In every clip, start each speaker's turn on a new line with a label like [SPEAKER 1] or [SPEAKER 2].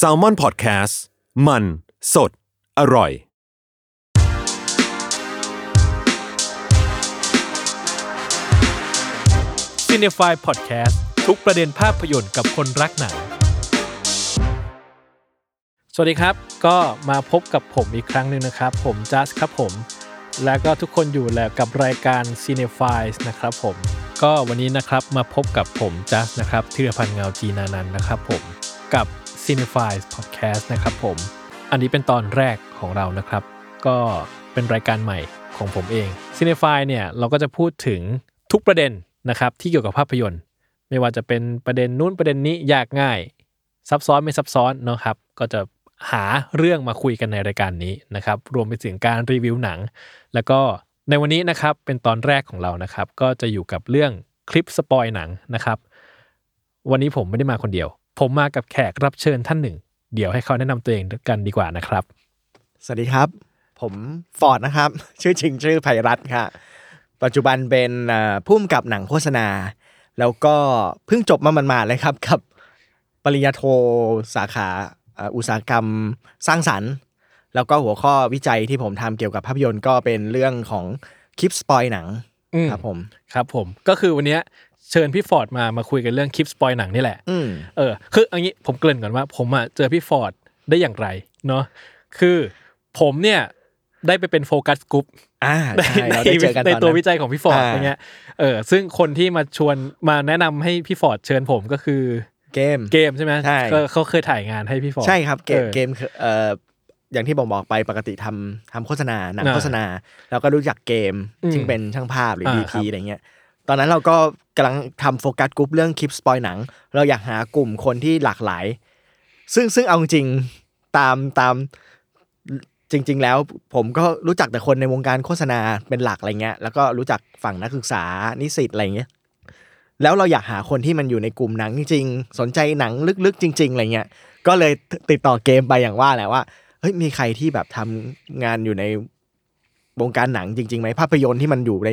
[SPEAKER 1] s a l m o n PODCAST มันสดอร่อย
[SPEAKER 2] c i n e f y Podcast ทุกประเด็นภาพยนตร์กับคนรักหนัง สวัสดีครับ ก็มาพบกับผมอีกครั้งหนึ่งนะครับ ผมจัสครับผม แล้วก็ทุกคนอยู่แล้วกับรายการ c i n e f y นะครับผม ก็วันนี้นะครับมาพบกับผมจัสนะครับธีรพันธ์เงาจีนานันท์นะครับผมกับ c i n e f y Podcast นะครับผม อันนี้เป็นตอนแรกของเรานะครับ ก็เป็นรายการใหม่ของผมเอง c i n e f y เนี่ยเราก็จะพูดถึงทุกประเด็นนะครับที่เกี่ยวกับภาพยนตร์ ไม่ว่าจะเป็นประเด็นนู้นประเด็นนี้ยากง่าย ซับซ้อนไม่ซับซ้อนเนาะครับ ก็จะหาเรื่องมาคุยกันในรายการนี้นะครับ รวมไปถึงการรีวิวหนัง แล้วก็ในวันนี้นะครับเป็นตอนแรกของเรานะครับ ก็จะอยู่กับเรื่องคลิปสปอยหนังนะครับ วันนี้ผมไม่ได้มาคนเดียว ผมมากับแขกรับเชิญท่านหนึ่ง เดี๋ยวให้เขาแนะนำตัวเองกันดีกว่านะครับ
[SPEAKER 3] สวัสดีครับ ผมฟอร์ดนะครับ ชื่อจริงชื่อไพรัตน์ค่ะ ปัจจุบันเป็นเอ่อผู้กำกับหนังโฆษณา แล้วก็เพิ่งจบมาหมาดๆเลยครับ กับ ปริญญาโทสาขาเอ่ออุตสาหกรรมสร้างสรรค์ แล้วก็หัวข้อวิจัยที่ผมทำเกี่ยวกับภาพยนตร์ก็เป็นเรื่องของคลิปสปอยหนัง
[SPEAKER 2] อืม
[SPEAKER 3] ครับผม
[SPEAKER 2] ครับผมก็คือวันเนี้ยเชิญพี่ฟอร์ดมามาคุยกันเรื่องคลิปสปอยหนังนี่แหละ
[SPEAKER 3] อืม
[SPEAKER 2] เออคืออย่างนี้ผมเกริ่นก่อนว่า ผมอ่ะเจอพี่ฟอร์ดได้อย่างไรเนาะคือผมเนี่ยได้ไปเป็นโฟกัสกรุ๊ป
[SPEAKER 3] อ่า
[SPEAKER 2] ใน
[SPEAKER 3] ใช่เราได้เจอกัน
[SPEAKER 2] ใน
[SPEAKER 3] ตอน
[SPEAKER 2] ตัว
[SPEAKER 3] นั้น
[SPEAKER 2] วิจัยของพี่ฟอร์ด
[SPEAKER 3] อ่า
[SPEAKER 2] อะไรเงี้ยเออซึ่งคนที่มาชวนมาแนะนำให้พี่ฟอร์ดเชิญผมก็คือ
[SPEAKER 3] เกม
[SPEAKER 2] เกมใช่ไหม
[SPEAKER 3] ใช่
[SPEAKER 2] ก็เขาเคยถ่ายงานให้พี่ฟอร์ด
[SPEAKER 3] ใช่ครับเกม
[SPEAKER 2] เออ
[SPEAKER 3] เกมคือเอ่ออย่างที่ผมบอกไปปกติทำทำโฆษณาหนัง
[SPEAKER 2] อ่า
[SPEAKER 3] โฆษณา แล้วก็รู้จักเกม
[SPEAKER 2] อืม
[SPEAKER 3] ซึ่งเป็นช่างภาพหรือดี
[SPEAKER 2] อ่าครับ
[SPEAKER 3] พีอะไรเงี้ยตอนนั้นเราก็กำลังทำโฟกัสกลุ่มเรื่องคลิปสปอยหนัง เราอยากหากลุ่มคนที่หลากหลาย ซึ่งซึ่งเอาจริงๆตามตามจริง ๆ แล้วผมก็รู้จักแต่คนในวงการโฆษณาเป็นหลักอะไรเงี้ยแล้วก็รู้จักฝั่งนักศึกษานิสิตอะไรเงี้ยแล้วเราอยากหาคนที่มันอยู่ในกลุ่มหนังจริงๆ สนใจหนังลึกๆ จริง ๆอะไรเงี้ย ก็เลยติดต่อเกมไปอย่างว่าแหละว่าเฮ้ยมีใครที่แบบทำงานอยู่ในวงการหนังจริงๆไหมภาพยนตร์ที่มันอยู่ใน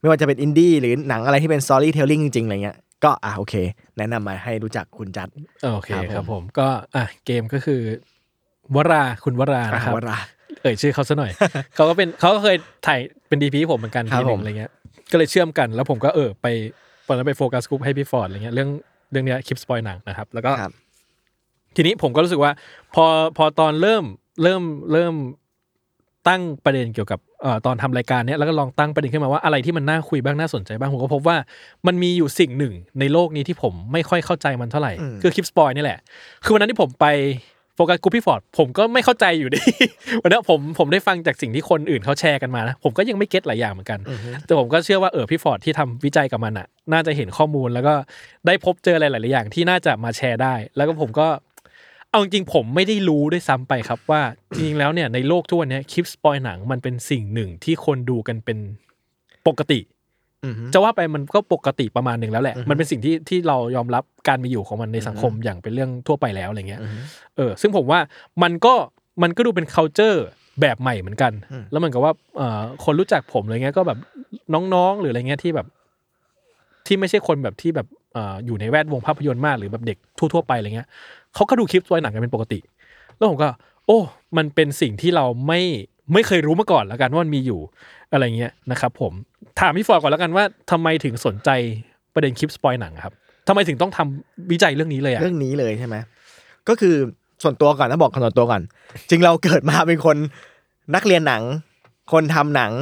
[SPEAKER 3] ไม่ว่าจะเป็นอินดี้หรือหนังอะไรที่เป็นสตอรี่เทลลิ่งจริงๆอะไรเงี้ยก็อ่ะโอเค แนะนำมาให้รู้จักคุณจัด
[SPEAKER 2] เออโอเค
[SPEAKER 3] ค
[SPEAKER 2] ครั
[SPEAKER 3] รับผม
[SPEAKER 2] บผมก็อ่ะเกมก็คือวราคุณวรานะครับ
[SPEAKER 3] วรา
[SPEAKER 2] เอ่ยชื่อเขาซะหน่อย เขาก็เป็นเขาก็เคยถ่ายเป็นดีพีผมเหมือนกัน
[SPEAKER 3] ครั
[SPEAKER 2] ที
[SPEAKER 3] บ
[SPEAKER 2] ห
[SPEAKER 3] ผ
[SPEAKER 2] นึ่
[SPEAKER 3] ม
[SPEAKER 2] งอะไรเงี้ย ก็เลยเชื่อมกันแล้วผมก็เออไปตอนนั้นไปโฟกัสกรุ๊ปให้พี่ฟอร์ดอะไรเงี้ยเรื่องเรื่องเนี้ยคลิปสปอยหนังนะครับ แล้วก็
[SPEAKER 3] ครับ
[SPEAKER 2] ทีนี้ผมก็รู้สึกว่าพอพอตอนเริ่มเริ่มเริ่มตั้งประเด็นเกี่ยวกับเอ่อตอนทำรายการเนี้ยแล้วก็ลองตั้งประเด็นขึ้นมาว่าอะไรที่มันน่าคุยบ้างน่าสนใจบ้างผมก็พบว่ามันมีอยู่สิ่งหนึ่งในโลกนี้ที่ผมไม่ค่อยเข้าใจมันเท่าไหร่ คือคลิปสปอยนี่แหละ คือวันนั้นที่ผมไปโฟกัสกรุ๊ปพี่ฟอร์ดผมก็ไม่เข้าใจอยู่ดี วันนั้นผมผมได้ฟังจากสิ่งที่คนอื่นเขาแชร์กันมานะผมก็ยังไม่เก็ตหลายอย่างเหมือนกัน แต่ผมก็เชื่อว่าเออพี่ฟอร์ดที่ทำวิจัยกับมันอ่ะ น่าจะเห็นข้อมูลแล้วก็ได้พบเจออะไรหลายๆอย่างที่น่าจะมาแชร์ได้ แล้วก็ผมก็ เอาจริงๆผมไม่ได้รู้ด้วยซ้ำไปครับว่า จริงๆแล้วเนี่ยในโลกทุกวันเนี้ยคลิปสปอยหนังมันเป็นสิ่งหนึ่งที่คนดูกันเป็นปกติ
[SPEAKER 3] อือฮึ
[SPEAKER 2] จะว่าไปมันก็ปกติประมาณหนึ่งแล้วแหละ มันเป็นสิ่งที่ที่เรายอมรับการมีอยู่ของมันในสังคมอย่างเป็นเรื่องทั่วไปแล้วอะไรเงี้ย เออ ซึ่งผมว่ามันก็มันก็ดูเป็น c u เจอร์แบบใหม่เหมือนกัน แล้วเหมือนกับว่าเอ่อคนรู้จักผมอะไรเงี้ยก็แบบน้องๆ หรืออะไรเงี้ยที่แบบ ที่ไม่ใช่คนแบบที่แบบเอ่ออยู่ในแวดวงภาพยนตร์มากหรือแบบเด็กทั่วๆไปอะไรเงี้ยเขาก็ดูคลิปตัวหนังกันเป็นปกติ แล้วผมก็ โอ้ มันเป็นสิ่งที่เราไม่ไม่เคยรู้มาก่อนแล้วกันว่ามันมีอยู่อะไรเงี้ยนะครับผมถามพี่ฟอร์ดก่อนแล้วกันว่าทำไมถึงสนใจประเด็นคลิปสปอยหนังอะครับทำไมถึงต้องทำวิจัยเรื่องนี้เลยอะ
[SPEAKER 3] เรื่องนี้เลยใช่ไหมก็คือส่วนตัวก่อนนะบอกส่วนตัวก่อน จริงเราเกิดมาเป็นคนนักเรียนหนัง คนทำหนัง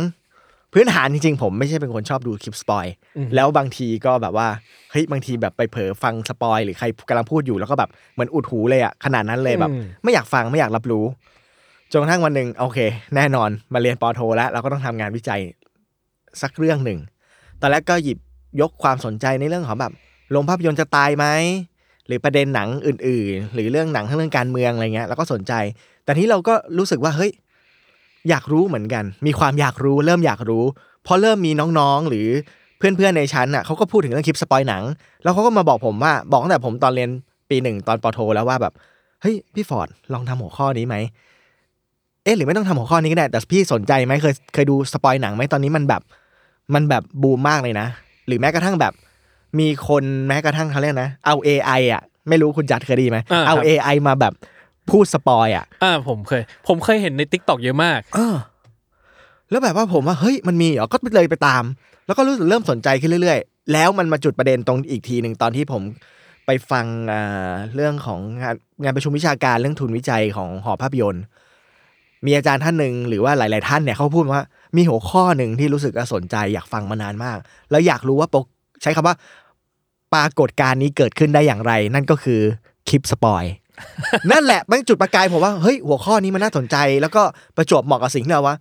[SPEAKER 3] พื้นฐานจริงๆ ผมไม่ใช่เป็นคนชอบดูคลิปสปอย
[SPEAKER 2] อืม
[SPEAKER 3] แล้วบางทีก็แบบว่าเฮ้ยบางทีแบบไปเผลอฟังสปอยหรือใครกำลังพูดอยู่แล้วก็แบบเหมือนอุดหูเลยอะขนาดนั้นเลยแบบ ไม่อยากฟังไม่อยากรับรู้จนกระทั่งวันหนึ่งโอเค แน่นอนมาเรียนปอโท แล้วเราก็ต้องทำงานวิจัยสักเรื่องหนึ่ง ตอนแรกก็หยิบยกความสนใจในเรื่องของแบบโรงภาพยนตร์จะตายไหม หรือประเด็นหนังอื่น ๆ หรือเรื่องหนังทั้งเรื่องการเมืองอะไรเงี้ยเราก็สนใจ แต่ที่เราก็รู้สึกว่าเฮ้ยอยากรู้เหมือนกัน มีความอยากรู้เริ่มอยากรู้พอเริ่มมีน้องๆหรือเพื่อนๆในชั้นอ่ะเขาก็พูดถึงเรื่องคลิปสปอยหนัง แล้วเขาก็มาบอกผมว่าบอกตั้งแต่ผมตอนเรียนปีหนึ่งตอนปอโท แล้วว่าแบบเฮ้ยพี่ฟอร์ดลองทำหัวข้อนี้ไหม เอ๊ะหรือไม่ต้องทำหัวข้อนี้ก็ได้ แต่พี่สนใจไหมเคยเคยดูสปอยหนังไหมตอนนี้มันแบบ มันแบบบูมมากเลยนะ หรือแม้กระทั่งแบบ มีคนแม้กระทั่งเขาเรียกนะ เอา AI อ่ะ ไม่รู้คุณจัดเคยไดีไหม
[SPEAKER 2] อ่าครับ
[SPEAKER 3] เอา AI มาแบบพูดสปอยอ่ะ
[SPEAKER 2] อ่าผมเคย ผมเคยเห็นใน t ิกตอกเยอะมาก
[SPEAKER 3] เออแล้วแบบว่าผมว่าเฮ้ยมันมีเหรอก็เลยไปตาม แล้วก็รู้สึกเริ่มสนใจขึ้นเรื่อยๆ แล้วมันมาจุดประเด็นตรงอีกทีหนึ่งตอนที่ผมไปฟังอ่าเรื่องของงานงานประชุมวิชาการเรื่องทุนวิจัยของหอภาพยนตร์ มีอาจารย์ท่านหนึ่งหรือว่าหลาย ๆ ท่านเนี่ยเขาพูดว่ามีหัวข้อหนึ่งที่รู้สึกว่าสนใจอยากฟังมานานมาก แล้วอยากรู้ว่าปกใช้คำว่าปรากฏการณ์นี้เกิดขึ้นได้อย่างไร นั่นก็คือคลิปสปอย นั่นแหละมันจุดประกายผมว่าเฮ้ยหัวข้อนี้มันน่าสนใจ แล้วก็ประจวบเหมาะกับสิ่งที่เราว่า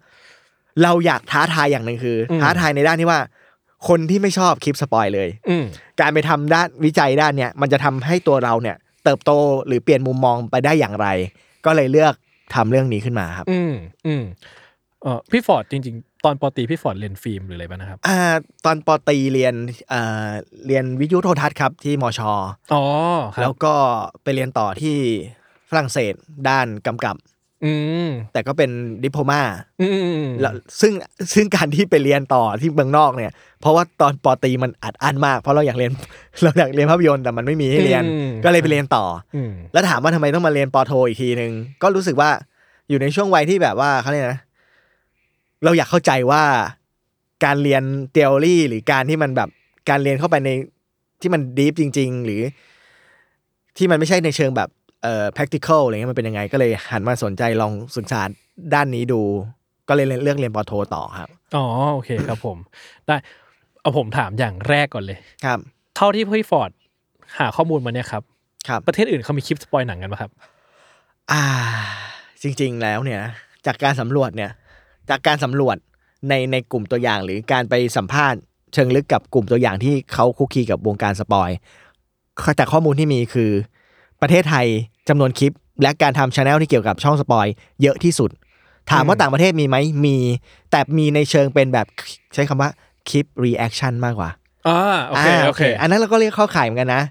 [SPEAKER 3] เราอยากท้าทายอย่างหนึ่งคือ
[SPEAKER 2] อืม
[SPEAKER 3] ท้าทายในด้านที่ว่า คนที่ไม่ชอบคลิปสปอยเลย
[SPEAKER 2] อืม
[SPEAKER 3] การไปทำด้านวิจัยด้านเนี้ยมันจะทำให้ตัวเราเนี่ย เติบโตหรือเปลี่ยนมุมมองไปได้อย่างไร ก็เลยเลือกทำเรื่องนี้ขึ้นมาครับ
[SPEAKER 2] อืมอืมเออพี่ฟอร์ดจริง ๆ ตอนปอตรีพี่ฟอร์ดเรียนฟิล์มหรืออะไรบ้างนะครับ
[SPEAKER 3] อ่าตอนปอตรีเรียนเอ่อเรียนวิทยุโทรทัศน์ครับที่มช
[SPEAKER 2] อ๋อค
[SPEAKER 3] แล้
[SPEAKER 2] รั
[SPEAKER 3] ว
[SPEAKER 2] บ
[SPEAKER 3] ก็ไปเรียนต่อที่ฝรั่งเศสด้านกำกับ
[SPEAKER 2] อืม
[SPEAKER 3] แต่ก็เป็นดิปโพมา
[SPEAKER 2] อืมอืมอืม
[SPEAKER 3] แล้วซึ่งซึ่งการที่ไปเรียนต่อที่เมืองนอกเนี่ย เพราะว่าตอนปอตรีมันอัดอั้นมาก เพราะเราอยากเรียน เราอยากเรียนภาพยนตร์แต่มันไม่มีให้เรียน ก็เลยไปเรียนต่อ
[SPEAKER 2] อืม
[SPEAKER 3] แล้วถามว่าทำไมต้องมาเรียนปอโทอีกทีหนึ่งก็รู้สึกว่าอยู่ในช่วงวัยที่แบบว่าเขาเรียกนะ เราอยากเข้าใจว่าการเรียนเทโอรี่หรือการที่มันแบบการเรียนเข้าไปในที่มันดีฟจริง ๆ หรือที่มันไม่ใช่ในเชิงแบบเอ่อ practical อะไรเงี้ยมันเป็นยังไง ก็เลยหันมาสนใจลองศึกษาด้านนี้ดู ก็เลยเลือกเรียนปอโทต่อครับ
[SPEAKER 2] อ๋อโอเคครับผม ได้เอาผมถามอย่างแรกก่อนเลย
[SPEAKER 3] ครับ
[SPEAKER 2] เท่าที่พี่ฟอร์ดหาข้อมูลมาเนี่ยครับ
[SPEAKER 3] ครับ
[SPEAKER 2] ประเทศอื่นเขามีคลิปสปอยหนังกันปะครับ
[SPEAKER 3] อ่าจริงๆแล้วเนี่ยนะจากการสำรวจเนี่ยจากการสำรวจในในกลุ่มตัวอย่างหรือการไปสัมภาษณ์เชิงลึกกับกลุ่มตัวอย่างที่เขาคุกคีกับวงการสปอยแต่ข้อมูลที่มีคือประเทศไทยจำนวนคลิป และการทำชาแนลที่เกี่ยวกับช่องสปอยเยอะที่สุด ถามว่า
[SPEAKER 2] อืม
[SPEAKER 3] ต่างประเทศมีไหมมี แต่มีในเชิงเป็นแบบใช้คำว่าคลิป reaction มากกว่า
[SPEAKER 2] อ่าโอเค
[SPEAKER 3] า
[SPEAKER 2] โอเค
[SPEAKER 3] อันนั้นเราก็เรียกเข้าข่ายเหมือนกันนะ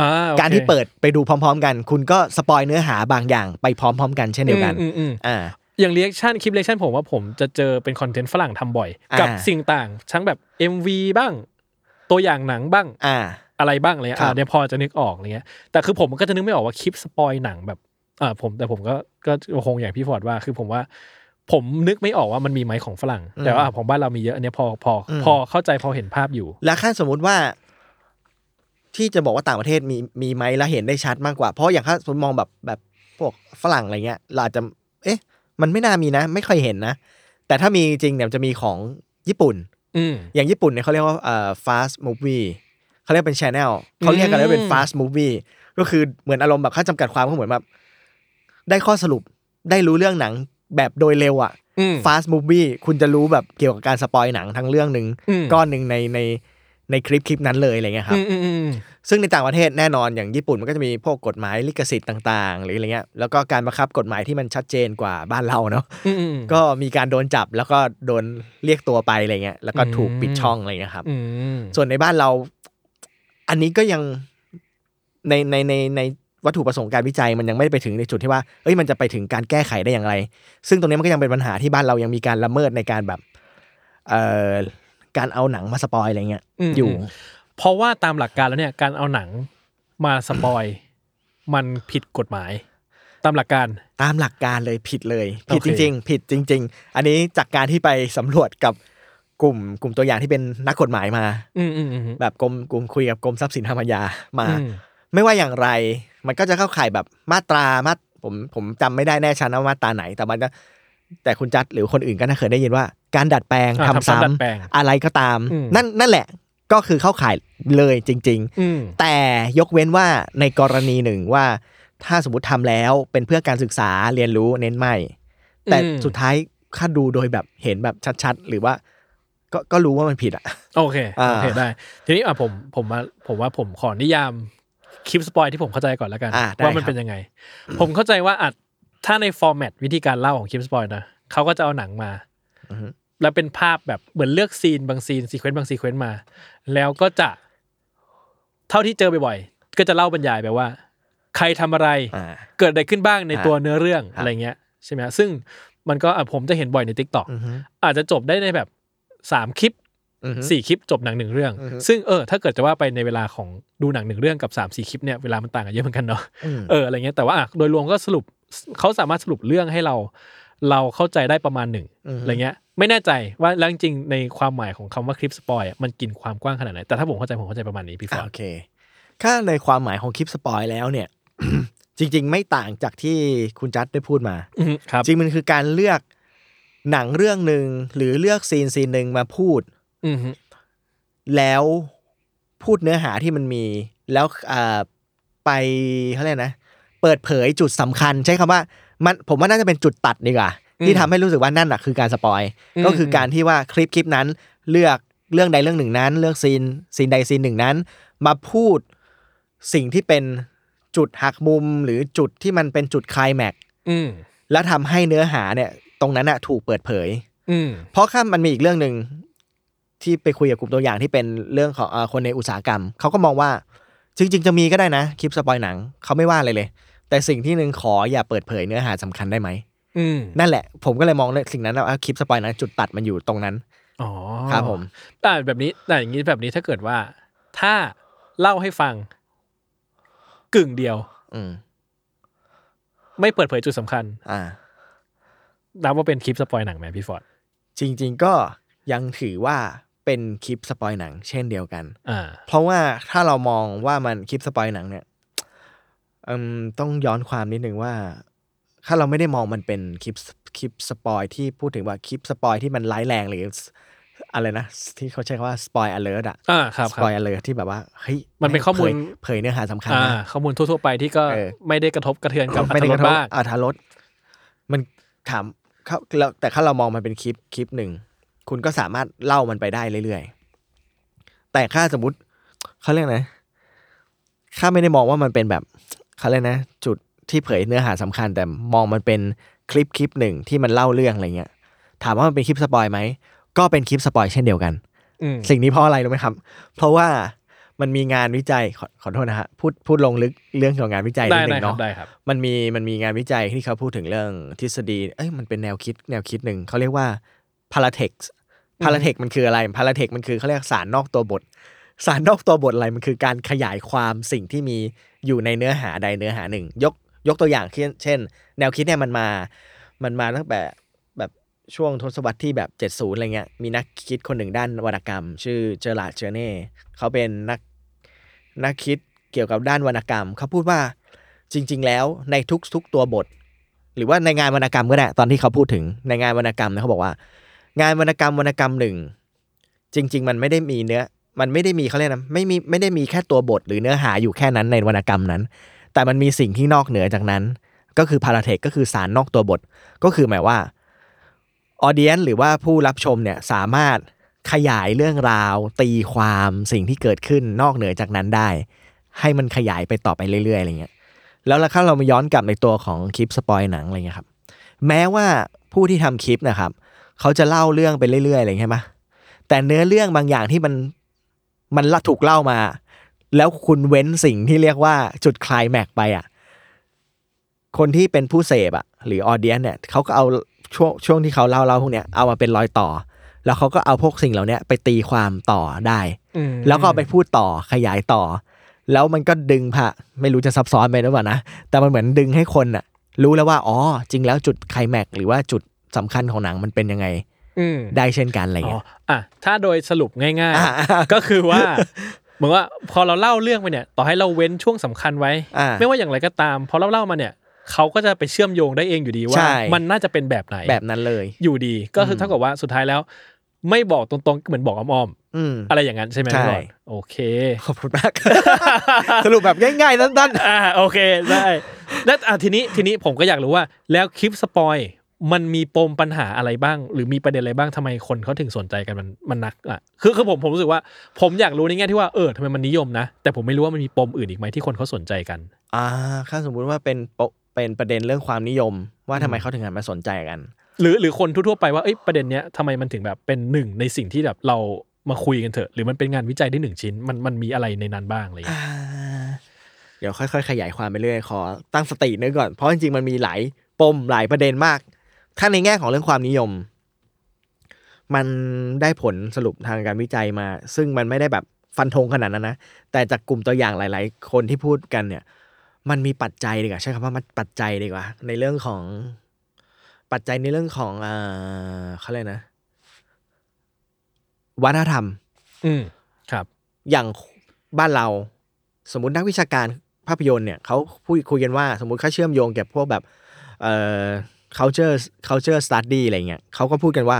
[SPEAKER 2] อ่าโอค
[SPEAKER 3] การที่เปิดไปดูพร้อม ๆ กัน คุณก็สปอยเนื้อหาบางอย่างไปพร้อม ๆ กันเช่นเดียวกัน
[SPEAKER 2] อืมอืมอืม
[SPEAKER 3] อ่า
[SPEAKER 2] อย่างเรียกชั n นคลิปเรียกชันผมว่าผมจะเจอเป็นคอนเทนต์ฝรั่งทำบ่อย
[SPEAKER 3] อ่ากั
[SPEAKER 2] กับสิ่งต่างทั้งแบบ MV บ้าง ตัวอย่างหนังบ้าง
[SPEAKER 3] อ่า
[SPEAKER 2] อะไรบ้างอะไรเงี้ย
[SPEAKER 3] ครับ
[SPEAKER 2] อ่าเนี่ยพอจะนึกออกอะไรเงี้ยแต่คือผมก็จะนึกไม่ออกว่าคลิปสปอยหนังแบบอ่าผมแต่ผมก็ก็คงอย่างพี่ฟอร์ดว่าคือผมว่า ผมนึกไม่ออกว่ามันมีไหมของฝรั่ง แต่ว่าของบ้านเรามีเยอะอันเนี้ยพอพออ
[SPEAKER 3] ม
[SPEAKER 2] พอเข้าใจพอเห็นภาพอยู่
[SPEAKER 3] แล้วถ้าสมมุติว่า ที่จะบอกว่าต่างประเทศมีมีไหมแล้วเห็นได้ชัดมากกว่า เพราะอย่างถ้าผมมองแบบแบบพวกฝรั่งอะไรเงี้ยเราอาจจะ เอ๊ะ มันไม่น่ามีนะ ไม่ค่อยเห็นนะ แต่ถ้ามีจริงเนี่ยมันจะมีของญี่ปุ่น
[SPEAKER 2] อืม
[SPEAKER 3] อย่างญี่ปุ่นเนี่ยเขาเรียกว่าเอ่อ fast movie เขาเรียกเป็น channel เขาเรียกกันแล้วาเป็น
[SPEAKER 2] อืม
[SPEAKER 3] fast movie ก็คือเหมือนอารมณ์แบบค่าจำกัดความก็เหมือนแบบได้ข้อสรุปได้รู้เรื่องหนังแบบโดยเร็วอะ
[SPEAKER 2] อืม
[SPEAKER 3] fast movie คุณจะรู้แบบเกี่ยวกับการสปอยหนังทั้งเรื่องหนึ่ง
[SPEAKER 2] อืม
[SPEAKER 3] ก้อนหนึ่งในในในคลิปคลิปนั้นเลยอะไรเงี้ยครับ
[SPEAKER 2] อืมอืมอืม
[SPEAKER 3] ซึ่งในต่างประเทศแน่นอนอย่างญี่ปุ่นมันก็จะมีพวกกฎหมายลิขสิทธิ์ต่าง ๆ หรืออะไรเงี้ยแล้วก็การบังคับกฎหมายที่มันชัดเจนกว่าบ้านเราเนาะ
[SPEAKER 2] อืมอืม
[SPEAKER 3] ก็มีการโดนจับแล้วก็โดนเรียกตัวไปอะไรเงี้ยแล้วก็ถูก
[SPEAKER 2] อืม
[SPEAKER 3] ปิดช่องอะไรเงี้ยครับ
[SPEAKER 2] อืม
[SPEAKER 3] ส่วนในบ้านเรา อันนี้ก็ยังในในในในวัตถุประสงค์การวิจัยมันยังไม่ได้ไปถึงในจุดที่ว่าเอ้ยมันจะไปถึงการแก้ไขได้อย่างไร ซึ่งตรงนี้มันก็ยังเป็นปัญหาที่บ้านเรายังมีการละเมิดในการแบบ เอ่อการเอาหนังมาสปอยอะไรเงี้ย
[SPEAKER 2] ม
[SPEAKER 3] อยู่
[SPEAKER 2] มเพราะว่าตามหลักการแล้วเนี่ยการเอาหนังมาสปอยมันผิดกฎหมาย ตามหลักการ
[SPEAKER 3] ตามหลักการเลยผิดเลย ผิ
[SPEAKER 2] โอ
[SPEAKER 3] ดจ
[SPEAKER 2] เค
[SPEAKER 3] ริง ๆ ผิดจริง ๆ อันนี้จากการที่ไปสำรวจกับกลุ่มกลุ่มตัวอย่างที่เป็นนักกฎหมายมา
[SPEAKER 2] อืมอืมอืม
[SPEAKER 3] แบบกรมกลุ่มคุยกับกรมทรัพย์สินทางปัญญามา
[SPEAKER 2] อืม
[SPEAKER 3] ไม่ว่าอย่างไร มันก็จะเข้าข่ายแบบมาตรามาตผมผมจำไม่ได้แน่ชัดนะว่ามาตราไหน แต่มันจะแต่คุณจัดหรือคนอื่นก็น่าเคยได้ยินว่า การดัดแปลง
[SPEAKER 2] อ่า
[SPEAKER 3] ทำซ้ำ
[SPEAKER 2] ดัดแปลง
[SPEAKER 3] อะไรก็ตาม
[SPEAKER 2] อืม
[SPEAKER 3] นั่นนั่นแหละก็คือเข้าข่ายเลยจริง
[SPEAKER 2] อืม
[SPEAKER 3] ๆ แต่ยกเว้นว่าในกรณีหนึ่งว่า ถ้าสมมติทำแล้วเป็นเพื่อการศึกษาเรียนรู้เน้นไม่ แต่
[SPEAKER 2] อืม
[SPEAKER 3] สุดท้ายค่าดูโดยแบบเห็นแบบชัดๆ หรือว่า ก็ก็รู้ว่ามันผิดอ่ะ
[SPEAKER 2] โอเค
[SPEAKER 3] อ่า
[SPEAKER 2] โอเคได้ ทีนี้อ่ะผมผมมาผมว่าผมขอนิยาม คลิปสปอยที่ผมเข้าใจก่อนแล้วกัน
[SPEAKER 3] อ่ะได้
[SPEAKER 2] ว่ามัน
[SPEAKER 3] ครับ
[SPEAKER 2] เป็นยังไง ผมเข้าใจว่าอัดถ้าในฟอร์แมตวิธีการเล่าของคลิปสปอยนะเขาก็จะเอาหนังมา
[SPEAKER 3] อือฮึ
[SPEAKER 2] แล้วเป็นภาพแบบเหมือนเลือกซีนบางซีนซีเควนต์บางซีเควนต์มา แล้วก็จะ เท่าที่เจอบ่อยๆก็จะเล่าบรรยายแบบว่า ใครทำอะไร
[SPEAKER 3] อ่า
[SPEAKER 2] เกิดอะไรขึ้นบ้างใน
[SPEAKER 3] อ่า
[SPEAKER 2] ตัวเนื้อเรื่อง
[SPEAKER 3] ครับ
[SPEAKER 2] อะไรเงี้ยใช่ไหมฮะซึ่งมันก็อ่ะผมจะเห็นบ่อยใน t ิ k t o k
[SPEAKER 3] อือฮึ
[SPEAKER 2] อาจจะจบได้ในแบบสามคลิป
[SPEAKER 3] อือฮึ
[SPEAKER 2] สี่คลิปจบหนังหนึ่งเรื่อง
[SPEAKER 3] อือฮึ
[SPEAKER 2] ซึ่งเออถ้าเกิดจะว่าไปในเวลาของดูหนังหนึ่งเรื่องกับสามสี่คลิปเนี่ยเวลามันต่างกันเยอะเหมือนกันเนาะ
[SPEAKER 3] ม
[SPEAKER 2] เอออะไรเงี้ยแต่ว่าอ่ะโดยรวมก็สรุปเขาสามารถสรุปเรื่องให้เรา เราเข้าใจได้ประมาณหนึ่ง
[SPEAKER 3] อือฮึ
[SPEAKER 2] อะไรเงี้ย ไม่แน่ใจว่าแล้วจริงๆในความหมายของคำว่าคลิปสปอยอ่ะมันกินความกว้างขนาดไหนแต่ถ้าผมเข้าใจผมเข้าใจประมาณนี้พี่ฟ
[SPEAKER 3] อ่ะ
[SPEAKER 2] อ
[SPEAKER 3] โอน เค ถ้าในความหมายของคลิปสปอยแล้วเนี่ย จริง ๆ ไม่ต่างจากที่คุณจัดได้พูดมา
[SPEAKER 2] อืมครับ
[SPEAKER 3] จริงมันคือการเลือกหนังเรื่องหนึ่งหรือเลือกซีนซีนหนึ่งมาพูด
[SPEAKER 2] อืมฮึ
[SPEAKER 3] แล้วพูดเนื้อหาที่มันมี แล้วอ่าไปเขาเรียกนะ เปิดเผยจุดสำคัญ ใช้คำว่ามันผมว่าน่าจะเป็นจุดตัดดีกว่า ที่ทำให้รู้สึกว่านั่นน่ะคือการสปอย ก็คือการที่ว่าคลิปคลิปนั้นเลือกเรื่องใดเรื่องหนึ่งนั้น เลือกซีนซีนใดซีนหนึ่งนั้น มาพูดสิ่งที่เป็นจุดหักมุมหรือจุดที่มันเป็นจุดไคลายแม็กซ์
[SPEAKER 2] อืม
[SPEAKER 3] และทำให้เนื้อหาเนี่ย ตรงนั้นน่ะถูกเปิดเผย
[SPEAKER 2] อืม
[SPEAKER 3] เพราะข้ามมันมีอีกเรื่องหนึ่งที่ไปคุยกับกลุ่มตัวอย่างที่เป็นเรื่องของเอ่อคนในอุตสาหกรรม เขาก็มองว่า จริง ๆ จะมีก็ได้นะ คลิปสปอยหนังเขาไม่ว่าอะไรเลย แต่สิ่งที่หนึ่งขออย่าเปิดเผยเนื้อหาสำคัญได้ไหม
[SPEAKER 2] อืม
[SPEAKER 3] นั่นแหละ ผมก็เลยมองเลยสิ่งนั้นว่าคลิปสปอยหนังจุดตัดมันอยู่ตรงนั้น
[SPEAKER 2] อ๋อ
[SPEAKER 3] ครับผม
[SPEAKER 2] แต่แบบนี้แต่อย่างนี้แบบนี้ถ้าเกิดว่า ถ้าเล่าให้ฟัง กึ่งเดียว
[SPEAKER 3] อืม
[SPEAKER 2] ไม่เปิดเผยจุดสำคัญ
[SPEAKER 3] อ่า
[SPEAKER 2] นับว่าเป็นคลิปสปอยหนังไหมพี่ฟอร์ด
[SPEAKER 3] จริง ๆ ก็ยังถือว่าเป็นคลิปสปอยหนัง เช่นเดียวกัน
[SPEAKER 2] อ่า
[SPEAKER 3] เพราะว่าถ้าเรามองว่ามันคลิปสปอยหนังเนี่ยอืมต้องย้อนความนิดนึงว่า ถ้าเราไม่ได้มองมันเป็นคลิปคลิปสปอยที่พูดถึงว่าคลิปสปอยที่มันร้ายแรงหรืออะไรนะ ที่เขาใช้คำว่าสปอยอเลอร์อะ
[SPEAKER 2] อ่าครับ
[SPEAKER 3] ส
[SPEAKER 2] ครั
[SPEAKER 3] ป
[SPEAKER 2] บ
[SPEAKER 3] อยอเลอร์ที่แบบว่าเฮ้ย
[SPEAKER 2] มันเป็นข้อมูล
[SPEAKER 3] ผยเผยเนื้อหาสำคัญ
[SPEAKER 2] อ่า
[SPEAKER 3] นะ
[SPEAKER 2] ข้อมูลทั่ว ๆ ไปที่ก็
[SPEAKER 3] เออ
[SPEAKER 2] ไม่ได้กระทบกระเทือนกับอั
[SPEAKER 3] ไม่
[SPEAKER 2] ต
[SPEAKER 3] ได้
[SPEAKER 2] ร
[SPEAKER 3] ก
[SPEAKER 2] ส
[SPEAKER 3] ระทบ
[SPEAKER 2] มาก
[SPEAKER 3] อัตรสมันถามเขาแล้วแต่ถ้าเรามองมันเป็นคลิปคลิปหนึ่ง คุณก็สามารถเล่ามันไปได้เรื่อยๆ แต่ถ้าสมมติเขาเรียกนะข้าไม่ได้มองว่ามันเป็นแบบเขาเรียกนะ จุดที่เผยเนื้อหาสำคัญ แต่มองมันเป็นคลิปคลิปหนึ่งที่มันเล่าเรื่องอะไรเงี้ย ถามว่ามันเป็นคลิปสปอยไหมก็เป็นคลิปสปอยเช่นเดียวกัน
[SPEAKER 2] อืม
[SPEAKER 3] สิ่งนี้เพราะอะไรรู้ไหมครับ เพราะว่ามันมีงานวิจัยขอขอโทษนะฮะพูดพูดลงลึกเรื่องของงานวิจัยนิ
[SPEAKER 2] ได้
[SPEAKER 3] ดนึ
[SPEAKER 2] ได้ครับ
[SPEAKER 3] งเนาะ
[SPEAKER 2] ได้ครับ
[SPEAKER 3] มันมีมันมีงานวิจัยที่เขาพูดถึงเรื่องทฤษฎี เอ้ยมันเป็นแนวคิดแนวคิดหนึ่งเขาเรียกว่า paratex paratex มันคืออะไร paratex มันคือเขาเรียกสารนอกตัวบท สารนอกตัวบทอะไรมันคือการขยายความสิ่งที่มีอยู่ในเนื้อหาใดเนื้อหาหนึ่ง ยกยกตัวอย่างเช่นเช่น แนวคิดเนี่ยมันมา มันมาตั้งแต่แบบช่วงทศวรรษที่แบบ 70 อะไรเงี้ย มีนักคิดคนหนึ่งด้านวรรณกรรม ชื่อเจอราร์ดเจอเน่เขาเป็นนักนักคิดเกี่ยวกับด้านวรรณกรรม เขาพูดว่าจริง ๆ แล้วในทุกๆตัวบท หรือว่าในงานวรรณกรรมก็ได้ตอนที่เขาพูดถึงในงานวรรณกรรมนะเขาบอกว่า งานวรรณกรรมวรรณกรรมหนึ่งจริง ๆ มันไม่ได้มีเนื้อ มันไม่ได้มีเขาเรียกนะไม่มีไม่ได้มีแค่ตัวบท หรือเนื้อหาอยู่แค่นั้นในวรรณกรรมนั้น แต่มันมีสิ่งที่นอกเหนือจากนั้น ก็คือพาราเทคก็คือสารนอกตัวบท ก็คือหมายว่าออเดียนหรือว่าผู้รับชมเนี่ยสามารถขยายเรื่องราว ตีความสิ่งที่เกิดขึ้นนอกเหนือจากนั้นได้ ให้มันขยายไปต่อไปเรื่อยๆอะไรเงี้ยแล้วถ้าเรามาย้อนกลับในตัวของคลิปสปอยหนังอะไรเงี้ยครับ แม้ว่าผู้ที่ทำคลิปนะครับ เขาจะเล่าเรื่องไปเรื่อยๆอะไรเงี้ยใช่ไหมแต่เนื้อเรื่องบางอย่างที่มันมันละถูกเล่ามา แล้วคุณเว้นสิ่งที่เรียกว่าจุดไคลายแม็กซ์ไปอ่ะ คนที่เป็นผู้เสพอะหรือออเดียนเนี่ยเขาก็เอาช่วงช่วงที่เขาเล่าเล่าพวกเนี้ยเอามาเป็นรอยต่อ แล้วเขาก็เอาพวกสิ่งเหล่าเนี้ยไปตีความต่อได้
[SPEAKER 2] อืม
[SPEAKER 3] แล้วก็เอาไปพูดต่อขยายต่อ แล้วมันก็ดึงพะไม่รู้จะซับซ้อนไปหรือเปล่านะแต่มันเหมือนดึงให้คนอะรู้แล้วว่าอ๋อจริงแล้วจุดไคลแม็กซ์หรือว่าจุดสำคัญของหนังมันเป็นยังไง
[SPEAKER 2] อืม
[SPEAKER 3] ได้เช่นกันอะไร
[SPEAKER 2] อ๋อ
[SPEAKER 3] เงี้ย
[SPEAKER 2] อ่ะถ้าโดยสรุปง่าย
[SPEAKER 3] อ่า
[SPEAKER 2] ๆ ก็คือว่าเหมือนว่าพอเราเล่าเรื่องไปเนี่ย ต่อให้เราเว้นช่วงสำคัญไว้
[SPEAKER 3] อ่า
[SPEAKER 2] ไม่ว่าอย่างไรก็ตามพอเราเล่ามาเนี่ยเขาก็จะไปเชื่อมโยงได้เองอยู่ดีว่า
[SPEAKER 3] ใช่
[SPEAKER 2] มันน่าจะเป็นแบบไหน
[SPEAKER 3] แบบนั้นเลย
[SPEAKER 2] อยู่ดี ก็คืออ
[SPEAKER 3] ม
[SPEAKER 2] เท่ากับว่าสุดท้ายแล้ว ไม่บอกตรงๆเหมือนบอกอ้อม
[SPEAKER 3] อืม
[SPEAKER 2] ๆอะไรอย่างนั้นใช่ไหม
[SPEAKER 3] ใช่
[SPEAKER 2] พี่บอลโอ เค
[SPEAKER 3] ขอบคุณมาก สรุปแบบง่ายๆสั้น
[SPEAKER 2] อ่าโอเคได้แล้วอ่ะทีนี้ทีนี้ผมก็อยากรู้ว่า แล้วคลิปสปอย มันมีปมปัญหาอะไรบ้าง หรือมีประเด็นอะไรบ้างทำไมคนเขาถึงสนใจกันมันมันนักอ่ะคือคือผมผมรู้สึกว่า ผมอยากรู้ในแง่ที่ว่าเออทำไมมันนิยมนะ แต่ผมไม่รู้ว่ามันมีปมอื่นอีกไหมที่คนเขาสนใจกัน
[SPEAKER 3] อ่าถ้าสมมุติว่าเป็นปะเป็นประเด็นเรื่องความนิยม ว่าทำไมเขาถึงหันมาสนใจกัน
[SPEAKER 2] หรือหรือคนทั่วๆไปว่าเอ้ยประเด็นเนี้ยทำไมมันถึงแบบเป็นหนึ่งในสิ่งที่แบบเรามาคุยกันเถอะ หรือมันเป็นงานวิจัยได้หนึ่งชิ้นมันมันมีอะไรในนั้นบ้างอะไรอย่างเงี้ย
[SPEAKER 3] เดี๋ยวค่อยๆ ขยายความไปเรื่อยขอตั้งสตินึกก่อน เพราะจริงๆ มันมีหลายปมหลายประเด็นมาก ถ้าในแง่ของเรื่องความนิยม มันได้ผลสรุปทางการวิจัยมา ซึ่งมันไม่ได้แบบฟันธงขนาดนั้นนะ แต่จากกลุ่มตัวอย่างหลายๆ คนที่พูดกันเนี่ย มันมีปัจจัยดีกว่าใช้คำว่ามันปัจจัยดีกว่า ในเรื่องของปัจจัยในเรื่องของเอ่อเขาเรียกนะ วัฒนธรรม
[SPEAKER 2] อืมครับ
[SPEAKER 3] อย่างบ้านเราสมมตินักวิชาการภาพยนตร์เนี่ยเขาพูดคุยกันว่า สมมติเขาเชื่อมโยงกับพวกแบบเอ่อ culture culture study อะไรเงี้ยเขาก็พูดกันว่า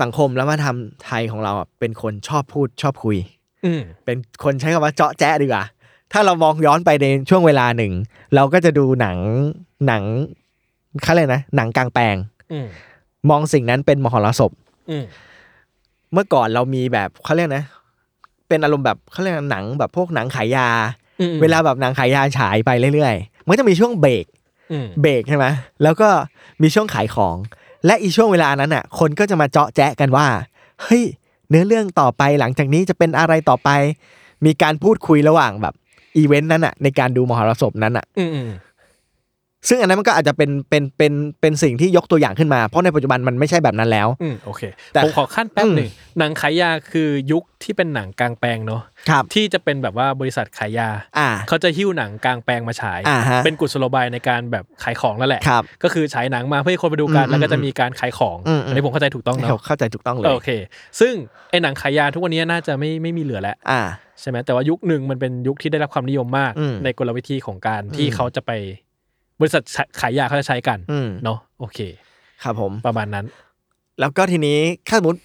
[SPEAKER 3] สังคมและวัฒนธรรมไทยของเราอ่ะเป็นคนชอบพูดชอบคุย
[SPEAKER 2] อืม
[SPEAKER 3] เป็นคนใช้คำว่าเจาะแจ๊ะดีกว่า ถ้าเรามองย้อนไปในช่วงเวลาหนึ่ง เราก็จะดูหนังหนังเขาเลยกนะ หนังกลางแปลง
[SPEAKER 2] อืม
[SPEAKER 3] มองสิ่งนั้นเป็นมหรสพ
[SPEAKER 2] อืม
[SPEAKER 3] เมื่อก่อนเรามีแบบเขาเรียกนะ เป็นอารมณ์แบบเขาเรียกหนังแบบพวกหนังขายยา
[SPEAKER 2] อืม
[SPEAKER 3] เวลาแบบหนังขายยาฉายไปเรื่อยๆ มันก็จะมีช่วงเบรก
[SPEAKER 2] อืม
[SPEAKER 3] เบรกใช่ไหมแล้วก็มีช่วงขายของ และอีช่วงเวลานั้นอ่ะ คนก็จะมาเจาะแจ๊ะกันว่า เฮ้ย เนื้อเรื่องต่อไปหลังจากนี้จะเป็นอะไรต่อไป มีการพูดคุยระหว่างแบบอีเวนต์นั้นอ่ะในการดูมหรสพนั้นอ่ะ
[SPEAKER 2] อืมอืม
[SPEAKER 3] ซึ่งอันนั้นมันก็อาจจะเป็นเป็นเป็นเป็นสิ่งที่ยกตัวอย่างขึ้นมา เพราะในปัจจุบันมันไม่ใช่แบบนั้นแล้ว
[SPEAKER 2] อืมโอเค
[SPEAKER 3] แต่
[SPEAKER 2] ผมขอขั้นแป๊บ
[SPEAKER 3] อืม
[SPEAKER 2] หนึ่งหนังขายยาคือยุคที่เป็นหนังกลางแปลงเนาะ
[SPEAKER 3] ครับ
[SPEAKER 2] ที่จะเป็นแบบว่าบริษัทขายยา
[SPEAKER 3] อ่า
[SPEAKER 2] เขาจะหิ้วหนังกลางแปลงมาฉาย
[SPEAKER 3] อ่าฮะ
[SPEAKER 2] เป็นกุศโลบายในการแบบขายของแล้วแหละ
[SPEAKER 3] ครับ
[SPEAKER 2] ก็คือฉายหนังมาเพื่อให้คนไปดูกัน
[SPEAKER 3] อืม
[SPEAKER 2] แล้วก็จะมีการขายของ
[SPEAKER 3] อืมอืม
[SPEAKER 2] อันนี้ผมเข้าใจถูกต้องเนาะ
[SPEAKER 3] เข้าใจถูกต้องเลย
[SPEAKER 2] โอเค ซึ่งไอหนังขายยาทุกวันนี้น่าจะไม่ไม่มีเหลือแล้ว
[SPEAKER 3] อ่า
[SPEAKER 2] ใช่ไหมแต่ว่ายุคหนึ่งมันเป็นยุคที่ได้รับความนิยมมาก
[SPEAKER 3] อืม
[SPEAKER 2] ในกลวิธีของการที่
[SPEAKER 3] อืม
[SPEAKER 2] เขาจะไป บริษัทขายยาเขาจะใช้กัน
[SPEAKER 3] อืม
[SPEAKER 2] เนาะโอเค
[SPEAKER 3] ครับผม
[SPEAKER 2] ประมาณนั้น
[SPEAKER 3] แล้วก็ทีนี้ถ้าสมมติ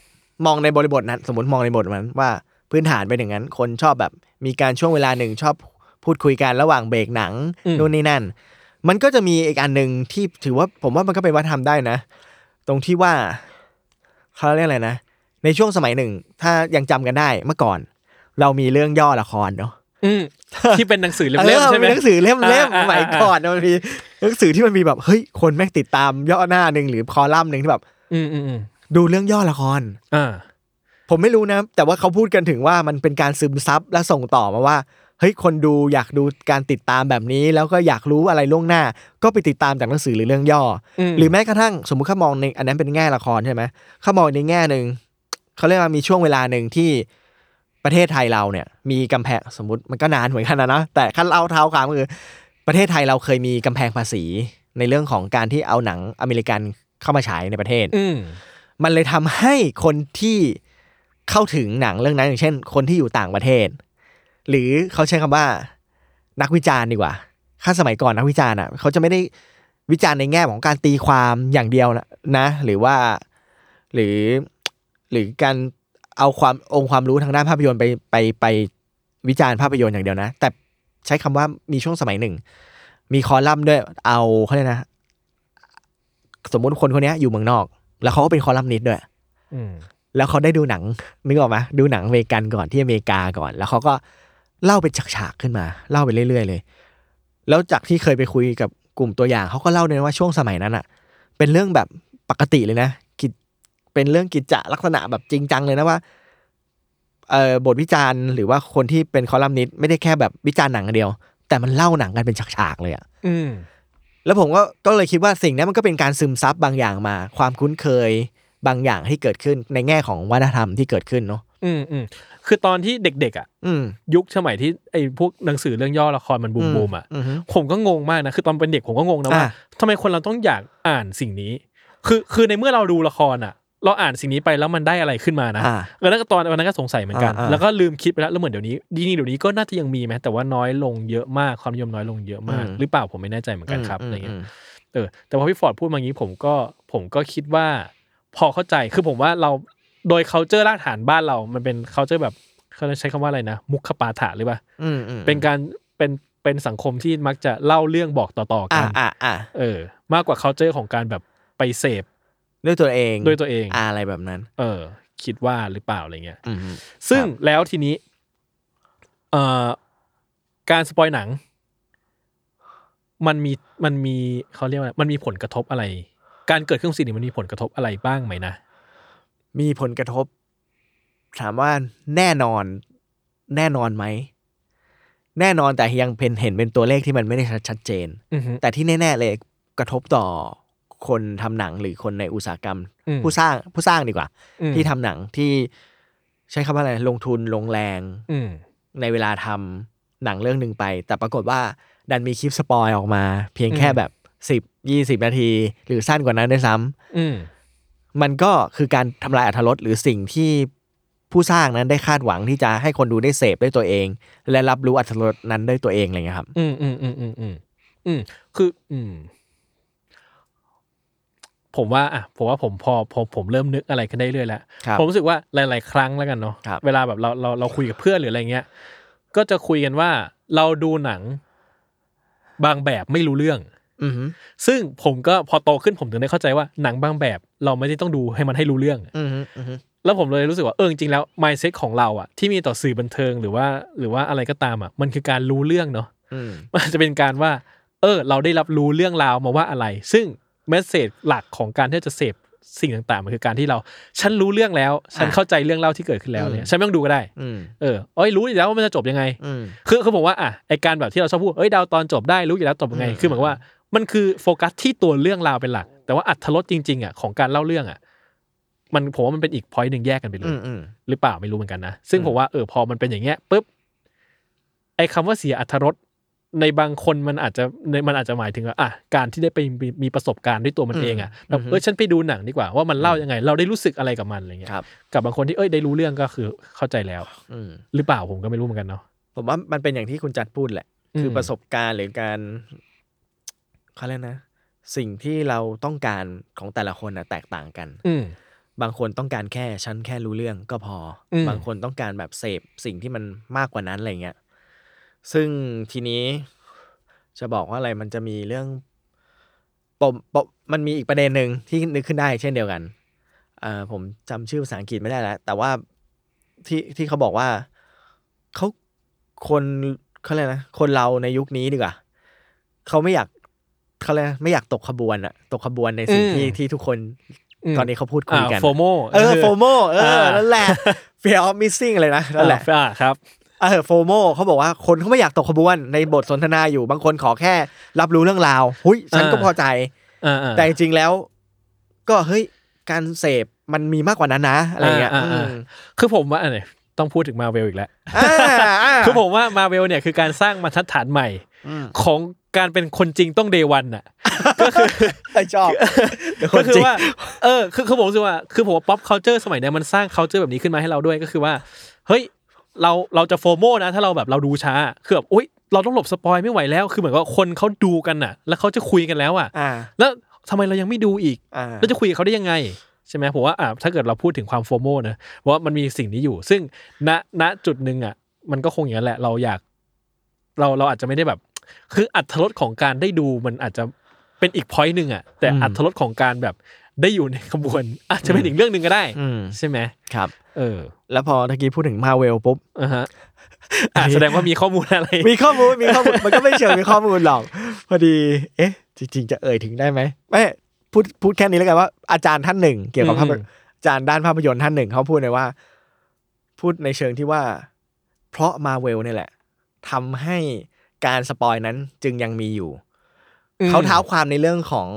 [SPEAKER 3] มองในบริบทนั้น สมมติมองในบทนั้นว่าพื้นฐานเป็นอย่างนั้น คนชอบแบบมีการช่วงเวลาหนึ่งชอบพูดคุยกันระหว่างเบรกหนัง
[SPEAKER 2] อืม
[SPEAKER 3] นู่นนี่นั่น มันก็จะมีอีกอันหนึ่งที่ถือว่าผมว่ามันก็เป็นวัฒนธรรมได้นะ ตรงที่ว่าเขาเรียกอะไรนะ ในช่วงสมัยหนึ่ง ถ้ายังจำกันได้เมื่อก่อน เรามีเรื่องย่อละครเนาะ
[SPEAKER 2] อืม ที่เป็นหนังสือ
[SPEAKER 3] เอ
[SPEAKER 2] เล่มๆ
[SPEAKER 3] อ
[SPEAKER 2] ใช่ไหม
[SPEAKER 3] นหนังสือเล่ม
[SPEAKER 2] อ่า
[SPEAKER 3] เล่ม
[SPEAKER 2] อ่า
[SPEAKER 3] สมัย
[SPEAKER 2] อ่า
[SPEAKER 3] ก่อนมันมีหนังสือที่มันมีแบบเฮ้ยคนแม่งติดตามย่อหน้าหนึ่งหรือคอลัมน์หนึ่งที่แบบ
[SPEAKER 2] อืมอืมอืม
[SPEAKER 3] ดูเรื่องย่อละคร
[SPEAKER 2] อ่า
[SPEAKER 3] ผมไม่รู้นะ แต่ว่าเขาพูดกันถึงว่ามันเป็นการซึมซับและส่งต่อมาว่าเฮ้ยคนดูอยากดูการติดตามแบบนี้ แล้วก็อยากรู้อะไรล่วงหน้า ก็ไปติดตามจากหนังสือหรือเรื่องย่ออหรือแม้กระทั่งสมมุติเขามองในอันนั้นเป็นแง่ละครใช่ไหมเขามองในแง่หนึ่งเขาเรียกว่ามีช่วงเวลาหนึ่งที่ประเทศไทยเราเนี่ย มีกำแพงสมมติมันก็นานเหมือนกันนะนะแต่ขั้นเล่าเท้าความก็คือ ประเทศไทยเราเคยมีกำแพงภาษี ในเรื่องของการที่เอาหนังอเมริกันเข้ามาฉายในประเทศ
[SPEAKER 2] อืม
[SPEAKER 3] มันเลยทำให้คนที่เข้าถึงหนังเรื่องนั้นอย่างเช่น คนที่อยู่ต่างประเทศ หรือเขาใช้คำว่า นักวิจารณ์ดีกว่าถ้าสมัยก่อนนักวิจารณ์อ่ะเขาจะไม่ได้วิจารณ์ในแง่ของการตีความอย่างเดียวนะนะ หรือว่าหรือหรือการเอาความองค์ความรู้ทางด้านภาพยนตร์ไปไปไปวิจารณ์ภาพยนตร์อย่างเดียวนะ แต่ใช้คำว่ามีช่วงสมัยหนึ่ง มีคอลัมน์ด้วยเอาเขาเรียกนะ สมมุติคนคนเนี้ยอยู่เมืองนอก แล้วเขาก็เป็นคอลัมนิสต์ด้วย
[SPEAKER 2] อืม
[SPEAKER 3] แล้วเขาได้ดูหนัง นึกออกไหมดูหนังอเมริกันก่อนที่อเมริกาก่อน แล้วเขาก็เล่าเป็นฉากๆขึ้นมา เล่าไปเรื่อยๆเลย แล้วจากที่เคยไปคุยกับกลุ่มตัวอย่างเขาก็เล่าเลยนะว่าช่วงสมัยนั้นอะเป็นเรื่องแบบปกติเลยนะกิจเป็นเรื่องกิจจะลักษณะแบบจริงจังเลยนะว่าเอ่อบทวิจารณ์หรือว่าคนที่เป็นคอลัมนิสต์ไม่ได้แค่แบบวิจารณ์หนังอย่างเดียว แต่มันเล่าหนังกันเป็นฉากๆเลยอะ
[SPEAKER 2] อืม
[SPEAKER 3] แล้วผมก็ก็เลยคิดว่าสิ่งนี้มันก็เป็นการซึมซับบางอย่างมา ความคุ้นเคยบางอย่างที่เกิดขึ้นในแง่ของวัฒนธรรมที่เกิดขึ้นเนาะ
[SPEAKER 2] อืมอืมคือตอนที่เด็กๆอ่ะ
[SPEAKER 3] อืม
[SPEAKER 2] ยุคสมัยที่ไอพวกหนังสือเรื่องย่อละครมันบูมบูมๆอ่ะ
[SPEAKER 3] อืม
[SPEAKER 2] ผมก็งงมากนะ คือตอนเป็นเด็กผมก็งงนะว่า
[SPEAKER 3] อ่ะ
[SPEAKER 2] ทำไมคนเราต้องอยากอ่านสิ่งนี้ คือคือในเมื่อเราดูละครอ่ะ เราอ่านสิ่งนี้ไปแล้วมันได้อะไรขึ้นมานะ
[SPEAKER 3] อ่า
[SPEAKER 2] เออแล้วก็ตอนวันนั้นก็สงสัยเหมือนกัน
[SPEAKER 3] อ่าอ่า
[SPEAKER 2] แล้วก็ลืมคิดไปแล้ว แล้วเหมือนเดี๋ยวนี้ดีนี่เดี๋ยวนี้ก็น่าจะยังมีไหมแต่ว่าน้อยลงเยอะมากความนิยมน้อยลงเยอะมาก หรือเปล่าผมไม่แน่ใจเหมือนกันครับอะไรเงี้ย
[SPEAKER 3] มม
[SPEAKER 2] เออแต่พอพี่ฟอร์ดพูดมาอย่างนี้ผมก็ผมก็คิดว่าพอเข้าใจคือผมว่าเราโดย c u เจอรากฐานบ้านเรา มันเป็น c u เจอรแบบเขาใช้คำว่าอะไรนะ มุขปาฐะหรือเปล่า
[SPEAKER 3] อืมอืม
[SPEAKER 2] เป็นการเป็นเป็นสังคมที่มักจะเล่าเรื่องบอกต่อๆ
[SPEAKER 3] อ่า
[SPEAKER 2] กัน
[SPEAKER 3] อ่าอ่า
[SPEAKER 2] เออ มากกว่า c u เจอรของการแบบ เสพ
[SPEAKER 3] ด้วยตัวเอง
[SPEAKER 2] ด้วยตัวเอง
[SPEAKER 3] อะไรแบบนั้น
[SPEAKER 2] เออ คิดว่าหรือเปล่าอะไรเงี้ย
[SPEAKER 3] อืม
[SPEAKER 2] ซึ่ง
[SPEAKER 3] ครับ
[SPEAKER 2] แล้วทีนี้เอ่อการสปอยหนัง มันมีมันมีเขาเรียกว่าอะไรมันมีผลกระทบอะไร การเกิดขึ้นของสิ่งนี้มันมีผลกระทบอะไรบ้างไหมนะ
[SPEAKER 3] มีผลกระทบ ถามว่าแน่นอน แน่นอนไหม แน่นอนแต่ยังเป็นเห็นเป็นตัวเลขที่มันไม่ได้ชัดเจน
[SPEAKER 2] อือฮึ
[SPEAKER 3] แต่ที่แน่ ๆ เลยกระทบต่อคนทำหนังหรือคนในอุตสาหกรรม
[SPEAKER 2] อืม
[SPEAKER 3] ผู้สร้างผู้สร้างดีกว่า
[SPEAKER 2] อืม
[SPEAKER 3] ที่ทำหนังที่ใช้คำว่าอะไรลงทุนลงแรง
[SPEAKER 2] อืม
[SPEAKER 3] ในเวลาทำหนังเรื่องหนึ่งไป แต่ปรากฏว่าดันมีคลิปสปอยออกมา เพียงแค่แบบสิบยี่สิบนาที หรือสั้นกว่านั้นด้วยซ้ำ
[SPEAKER 2] อืม
[SPEAKER 3] มันก็คือการทำลายอัธรสหรือสิ่งที่ผู้สร้างนั้นได้คาดหวังที่จะให้คนดูได้เสพด้วยตัวเอง และรับรู้อัธรสนั้นด้วยตัวเองอะไรเงี้ยครับ
[SPEAKER 2] อืมอืมอืมอืมอืมอืมคือ อืม ผมว่า อ่ะ ผมว่าผมพอพอผมเริ่มนึกอะไรกันได้เรื่อยแล้ว
[SPEAKER 3] ครับ
[SPEAKER 2] ผมรู้สึกว่าหลาย ๆ ครั้งแล้วกันเนาะ
[SPEAKER 3] ครับ
[SPEAKER 2] เวลาแบบเราเราเราคุยกับเพื่อนหรืออะไรเงี้ย ก็จะคุยกันว่าเราดูหนังบางแบบไม่รู้เรื่อง
[SPEAKER 3] อือหือ
[SPEAKER 2] ซึ่งผมก็พอโตขึ้นผมถึงได้เข้าใจว่าหนังบางแบบ เราไม่ได้ต้องดูให้มันให้รู้เรื่อง
[SPEAKER 3] อือหืออือหือ
[SPEAKER 2] แล้วผมเลยรู้สึกว่าเออจริงๆแล้ว mindset ของเราอะที่มีต่อสื่อบันเทิงหรือว่า หรือว่าอะไรก็ตามอะมันคือการรู้เรื่องเนาะ
[SPEAKER 3] อืม
[SPEAKER 2] มันอาจจะเป็นการว่า เออ เราได้รับรู้เรื่องราวมาว่าอะไร ซึ่งเมสเซจหลักของการที่จะเสพสิ่งต่างๆ มันคือการที่เรา ฉันรู้เรื่องแล้ว ฉัน
[SPEAKER 3] อ่ะ
[SPEAKER 2] เข้าใจเรื่องเล่าที่เกิดขึ้นแล้วเนี่ย ฉันไม่ต้องดูก็ได้
[SPEAKER 3] อืม
[SPEAKER 2] เออเอ้ยรู้อยู่แล้วว่ามันจะจบยังไง
[SPEAKER 3] อืม
[SPEAKER 2] คือคือผมว่าอ่ะไอการแบบที่เราชอบพูด เอ้ยเดาวตอนจบได้รู้อยู่แล้วจบยังไง
[SPEAKER 3] อืม
[SPEAKER 2] คือเหมือนว่า มันคือโฟกัสที่ตัวเรื่องราวเป็นหลัก แต่ว่าอัตรสจริงๆอ่ะของการเล่าเรื่องอ่ะ มันผมว่ามันเป็นอีกพอยต์หนึ่งแยกกันไปเล
[SPEAKER 3] อื
[SPEAKER 2] ย
[SPEAKER 3] มอืม
[SPEAKER 2] หรือเปล่าไม่รู้เหมือนกันนะ ซึ่ง
[SPEAKER 3] อืม
[SPEAKER 2] ผมว่าเออพอมันเป็นอย่างเงี้ยปุ๊บไอ้คำว่าเสียอัธรสในบางคนมันอาจจะในมันอาจจะหมายถึงว่าอ่ะการที่ได้ไปมีมีประสบการณ์ด้วยตัวมันเองอ่ะแบบเออฉันไปดูหนังดีกว่าว่ามันเล่ายังไง เราได้รู้สึกอะไรกับมันอะไรเงี้ย
[SPEAKER 3] ครับ
[SPEAKER 2] กับบางคนที่เอ้ยได้รู้เรื่องก็คือเข้าใจแล้ว
[SPEAKER 3] อืม
[SPEAKER 2] หรือเปล่าผมก็ไม่รู้เหมือนกันเนาะ
[SPEAKER 3] ผมว่ามันเป็นอย่างที่คุณจัดพูดแหละ
[SPEAKER 2] อืม
[SPEAKER 3] คือประสบการณ์หรือการเขาเรียกนะ สิ่งที่เราต้องการของแต่ละคนนะแตกต่างกัน
[SPEAKER 2] อืม
[SPEAKER 3] บางคนต้องการแค่ฉันแค่รู้เรื่องก็พออ
[SPEAKER 2] ม
[SPEAKER 3] บางคนต้องการแบบเสพสิ่งที่มันมากกว่านั้นอะไรเงี้ยซึ่งทีนี้จะบอกว่าอะไรมันจะมีเรื่องปมปมมันมีอีกประเด็นหนึ่งที่นึกขึ้นได้เช่นเดียวกันเอ่อผมจำชื่อภาษาอังกฤษไม่ได้แล้ว แต่ว่าที่ที่เขาบอกว่าเขาคนเขาเรียกนะคนเราในยุคนี้ดีกว่าเขาไม่อยากเขาเรียกนะไม่อยากตกขบวนอะตกขบวนในสิ่งที่
[SPEAKER 2] อืม
[SPEAKER 3] ที่ทุกคน ตอนนี้เขาพูดคุ
[SPEAKER 2] อ่าย
[SPEAKER 3] กัน
[SPEAKER 2] โฟโม
[SPEAKER 3] เออโฟโมเอออา นั่นแหละเฟียร์ออฟมิสซิ่งอะไรนะนั่นแหละ
[SPEAKER 2] อ่าครับ
[SPEAKER 3] เออโฟโมเขาบอกว่าคนเขาไม่อยากตกขบวนในบทสนทนาอยู่บางคนขอแค่รับรู้เรื่องราว หุยฉันก็
[SPEAKER 2] อ่า
[SPEAKER 3] พอใจ
[SPEAKER 2] อ่าอ่า
[SPEAKER 3] แต่จริงๆแล้ว ก็เฮ้ยการเสพมันมีมากกว่านั้นนะ อะไรเงี้ย
[SPEAKER 2] อ่าอ่า
[SPEAKER 3] ม
[SPEAKER 2] คือผมว่าอะไรต้องพูดถึงมาเวลอีกแล้ว
[SPEAKER 3] อ่าา
[SPEAKER 2] คือผมว่ามาเวลเนี่ยคือการสร้างมาตรฐานใหม่
[SPEAKER 3] อืม
[SPEAKER 2] ของการเป็นคนจริงต้องเดวันน่ะ
[SPEAKER 3] ไอชอบ
[SPEAKER 2] ก็คือว่า เออ คือคือผมรู้สึกว่า คือผมว่า pop culture สมัยเนี้ยมันสร้าง culture แบบนี้ขึ้นมาให้เราด้วย ก็คือว่า เฮ้ย เรา เราจะโฟโมนะ ถ้าเราแบบเราดูช้า คือแบบโอ๊ย เราต้องหลบสปอยไม่ไหวแล้ว คือเหมือนว่าคนเขาดูกันน่ะ แล้วเขาจะคุยกันแล้วอ่ะ
[SPEAKER 3] อ่า
[SPEAKER 2] แล้วทำไมเรายังไม่ดูอีก
[SPEAKER 3] อ่า
[SPEAKER 2] แล้วจะคุยกับเขาได้ยังไง ใช่ไหมผมว่าอ่ะถ้าเกิดเราพูดถึงความโฟโมนะว่ามันมีสิ่งนี้อยู่ ซึ่งณณจุดหนึ่งอ่ะ มันก็คงอย่างนั้นแหละ เราอยาก เราเราอาจจะไม่ได้แบบ คืออัตรสของการได้ดูมันอาจจะเป็นอีกพอยต์หนึ่งอ่ะแต่อัตรสของการแบบได้อยู่ในขบวน อาจจะเป็นอีกเรื่องหนึ่งก็ได้
[SPEAKER 3] อืม
[SPEAKER 2] ใช่ไหม
[SPEAKER 3] ครับ
[SPEAKER 2] เออ
[SPEAKER 3] แล้วพอตะกี้พูดถึงมาเวลปุ๊บ
[SPEAKER 2] อ่ะฮะอ่ะ
[SPEAKER 3] อันนี้
[SPEAKER 2] แสดงว่ามีข้อมูลอะไร
[SPEAKER 3] มีข้อมูลมีข้อมูลมันก็ไม่เชิงมีข้อมูลหรอกพอดี เอ๊ะ จริง ๆ จะเอ่ยถึงได้ไหมไม่พูดพูดแค่นี้แล้วกันว่าอาจารย์ท่านหนึ่ง เกี่ยวกับภาพยนตร์อาจารย์ด้านภาพยนตร์ท่านหนึ่งเขาพูดเลยว่า พูดในเชิงที่ว่า เพราะมาเวลเนี่ยแหละทำให้การสปอยนั้นจึงยังมีอยู่ เขาเท้าความในเรื่องของ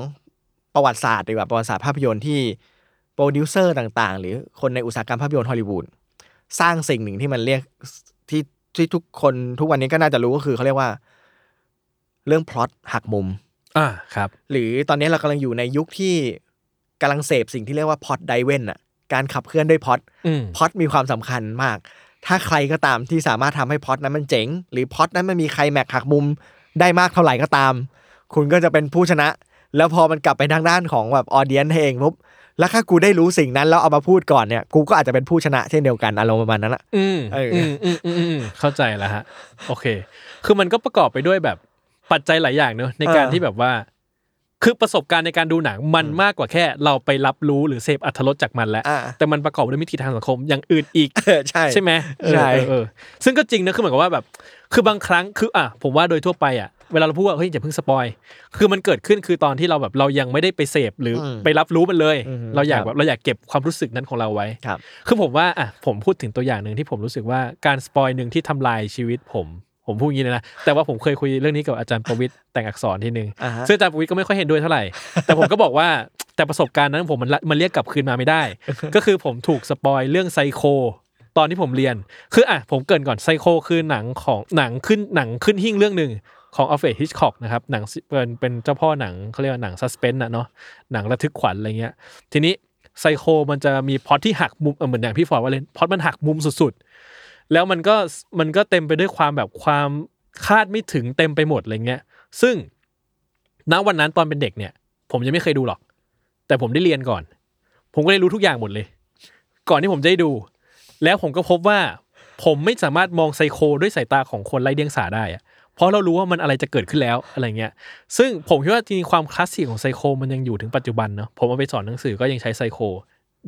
[SPEAKER 3] ประวัติศาสตร์ดีกว่าประวัติศาสตร์ภาพยนตร์ที่โปรดิวเซอร์ต่างๆ หรือคนในอุตสาหกรรมภาพยนตร์ฮอลลีวูดสร้างสิ่งหนึ่งที่มันเรียกที่ที่ทุกคนทุกวันนี้ก็น่าจะรู้ก็คือเขาเรียกว่า เรื่องพล็อตหักมุม
[SPEAKER 2] อ่าครับ
[SPEAKER 3] หรือตอนนี้เรากำลังอยู่ในยุคที่กำลังเสพสิ่งที่เรียกว่าพล็อตไดเวนอะการขับเคลื่อนด้วยพล็อต
[SPEAKER 2] อืม
[SPEAKER 3] พล็อตมีความสำคัญมาก ถ้าใครก็ตามที่สามารถทำให้พล็อตนั้นมันเจ๋ง หรือพล็อตนั้นมันมีใครแม็กหักมุมได้มากเท่าไหร่ก็ตาม คุณก็จะเป็นผู้ชนะ แล้วพอมันกลับไปทางด้านของแบบออเดียนเองปุ๊บ แล้วถ้ากูได้รู้สิ่งนั้นแล้วเอามาพูดก่อนเนี่ย กูก็อาจจะเป็นผู้ชนะเช่นเดียวกันอารมณ์ประมาณนั้นละ
[SPEAKER 2] อืม
[SPEAKER 3] เอออื
[SPEAKER 2] อืมอืมอืมอืมเข้าใจแล้วฮะ โอเค คือมันก็ประกอบไปด้วยแบบปัจจัยหลายอย่างเนอะในการที่แบบว่า คือประสบการณ์ในการดูหนังมันมากกว่าแค่ เราไปรับรู้หรือเสพอัธรสจากมันแล้ว
[SPEAKER 3] อ่า
[SPEAKER 2] แต่มันประกอบด้วยมิติทางสังคมอย่างอื่นอีก
[SPEAKER 3] เออใช่
[SPEAKER 2] ใช่ไหมเออ
[SPEAKER 3] ใช่
[SPEAKER 2] เออเออซึ่งก็จริงนะคือเหมือนกับว่าแบบ คือบางครั้งคืออ่ะผมว่าโดยทั่วไปอ่ะเวลาเราพูดว่าเฮ้ยอย่าเพิ่งสปอยคือมันเกิดขึ้นคือตอนที่เราแบบเรายังไม่ได้ไปเสพหรืออไปรับรู้มันเลย
[SPEAKER 3] อือฮึ
[SPEAKER 2] เราอยาก
[SPEAKER 3] ครับ
[SPEAKER 2] แบบเราอยากเก็บความรู้สึกนั้นของเราไว้
[SPEAKER 3] ครับ
[SPEAKER 2] คือผมว่าอ่ะผมพูดถึงตัวอย่างหนึ่งที่ผมรู้สึกว่าการสปอยหนึ่งที่ทำลายชีวิตผม ผมพูดอย่างนี้เลยนะแต่ว่าผมเคยคุยเรื่องนี้กับอาจารย์ประวิทย์แต่งอักษรทีหนึ่ง
[SPEAKER 3] อ่าฮะ
[SPEAKER 2] ซึ่งอาจารย์ประวิทย์ก็ไม่ค่อยเห็นด้วยเท่าไหร่ แต่ผมก็บอกว่าแต่ประสบการณ์นั้นผมมันละมันเรียกกลับคืนมา ไม่ได้ ก็คือผมถูกสปอยเรื่องไซโค ตอนที่ผมเรียน คืออ่ะผมเกรินก่อนไซโคคือหนังของหนังขึ้นหนังขึ้นหิ้งเรื่องหนึ่งของอัลเฟรดฮิชคอกนะครับหนังเป็นเป็นเจ้าพ่อหนังเขาเรียกว่าหนังซัสเพนส์นะเนาะหนังระทึกขวัญอะไรเงี้ย ทีนี้ไซโคมันจะมีพล็อตที่หักมุมเออเหมือนอย่างพี่ฟอร์ดว่าเลยพล็อตมันหักมุมสุดๆ แล้วมันก็มันก็เต็มไปด้วยความแบบความคาดไม่ถึงเต็มไปหมดอะไรเงี้ย ซึ่งณวันนั้นตอนเป็นเด็กเนี่ย ผมยังไม่เคยดูหรอก แต่ผมได้เรียนก่อน ผมก็ได้รู้ทุกอย่างหมดเลย ก่อนที่ผมจะได้ดู แล้วผมก็พบว่า ผมไม่สามารถมองไซโคด้วยสายตาของคนไร้เดียงสาได้อะเพราะเรารู้ว่ามันอะไรจะเกิดขึ้นแล้วอะไรเงี้ย ซึ่งผมคิดว่าจริงๆความคลาสสิกของไซโคมันยังอยู่ถึงปัจจุบันเนาะผมเอาไปสอนหนังสือก็ยังใช้ไซโค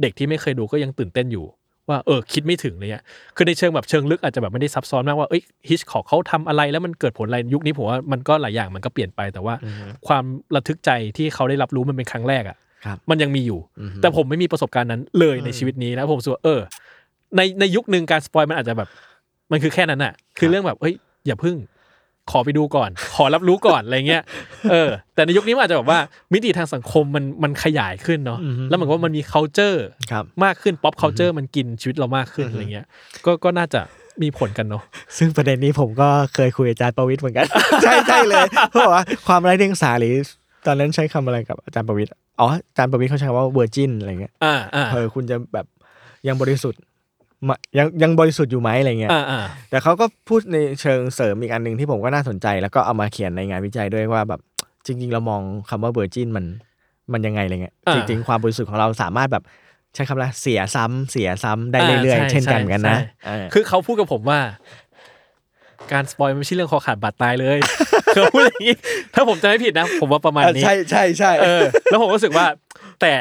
[SPEAKER 2] เด็กที่ไม่เคยดูก็ยังตื่นเต้นอยู่ ว่าเออคิดไม่ถึงเลยอะคือในเชิงแบบเชิงลึกอาจจะแบบไม่ได้ซับซ้อนมากว่าเอ้ยฮิชคอกเขาทำอะไรแล้วมันเกิดผลอะไรยุคนี้ผมว่ามันก็หลายอย่างมันก็เปลี่ยนไปแต่ว่า ความระทึกใจที่เขาได้รับรู้มันเป็นครั้งแรกอะ
[SPEAKER 3] ครับ
[SPEAKER 2] มันยังมีอยู่
[SPEAKER 3] อือฮึ
[SPEAKER 2] แต่ผมไม่มีประสบการณ์นั้นเลยในชีวิตนี้แล้วผมรู้สึกว่าเออ ในในยุคหนึ่งการสปอยมันอาจจะแบบ มันคือแค่นั้นน่ะ คือเรื่องแบบเอ้ยอย่าพึ่ง ขอไปดูก่อน ขอรับรู้ก่อนอะไรเงี้ยเออ แต่ในยุคนี้มันอาจจะแบบว่ามิติทางสังคมมันมันขยายขึ้นเนาะ
[SPEAKER 3] อือฮึ
[SPEAKER 2] แล้วเหมือนว่ามันมี culture
[SPEAKER 3] ครับ
[SPEAKER 2] มากขึ้น pop culture มันกินชีวิตเรามากขึ้นอะไรเงี้ยก็ก็น่าจะมีผลกันเนาะ
[SPEAKER 3] ซึ่งประเด็นนี้ผมก็เคยคุยกับอาจารย์ประวิทย์เห มือนกัน ใช่ใช่เลยเพราะว่าความไร้เดียงสาหรือตอนนั้นใช้คำอะไรกับอาจารย์ประวิทย์อ๋ออาจารย์ประวิทย์เขาใช้คำว่าเวอร์จินอะไรเงี้ย
[SPEAKER 2] อ่าอ่า
[SPEAKER 3] เออคุณจะแบบยังบริสุทธิ์มายังยังบริสุทธิ์อยู่ไหมอะไรเงี้ย
[SPEAKER 2] อ่าอ่า
[SPEAKER 3] แต่เขาก็พูดในเชิงเสริมอีกอันหนึ่งที่ผมก็น่าสนใจ แล้วก็เอามาเขียนในงานวิจัยด้วยว่าแบบจริง ๆ เรามองคำว่าเวอร์จินมันมันยังไงอะไรเงี้ยจริง ๆ ความบริสุทธิ์ของเราสามารถแบบใช้คำว่าเสียซ้ำเสียซ้ำได้เรื่อยๆ เช่นกันเหมือนกันนะเออ
[SPEAKER 2] คือเขาพูดกับผมว่า การสปอยมันไม่ใช่เรื่องคอขาดบาดตาย เลยเขาพูดอย่างนี้ถ้าผมจำไม่ผิดนะ ผมว่าประมาณนี้
[SPEAKER 3] ใช่ใช่ใช่
[SPEAKER 2] เออแล้วผมรู้สึกว่าแต่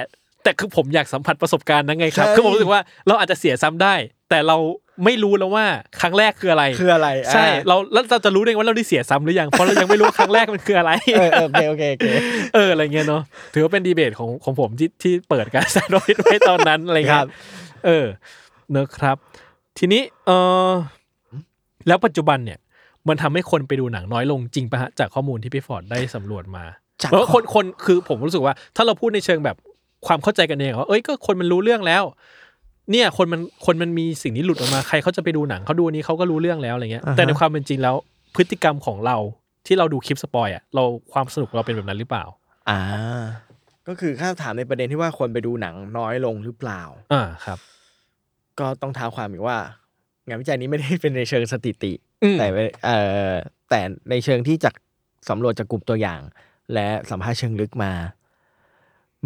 [SPEAKER 2] แต่คือผมอยากสัมผัสประสบการณ์นั้นไงครับ
[SPEAKER 3] ใช่
[SPEAKER 2] คือผมรู้สึกว่าเราอาจจะเสียซ้ำได้ แต่เราไม่รู้แล้วว่าครั้งแรกคืออะไร
[SPEAKER 3] คืออะไร
[SPEAKER 2] ใช่
[SPEAKER 3] อ่ะ
[SPEAKER 2] เราแล้วเราจะรู้ได้ไงว่าเราได้เสียซ้ำหรือยังเพราะเรายังไม่รู้ว่าครั้งแรกมันคืออะไร
[SPEAKER 3] เออเออโอเคโอเคโอเค
[SPEAKER 2] เอออะไรเงี้ยเนาะถือว่าเป็นดีเบตของของผมที่ที่เปิดการสารพิษไว้ตอนนั้นอะไร
[SPEAKER 3] ค
[SPEAKER 2] เงี้
[SPEAKER 3] รั
[SPEAKER 2] ย
[SPEAKER 3] บ
[SPEAKER 2] เออเนอะครับ ทีนี้เออแล้วปัจจุบันเนี่ย มันทำให้คนไปดูหนังน้อยลงจริงปะฮะจากข้อมูลที่พี่ฟอร์ดได้สำรวจมา
[SPEAKER 3] จาก
[SPEAKER 2] เพราะว่าคนคนคือผมรู้สึกว่า ถ้าเราพูดในเชิงแบบความเข้าใจกันเองว่าเอ้ยก็คนมันรู้เรื่องแล้ว เนี่ยคนมันคนมันมีสิ่งนี้หลุดออกมาใครเขาจะไปดูหนังเขาดูอันนี้เขาก็รู้เรื่องแล้วอะไรเงี้ย
[SPEAKER 3] อ่าฮะ
[SPEAKER 2] แต่ในความเป็นจริงแล้ว พฤติกรรมของเราที่เราดูคลิปสปอยอ่ะเราความสนุกเราเป็นแบบนั้นหรือเปล่า
[SPEAKER 3] อ่า ก็คือถ้าถามในประเด็นที่ว่าคนไปดูหนังน้อยลงหรือเปล่า
[SPEAKER 2] อ่าครับ
[SPEAKER 3] ก็ต้องท้าความอีกว่า งานวิจัยนี้ไม่ได้เป็นในเชิงสถิติ
[SPEAKER 2] อืม
[SPEAKER 3] แต่เป็นเอ่อแต่ในเชิงที่จากสำรวจจากกลุ่มตัวอย่าง และสัมภาษณ์เชิงลึกมา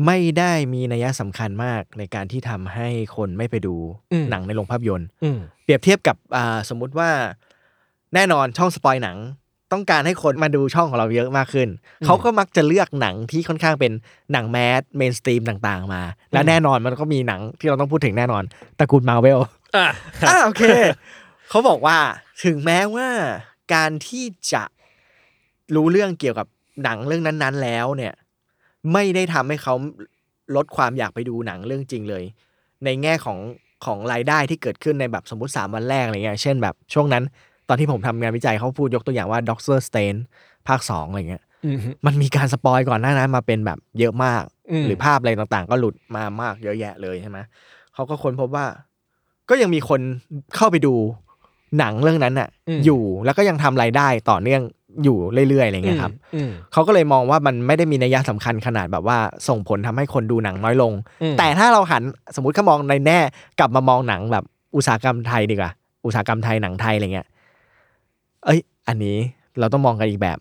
[SPEAKER 3] ไม่ได้มีนัยสำคัญมากในการที่ทำให้คนไม่ไปดู
[SPEAKER 2] อืม
[SPEAKER 3] หนังในโรงภาพยนตร์
[SPEAKER 2] อืม
[SPEAKER 3] เปรียบเทียบกับอ่าสมมุติว่าแน่นอนช่องสปอยหนัง ต้องการให้คนมาดูช่องของเราเยอะมากขึ้น
[SPEAKER 2] อืม
[SPEAKER 3] เขาก็มักจะเลือกหนังที่ค่อนข้างเป็นหนังแมสเมนสตรีมต่างๆ มา และ
[SPEAKER 2] อืม
[SPEAKER 3] แน่นอนมันก็มีหนังที่เราต้องพูดถึงแน่นอนตระกูลมาเวล
[SPEAKER 2] อ่าครับ
[SPEAKER 3] อ่าโอเค เขาบอกว่าถึงแม้ว่าการที่จะรู้เรื่องเกี่ยวกับหนังเรื่องนั้น ๆ แล้วเนี่ย ไม่ได้ทำให้เขาลดความอยากไปดูหนังเรื่องจริงเลย ในแง่ของของรายได้ที่เกิดขึ้นในแบบสมมติ 3 วันแรกอะไรเงี้ยเช่นแบบช่วงนั้น ตอนที่ผมทำงานวิจัยเขาพูดยกตัวอย่างว่าด็อกเตอร์สเตนภาค2อะไรเงี้ย
[SPEAKER 2] อืม
[SPEAKER 3] มันมีการสปอยก่อนหน้านั้นมาเป็นแบบเยอะมาก
[SPEAKER 2] ม
[SPEAKER 3] หรือภาพอะไรต่างๆ ก็หลุดมามากเยอะแยะเลยใช่ไหมเขาก็ค้นพบว่า ก็ยังมีคนเข้าไปดูหนังเรื่องนั้นน่ะ อยู่แล้วก็ยังทำรายได้ต่อเนื่องอยู่เรื่อยๆอะไรเงี้ยครับ
[SPEAKER 2] อืม
[SPEAKER 3] เขาก็เลยมองว่ามันไม่ได้มีนัยสำคัญขนาดแบบว่าส่งผลทำให้คนดูหนังน้อยลง
[SPEAKER 2] อืม
[SPEAKER 3] แต่ถ้าเราหันสมมติเขามองในแน่กลับมามองหนังแบบอุตสาหกรรมไทยดีกว่าอุตสาหกรรมไทยหนังไทยอะไรเงี้ยเอ้ย อันนี้เราต้องมองกันอีกแบบ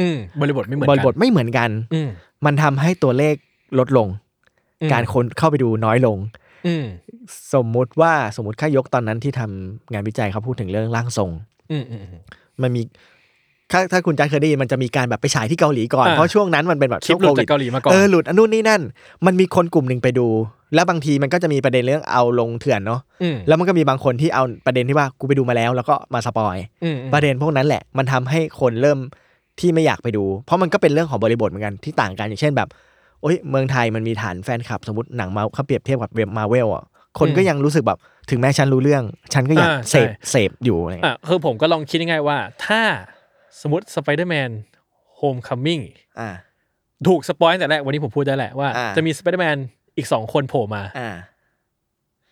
[SPEAKER 2] อืมบริบทไม่เหมือน
[SPEAKER 3] บ
[SPEAKER 2] กัน
[SPEAKER 3] ริบทไม่เหมือนกัน
[SPEAKER 2] อืม
[SPEAKER 3] มันทำให้ตัวเลขลดลง
[SPEAKER 2] อืม
[SPEAKER 3] การคนเข้าไปดูน้อยลง
[SPEAKER 2] อืม
[SPEAKER 3] สมมุติว่าสมมติข้ายกตอนนั้นที่ทำงานวิจัยเขาพูดถึงเรื่องร่างทรง
[SPEAKER 2] อืมอืมอืม
[SPEAKER 3] มันมี ถ้าถ้าคุณจันเคยได้ยินมันจะมีการแบบไปฉายที่เกาหลีก่อน
[SPEAKER 2] อ่า
[SPEAKER 3] เพราะช่วงนั้นมันเป็นแบบ
[SPEAKER 2] คลิ
[SPEAKER 3] ช่
[SPEAKER 2] ป
[SPEAKER 3] วง
[SPEAKER 2] หลุด
[SPEAKER 3] โค
[SPEAKER 2] จา
[SPEAKER 3] วิด
[SPEAKER 2] กเกาหลีมาก่อน
[SPEAKER 3] เออหลุดอันนู่นนี่นั่น มันมีคนกลุ่มหนึ่งไปดู แล้วบางทีมันก็จะมีประเด็นเรื่องเอาลงเถื่อนเนาะ
[SPEAKER 2] ม
[SPEAKER 3] แล้วมันก็มีบางคนที่เอาประเด็นที่ว่ากูไปดูมาแล้ว แล้วก็มาสปอย
[SPEAKER 2] อืมอืม
[SPEAKER 3] ประเด็นพวกนั้นแหละมันทำให้คนเริ่มที่ไม่อยากไปดู เพราะมันก็เป็นเรื่องของบริบทเหมือนกันที่ต่างกันอย่างเช่นแบบโอ้ยเมืองไทยมันมีฐานแฟนคลับ สมมติหนังมาเขาเปรียบเทียบกับเวมาเวลอ่ะคนก็ยังรู้สึกแบบถึงแม้ฉันรู้เรื่อง ฉันก็อยากเสพเสพอยู่อะไรเงี้ย
[SPEAKER 2] อ่ะคือผมก็ลองคิดง่ายๆว่า ถ้าสมมติสไปเดอร์แมนโฮมคัมมิ่ง
[SPEAKER 3] อ่า
[SPEAKER 2] ถูกสปอยตั้งแต่แรกวันนี้ผมพูดได้แหละว่า
[SPEAKER 3] อ่า
[SPEAKER 2] จะมีสไปเดอร์แมนอีกสองคนโผล่มา
[SPEAKER 3] อ่า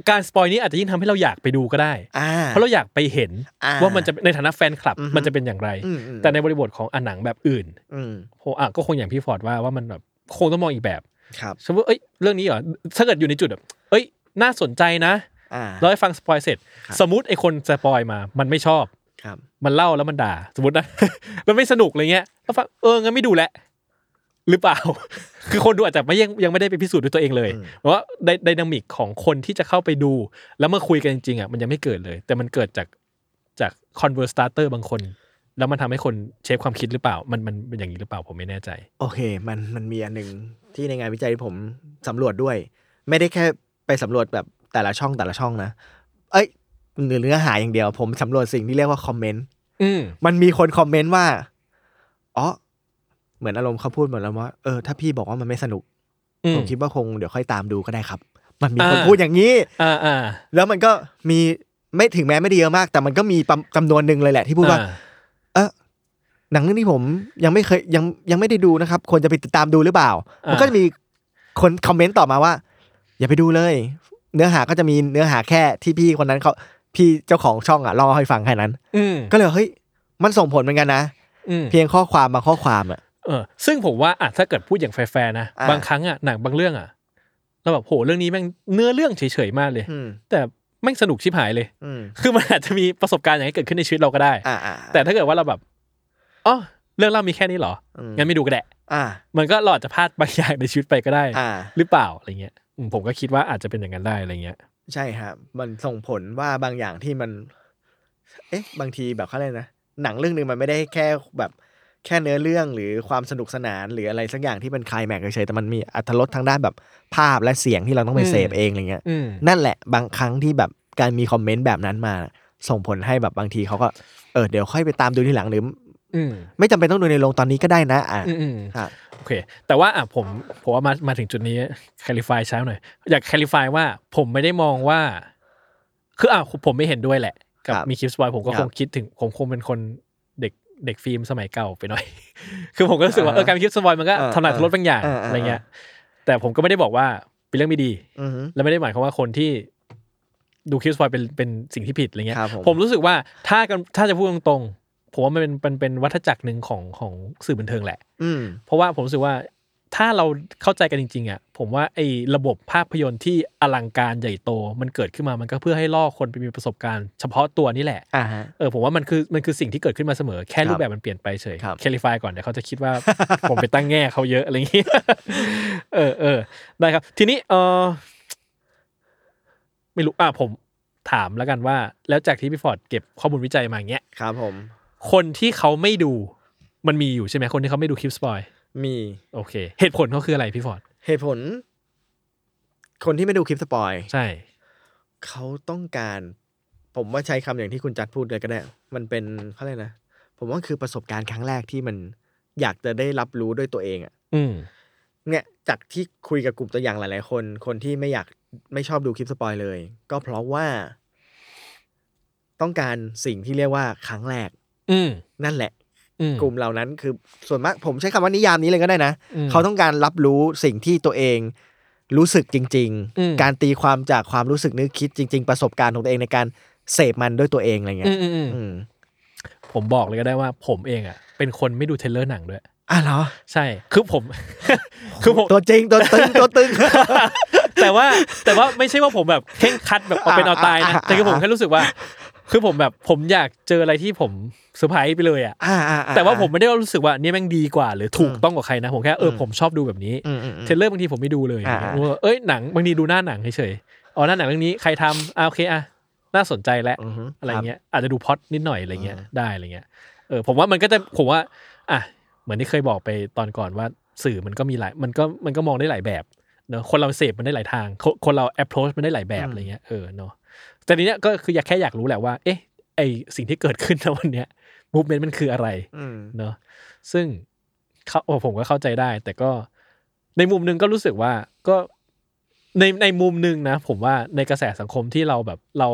[SPEAKER 2] การสปอยนี้อาจจะยิ่งทำให้เราอยากไปดูก็ได้
[SPEAKER 3] อ่า
[SPEAKER 2] เพราะเราอยากไปเห็น
[SPEAKER 3] อ่า
[SPEAKER 2] ว่ามันจะในฐานะแฟนคลับ
[SPEAKER 3] อือฮึ
[SPEAKER 2] มันจะเป็นอย่างไร
[SPEAKER 3] อืมอืม
[SPEAKER 2] แต่ในบริบทของอะหนังแบบอื่น
[SPEAKER 3] อืม
[SPEAKER 2] โหอ่ะก็คงอย่างพี่ฟอร์ดว่าว่ามันแบบคงต้องมองอีกแบบ
[SPEAKER 3] ครับ
[SPEAKER 2] สมมติเอ้ยเรื่องนี้เหรอถ้าเกิดอยู่ในจุดแบบเอ้ยน่าสนใจนะ
[SPEAKER 3] อ่า
[SPEAKER 2] เราให้ฟังสปอยเสร็จ
[SPEAKER 3] ครับ
[SPEAKER 2] สมมติไอคนสปอยมามันไม่ชอบ
[SPEAKER 3] ครับ
[SPEAKER 2] มันเล่าแล้วมันด่า สมมตินะ มันไม่สนุกอะไรเงี้ยแล้วฟังเอองั้นไม่ดูแหละ หรือเปล่า คือคนดูอาจจะไม่ยังยังไม่ได้ไปพิสูจน์ด้วยตัวเองเลย
[SPEAKER 3] อืม
[SPEAKER 2] เพราะว่าไดไดนามิกของคนที่จะเข้าไปดู แล้วมาคุยกันจริงๆอ่ะมันยังไม่เกิดเลย แต่มันเกิดจากจากคอนเวอร์สตาร์เตอร์บางคน แล้วมันทำให้คนเชฟความคิดหรือเปล่า มันมันเป็นอย่างนี้หรือเปล่าผมไม่แน่ใจ
[SPEAKER 3] โอเค มันมันมีอันหนึ่งที่ในงานวิจัยที่ผมสำรวจด้วย ไม่ได้แค่ไปสำรวจแบบแต่ละช่องแต่ละช่องนะ เอ้ยเนื้อเนื้อหาอย่างเดียว ผมสำรวจสิ่งที่เรียกว่าคอมเมนต์
[SPEAKER 2] อืม
[SPEAKER 3] มันมีคนคอมเมนต์ว่า อ๋อ เหมือนอารมณ์เขาพูดเหมือนแล้วว่า เออ ถ้าพี่บอกว่ามันไม่สนุก
[SPEAKER 2] อืม
[SPEAKER 3] ผมคิดว่าคงเดี๋ยวค่อยตามดูก็ได้ครับ มันมีคน
[SPEAKER 2] อ่า
[SPEAKER 3] พูดอย่างนี้
[SPEAKER 2] อ่าอ่า
[SPEAKER 3] แล้วมันก็มีไม่ถึงแม้ไม่ได้เยอะมาก แต่มันก็มีประจำนวนหนึ่งเลยแหละที่พูดว่า
[SPEAKER 2] อ่
[SPEAKER 3] หนังเรื่องนี้ผมยังไม่เคยยังยังไม่ได้ดูนะครับ ควรจะไปติดตามดูหรือเปล่า มันก็จะมีคนคอมเมนต์ต่อมาว่า อย่าไปดูเลย เนื้อหาก็จะมีเนื้อหาแค่ที่พี่คนนั้นเขาพี่เจ้าของช่องอ่ะเล่าให้ฟังแค่นั้น
[SPEAKER 2] อืม
[SPEAKER 3] ก็เลยว่าเฮ้ยมันส่งผลเหมือนกันนะ
[SPEAKER 2] อืม
[SPEAKER 3] เพียงข้อความบางข้อความอ่ะ
[SPEAKER 2] เออซึ่งผมว่าอ่ะถ้าเกิดพูดอย่างแฟร์ๆนะ
[SPEAKER 3] อ่า
[SPEAKER 2] บางครั้งอ่ะหนังบางเรื่องอ่ะเราแบบโหเรื่องนี้แม่งเนื้อเรื่องเฉยๆมากเลย
[SPEAKER 3] อืม
[SPEAKER 2] แต่แม่งสนุกชิบหายเลย
[SPEAKER 3] อืม
[SPEAKER 2] คือมันอาจจะมีประสบการณ์อย่างนี้เกิดขึ้นในชีวิตเราก็ได้
[SPEAKER 3] อ่าอ่า
[SPEAKER 2] แต่ถ้าเกิดว่าเราแบบอ๋อเรื่องเล่ามีแค่นี้เหรอ
[SPEAKER 3] อืม
[SPEAKER 2] งั้นไม่ดูก็ได้
[SPEAKER 3] อ่า
[SPEAKER 2] มันก็หลอดจะพลาดบางอย่างในชีวิตไปก็ได้
[SPEAKER 3] อ่า
[SPEAKER 2] หรือเปล่าอะไรเงี้ยอืมผมก็คิดว่าอาจจะเป็นอย่างนั้นได้อะไรเงี้ย
[SPEAKER 3] ใช่ครับ มันส่งผลว่าบางอย่างที่มัน เอ๊ะ บางทีแบบเขาเรียกนะ หนังเรื่องหนึ่งมันไม่ได้แค่แบบแค่เนื้อเรื่องหรือความสนุกสนานหรืออะไรสักอย่างที่เป็นไคลายแม็กซ์เฉยๆแต่มันมีอัตลดทางด้านแบบภาพและเสียงที่เราต้องไป
[SPEAKER 2] อืม
[SPEAKER 3] เสพเองอะไรเงี้ย
[SPEAKER 2] อืม
[SPEAKER 3] นั่นแหละบางครั้งที่แบบการมีคอมเมนต์แบบนั้นมา ส่งผลให้แบบบางทีเขาก็เออเดี๋ยวค่อยไปตามดูทีหลังหรือ
[SPEAKER 2] อืม
[SPEAKER 3] ไม่จำเป็นต้องดูในโรงตอนนี้ก็ได้นะ อ่ะ
[SPEAKER 2] อืมอืม
[SPEAKER 3] ครับ
[SPEAKER 2] โอเค แต่ว่าอ่ะผมผมว่ามามาถึงจุดนี้คลิฟายช้าหน่อย อยากคลิฟายว่าผมไม่ได้มองว่า คืออ่ะผมไม่เห็นด้วยแหละ กับ
[SPEAKER 3] ครับ
[SPEAKER 2] มีคลิปสปอยผมก็
[SPEAKER 3] ค
[SPEAKER 2] ครับ งคิดถึงผมคงเป็นคนเด็กเด็กฟิล์มสมัยเก่าไปหน่อย คือผมก็รู้สึกว่า
[SPEAKER 3] อ่า
[SPEAKER 2] เออการมีคลิปสปอยมันก็
[SPEAKER 3] อ่า
[SPEAKER 2] ทำลายทลดบางอย่าง
[SPEAKER 3] อ่าอ่า
[SPEAKER 2] อะไรเงี้ย แต่ผมก็ไม่ได้บอกว่าเป็นเรื่องไม่ดี
[SPEAKER 3] อือฮึ
[SPEAKER 2] และไม่ได้หมายความว่าคนที่ดูคลิปสปอยเป็นเป็นสิ่งที่ผิดอะไรเงี้ย
[SPEAKER 3] ครับผม
[SPEAKER 2] ผมรู้สึกว่าถ้ากันถ้าจะพูดตรงๆผมว่ามันเป็นมันเป็นวัฏจักรหนึ่งของของสื่อบันเทิงแหละ
[SPEAKER 3] อืม
[SPEAKER 2] เพราะว่าผมรู้สึกว่าถ้าเราเข้าใจกันจริงๆอ่ะผมว่าไอ้ระบบภาพยนตร์ที่อลังการใหญ่โต มันเกิดขึ้นมามันก็เพื่อให้ล่อคนไปมีประสบการณ์เฉพาะตัวนี่แหละ
[SPEAKER 3] อ่าฮะ
[SPEAKER 2] เออผมว่ามันคือมันคือสิ่งที่เกิดขึ้นมาเสมอแค่รูปแบบมันเปลี่ยนไปเฉย
[SPEAKER 3] ครับ
[SPEAKER 2] แคลิฟายก่อนเดี๋ยวเขาจะคิด ว่า ผมไปตั้งแง่เขาเยอะอะไรอย่างงี้ เออเออได้ครับ ทีนี้เออไม่รู้อ่ะผมถามแล้วกันว่า แล้วจากที่พี่ฟอร์ดเก็บข้อมูลวิจัยมาอย่างเงี้ย
[SPEAKER 3] ครับผม
[SPEAKER 2] คนที่เขาไม่ดูมันมีอยู่ใช่ไหมคนที่เขาไม่ดูคลิปสปอย
[SPEAKER 3] มี
[SPEAKER 2] โอเค เหตุผลเขาคืออะไรพี่ฟอร์ด
[SPEAKER 3] เหตุผล คนที่ไม่ดูคลิปสปอย
[SPEAKER 2] ใช่
[SPEAKER 3] เขาต้องการ ผมว่าใช้คำอย่างที่คุณจัดพูดเลยก็ได้ มันเป็นเขาเรียกนะ ผมว่าคือประสบการณ์ครั้งแรกที่มันอยากจะได้รับรู้ด้วยตัวเองอะ
[SPEAKER 2] อืม
[SPEAKER 3] เนี่ยจากที่คุยกับกลุ่มตัวอย่างหลาย ๆ คน คนที่ไม่อยากไม่ชอบดูคลิปสปอยเลย ก็เพราะว่า ต้องการสิ่งที่เรียกว่าครั้งแรก
[SPEAKER 2] อืม
[SPEAKER 3] นั่นแหละ
[SPEAKER 2] อืม
[SPEAKER 3] กลุ่มเหล่านั้นคือส่วนมากผมใช้คำว่านิยามนี้เลยก็ได้นะ
[SPEAKER 2] ม
[SPEAKER 3] เขาต้องการรับรู้สิ่งที่ตัวเองรู้สึกจริง
[SPEAKER 2] อืม
[SPEAKER 3] ๆ การตีความจากความรู้สึกนึกคิดจริง ๆ ประสบการณ์ของตัวเองในการเสพมันด้วยตัวเองอะไรเงี้
[SPEAKER 2] อื
[SPEAKER 3] ย
[SPEAKER 2] มอืมอืม
[SPEAKER 3] อืม
[SPEAKER 2] ผมบอกเลยก็ได้ว่าผมเองอ่ะ เป็นคนไม่ดูเทรลเลอร์หนังด้วย
[SPEAKER 3] อ่ะเหรอ
[SPEAKER 2] ใช่ คือผม คือผม
[SPEAKER 3] ตัวจริงตัวตึงตัวตึง
[SPEAKER 2] แต่ว่าแต่ว่าไม่ใช่ว่าผมแบบเข่งครัดแบบเอาเป็นเอาตายนะ
[SPEAKER 3] อ่าอ่าอ่า
[SPEAKER 2] แต่คือผมแค่รู้สึกว่า คือผมแบบผมอยากเจออะไรที่ผมเซอร์ไพรส์ไปเลยอ่ะ
[SPEAKER 3] อ่าอ่าอ่
[SPEAKER 2] แต่ว่าผมไม่ได้ว่ารู้สึกว่าเนี่ยแม่งดีกว่า หรือถูกต้องกว่าใครนะ ผมแค่เออ
[SPEAKER 3] อืม
[SPEAKER 2] ผมชอบดูแบบนี้
[SPEAKER 3] อืมอืมอืม
[SPEAKER 2] เทรลเลอร์บางทีผมไม่ดูเลย
[SPEAKER 3] อ่า
[SPEAKER 2] เออเอ้ยหนังบางทีดูหน้าหนังเฉยๆอ๋อหน้าหนังเรื่องนี้ใครทำอ่าโอเคอ่ะน่าสนใจแล้ว
[SPEAKER 3] ฮึ
[SPEAKER 2] อะไรเงี้ยอาจจะดูพล็อตนิดหน่อยอะไรเงี้ยได้อะไรเงี้ย เออผมว่ามันก็จะผมว่า อ่ะเหมือนที่เคยบอกไปตอนก่อนว่าสื่อมันก็มีหลายมันก็มันก็มองได้หลายแบบเนอะคนเราเสพมันได้หลายทาง คนคนเรา approach มันได้หลายแบบ
[SPEAKER 3] อืม
[SPEAKER 2] อะไรเงี้ยเออเนอะแต่ทีเนี้ยก็คืออยากแค่อยากรู้แหละว่า เอ๊ะไอสิ่งที่เกิดขึ้น ในวันเนี้ย movement มันคืออะไร
[SPEAKER 3] อืม
[SPEAKER 2] เนอะซึ่งเขาโอ้ผมก็เข้าใจได้ แต่ก็ในมุมหนึ่งก็รู้สึกว่าก็ในในมุมหนึ่งนะ ผมว่าในกระแสสังคมที่เราแบบเรา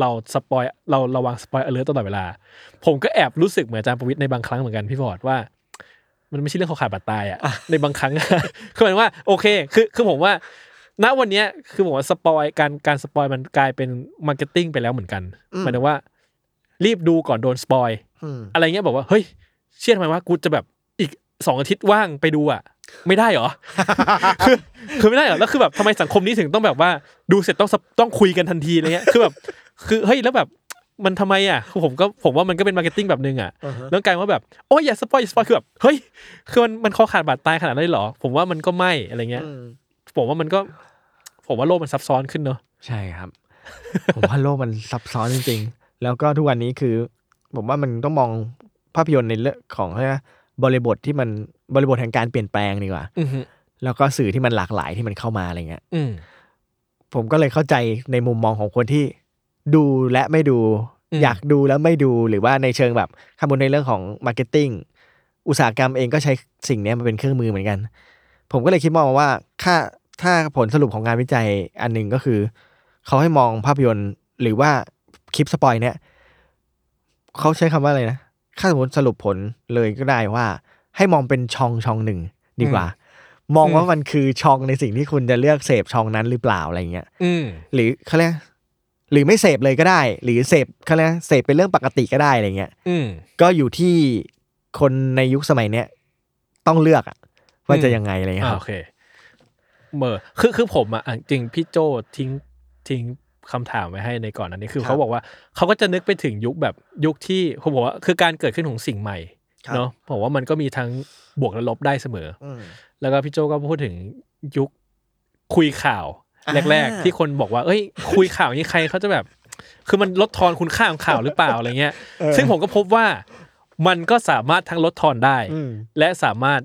[SPEAKER 2] เราสปอยเราระวังสปอยเออร์ตลอดเวลา ผมก็แอบรู้สึกเหมือนอาจารย์ประวิทย์ในบางครั้งเหมือนกันพี่ฟอร์ดว่า มันไม่ใช่เรื่องของขาดบาดตายอะ
[SPEAKER 3] อ่ะ
[SPEAKER 2] ในบางค รั้ง คือหมายถึงว่า โอเค คือคือผมว่า ณวันเนี้ยคือผมว่าสปอยการการสปอยมันกลายเป็นมาร์เก็ตติ้งไปแล้วเหมือนกันหมายถึงว่า รีบดูก่อนโดนสปอย
[SPEAKER 3] อืม
[SPEAKER 2] อะไรเงี้ยบอกว่าเฮ้ยเชื่อทำไมว่ากูจะแบบอีกสองอาทิตย์ว่างไปดูอ่ะ ไม่ได้เหรอ คือคือไม่ได้เหรอแล้วคือแบบทำไมสังคมนี้ถึงต้องแบบว่า ดูเสร็จต้องสปต้องคุยกันทันทีอะไรเงี้ยคือแบบคือเฮ้ยแล้วแบบมันทำไมอ่ะคือผมก็ผมว่ามันก็เป็นมาร์เก็ตติ้งแบบนึงอ่ะ
[SPEAKER 3] อือฮะ
[SPEAKER 2] แล้วกลายว่าแบบโอ้ยอย่าสปอยอย่าสปอยคือแบบเฮ้ยคือมันมันคอขาดบาดตายขนาดนั้นเลยเหรอ ผมว่ามันก็ไม่อะไรเงี้ย ผมว่ามันก็ ผมว่าโลกมันซับซ้อนขึ้นเนอะ
[SPEAKER 3] ใช่ครับ ผมว่าโลกมันซับซ้อนจริงๆ แล้วก็ทุกวันนี้คือ ผมว่ามันต้องมองภาพยนตร์ในเรื่องของเขาเรียกว่าบริบทที่มันบริบทแห่งการเปลี่ยนแปลงดีกว่า
[SPEAKER 2] อือฮึ
[SPEAKER 3] แล้วก็สื่อที่มันหลากหลายที่มันเข้ามาอะไรเงี้ย
[SPEAKER 2] อืม
[SPEAKER 3] ผมก็เลยเข้าใจในมุมมองของคนที่ดูและไม่ดู
[SPEAKER 2] อืม
[SPEAKER 3] อยากดูแล้วไม่ดูหรือว่าในเชิงแบบข้ามบนในเรื่องของมาร์เก็ตติ้งอุตสาหกรรมเองก็ใช้สิ่งเนี้ยมาเป็นเครื่องมือเหมือนกัน ผมก็เลยคิดมองว่าค่าถ้าผลสรุปของงานวิจัยอันหนึ่งก็คือ เขาให้มองภาพยนตร์หรือว่าคลิปสปอยเนี่ยเขาใช้คำว่าอะไรนะค่าสมมติสรุปผลเลยก็ได้ว่า ให้มองเป็นช่องช่องหนึ่งดีกว่า มองว่ามันคือช่องในสิ่งที่คุณจะเลือกเสพช่องนั้นหรือเปล่าอะไรเงี้ย
[SPEAKER 2] อืม
[SPEAKER 3] หรือเขาเรียกหรือไม่เสพเลยก็ได้ หรือเสพเขาเรียกเสพเป็นเรื่องปกติก็ได้อะไรเงี้ย
[SPEAKER 2] อืม
[SPEAKER 3] ก็อยู่ที่คนในยุคสมัยเนี้ยต้องเลือกอะว่า
[SPEAKER 2] อืม
[SPEAKER 3] จะยังไงอะไรเงี้
[SPEAKER 2] อ่า
[SPEAKER 3] ยครั
[SPEAKER 2] โอบ เคเมอคือคือผมอ่ะอ่ะจริงพี่โจทิ้งทิ้งคำถามไว้ให้ในก่อนอันนี้คือ
[SPEAKER 3] ครับ
[SPEAKER 2] เขาบอกว่าเขาก็จะนึกไปถึงยุคแบบยุคที่ผมบอกว่าคือการเกิดขึ้นของสิ่งใหม่
[SPEAKER 3] ครับ
[SPEAKER 2] เนาะผมว่ามันก็มีทั้งบวกและลบได้เสมอ
[SPEAKER 3] อืม
[SPEAKER 2] แล้วก็พี่โจก็พูดถึงยุคคุยข่าว แรกๆ
[SPEAKER 3] อ่า
[SPEAKER 2] ที่คนบอกว่า เอ้ย คุยข่าวอย่างนี้ใครเขาจะแบบ คือมันลดทอนคุณค่าของข่าวหรือเปล่าอะไรเงี้ย ซึ่งผมก็พบว่ามันก็สามารถทั้งลดทอนได้
[SPEAKER 3] อืม
[SPEAKER 2] และสามารถ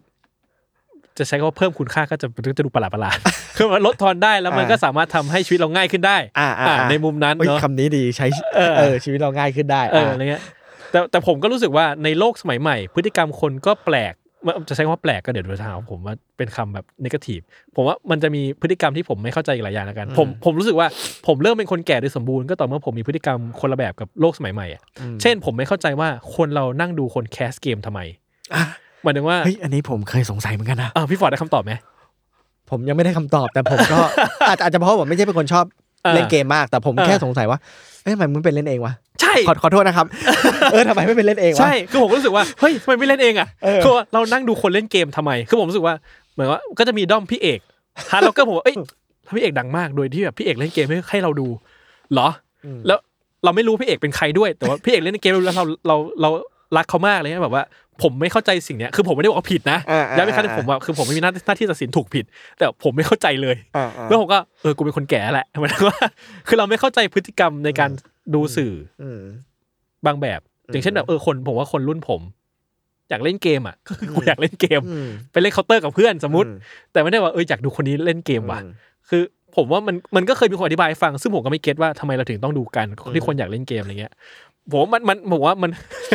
[SPEAKER 2] จะใช้คำว่าเพิ่มคุณค่าก็จะจะดูประหลาดประหลาดๆ คือมันลดทอนได้แล้วมัน
[SPEAKER 3] อ่า
[SPEAKER 2] ก็สามารถทำให้ชีวิตเราง่ายขึ้นได้
[SPEAKER 3] อ่าอ่า
[SPEAKER 2] อ่า
[SPEAKER 3] อ่า
[SPEAKER 2] ในมุมนั้น
[SPEAKER 3] เอ้ย
[SPEAKER 2] เนาะ
[SPEAKER 3] คำนี้ดีใช้
[SPEAKER 2] เออ
[SPEAKER 3] เออชีวิตเราง่ายขึ้นได้
[SPEAKER 2] เออ
[SPEAKER 3] อ่ะ
[SPEAKER 2] อะไรเงี้ยแต่แต่ผมก็รู้สึกว่าในโลกสมัยใหม่ พฤติกรรมคนก็แปลกมันจะใช้คำว่าแปลกก็เดี๋ยวดูทางของผมว่าเป็นคำแบบนกาทีฟผมว่ามันจะมีพฤติกรรมที่ผมไม่เข้าใจอีกหลายอย่างแล้วกัน ผม
[SPEAKER 3] อืม
[SPEAKER 2] ผมรู้สึกว่าผมเริ่มเป็นคนแก่โดยสมบูรณ์ก็ต่อเมื่อผมมีพฤติกรรมคนละแบบกับโลกสมัยใหม่อะ
[SPEAKER 3] ม
[SPEAKER 2] เช่น ผมไม่เข้าใจว่าคนเรานั่งดูคนแคสเกมทำไม
[SPEAKER 3] อ่ะ
[SPEAKER 2] หมายถึงว่า
[SPEAKER 3] เฮ้ยอันนี้ผมเคยสงสัยเหมือนกันนะ
[SPEAKER 2] อ่าพี่ฟอร์ดได้คำตอบไหม
[SPEAKER 3] ผมยังไม่ได้คำตอบ แต่ผม ก็ อาจจะอาจจะเพราะผมไม่ใช่เป็นคนชอบ
[SPEAKER 2] อ่า
[SPEAKER 3] เล่นเกมมาก แต่ผม
[SPEAKER 2] อ่า
[SPEAKER 3] แค่สงสัยว่าเอ้ยทำไมมึงเป็นเล่นเองวะ
[SPEAKER 2] ใช่
[SPEAKER 3] ขอขอโทษนะครับ เออทำไมไม่เป็นเล่นเองวะ
[SPEAKER 2] ใช่ คือผมก็รู้สึก ว่า เฮ้ยทำไมไม่เล่นเองอ่ะ
[SPEAKER 3] เออ
[SPEAKER 2] คือว่าเรานั่งดูคนเล่นเกมทำไม คือผมรู้สึกว่า เหมือนว่า ก็จะมีด้อมพี่เอกฮาร์ดล็อกเกอร์ผมว่าเอ้ยแล้วพี่เอกดังมาก โดยที่แบบพี่เอกเล่นเกมให้ให้เราดู เหรอ แล้วเราไม่รู้พี่เอกเป็นใครด้วย แต่ว่าพี่เอกเล่นเกมแล้วเราเราเรารักเขามากเลยนะแบบว่า ผมไม่เข้าใจสิ่งเนี้ย คือผมไม่ได้บอกว่าผิดนะ
[SPEAKER 3] อ่าอ่า
[SPEAKER 2] ย้ำอีกครั้งหนึ่ง
[SPEAKER 3] อ่า
[SPEAKER 2] ผมว่า คือผมไม่มีหน้าหน้าที่ตัดสินถูกผิด แต่ผมไม่เข้าใจเลย
[SPEAKER 3] อ่า
[SPEAKER 2] แล้
[SPEAKER 3] อ่า
[SPEAKER 2] วผมก็ เออ กูเป็นคนแก่แหละ หมายถึงว่า คือเราไม่เข้าใจพฤติกรรมในการดูสื่อ
[SPEAKER 3] อืม
[SPEAKER 2] บางแบบ อย่างเช่นแบบเออคนผมว่าคนรุ่นผม อยากเล่นเกมอ่ะ ก็คือกูอยากเล่นเกม
[SPEAKER 3] อืม
[SPEAKER 2] ไปเล่นเคาน์เตอร์กับเพื่อนสมมติ
[SPEAKER 3] อื
[SPEAKER 2] แต่ไม่ได้ว่าเอออยากดูคนนี้เล่นเกมว่ะ
[SPEAKER 3] อื
[SPEAKER 2] คือผมว่ามันมันก็เคยมีคนอธิบายให้ฟัง ซึ่งผมก็ไม่เก็ตว่าทำไมเราถึงต้องดูกันที่คนอยากเล่นเกมอะไรเงี้ยผมว่ามันมันผมว่ามัน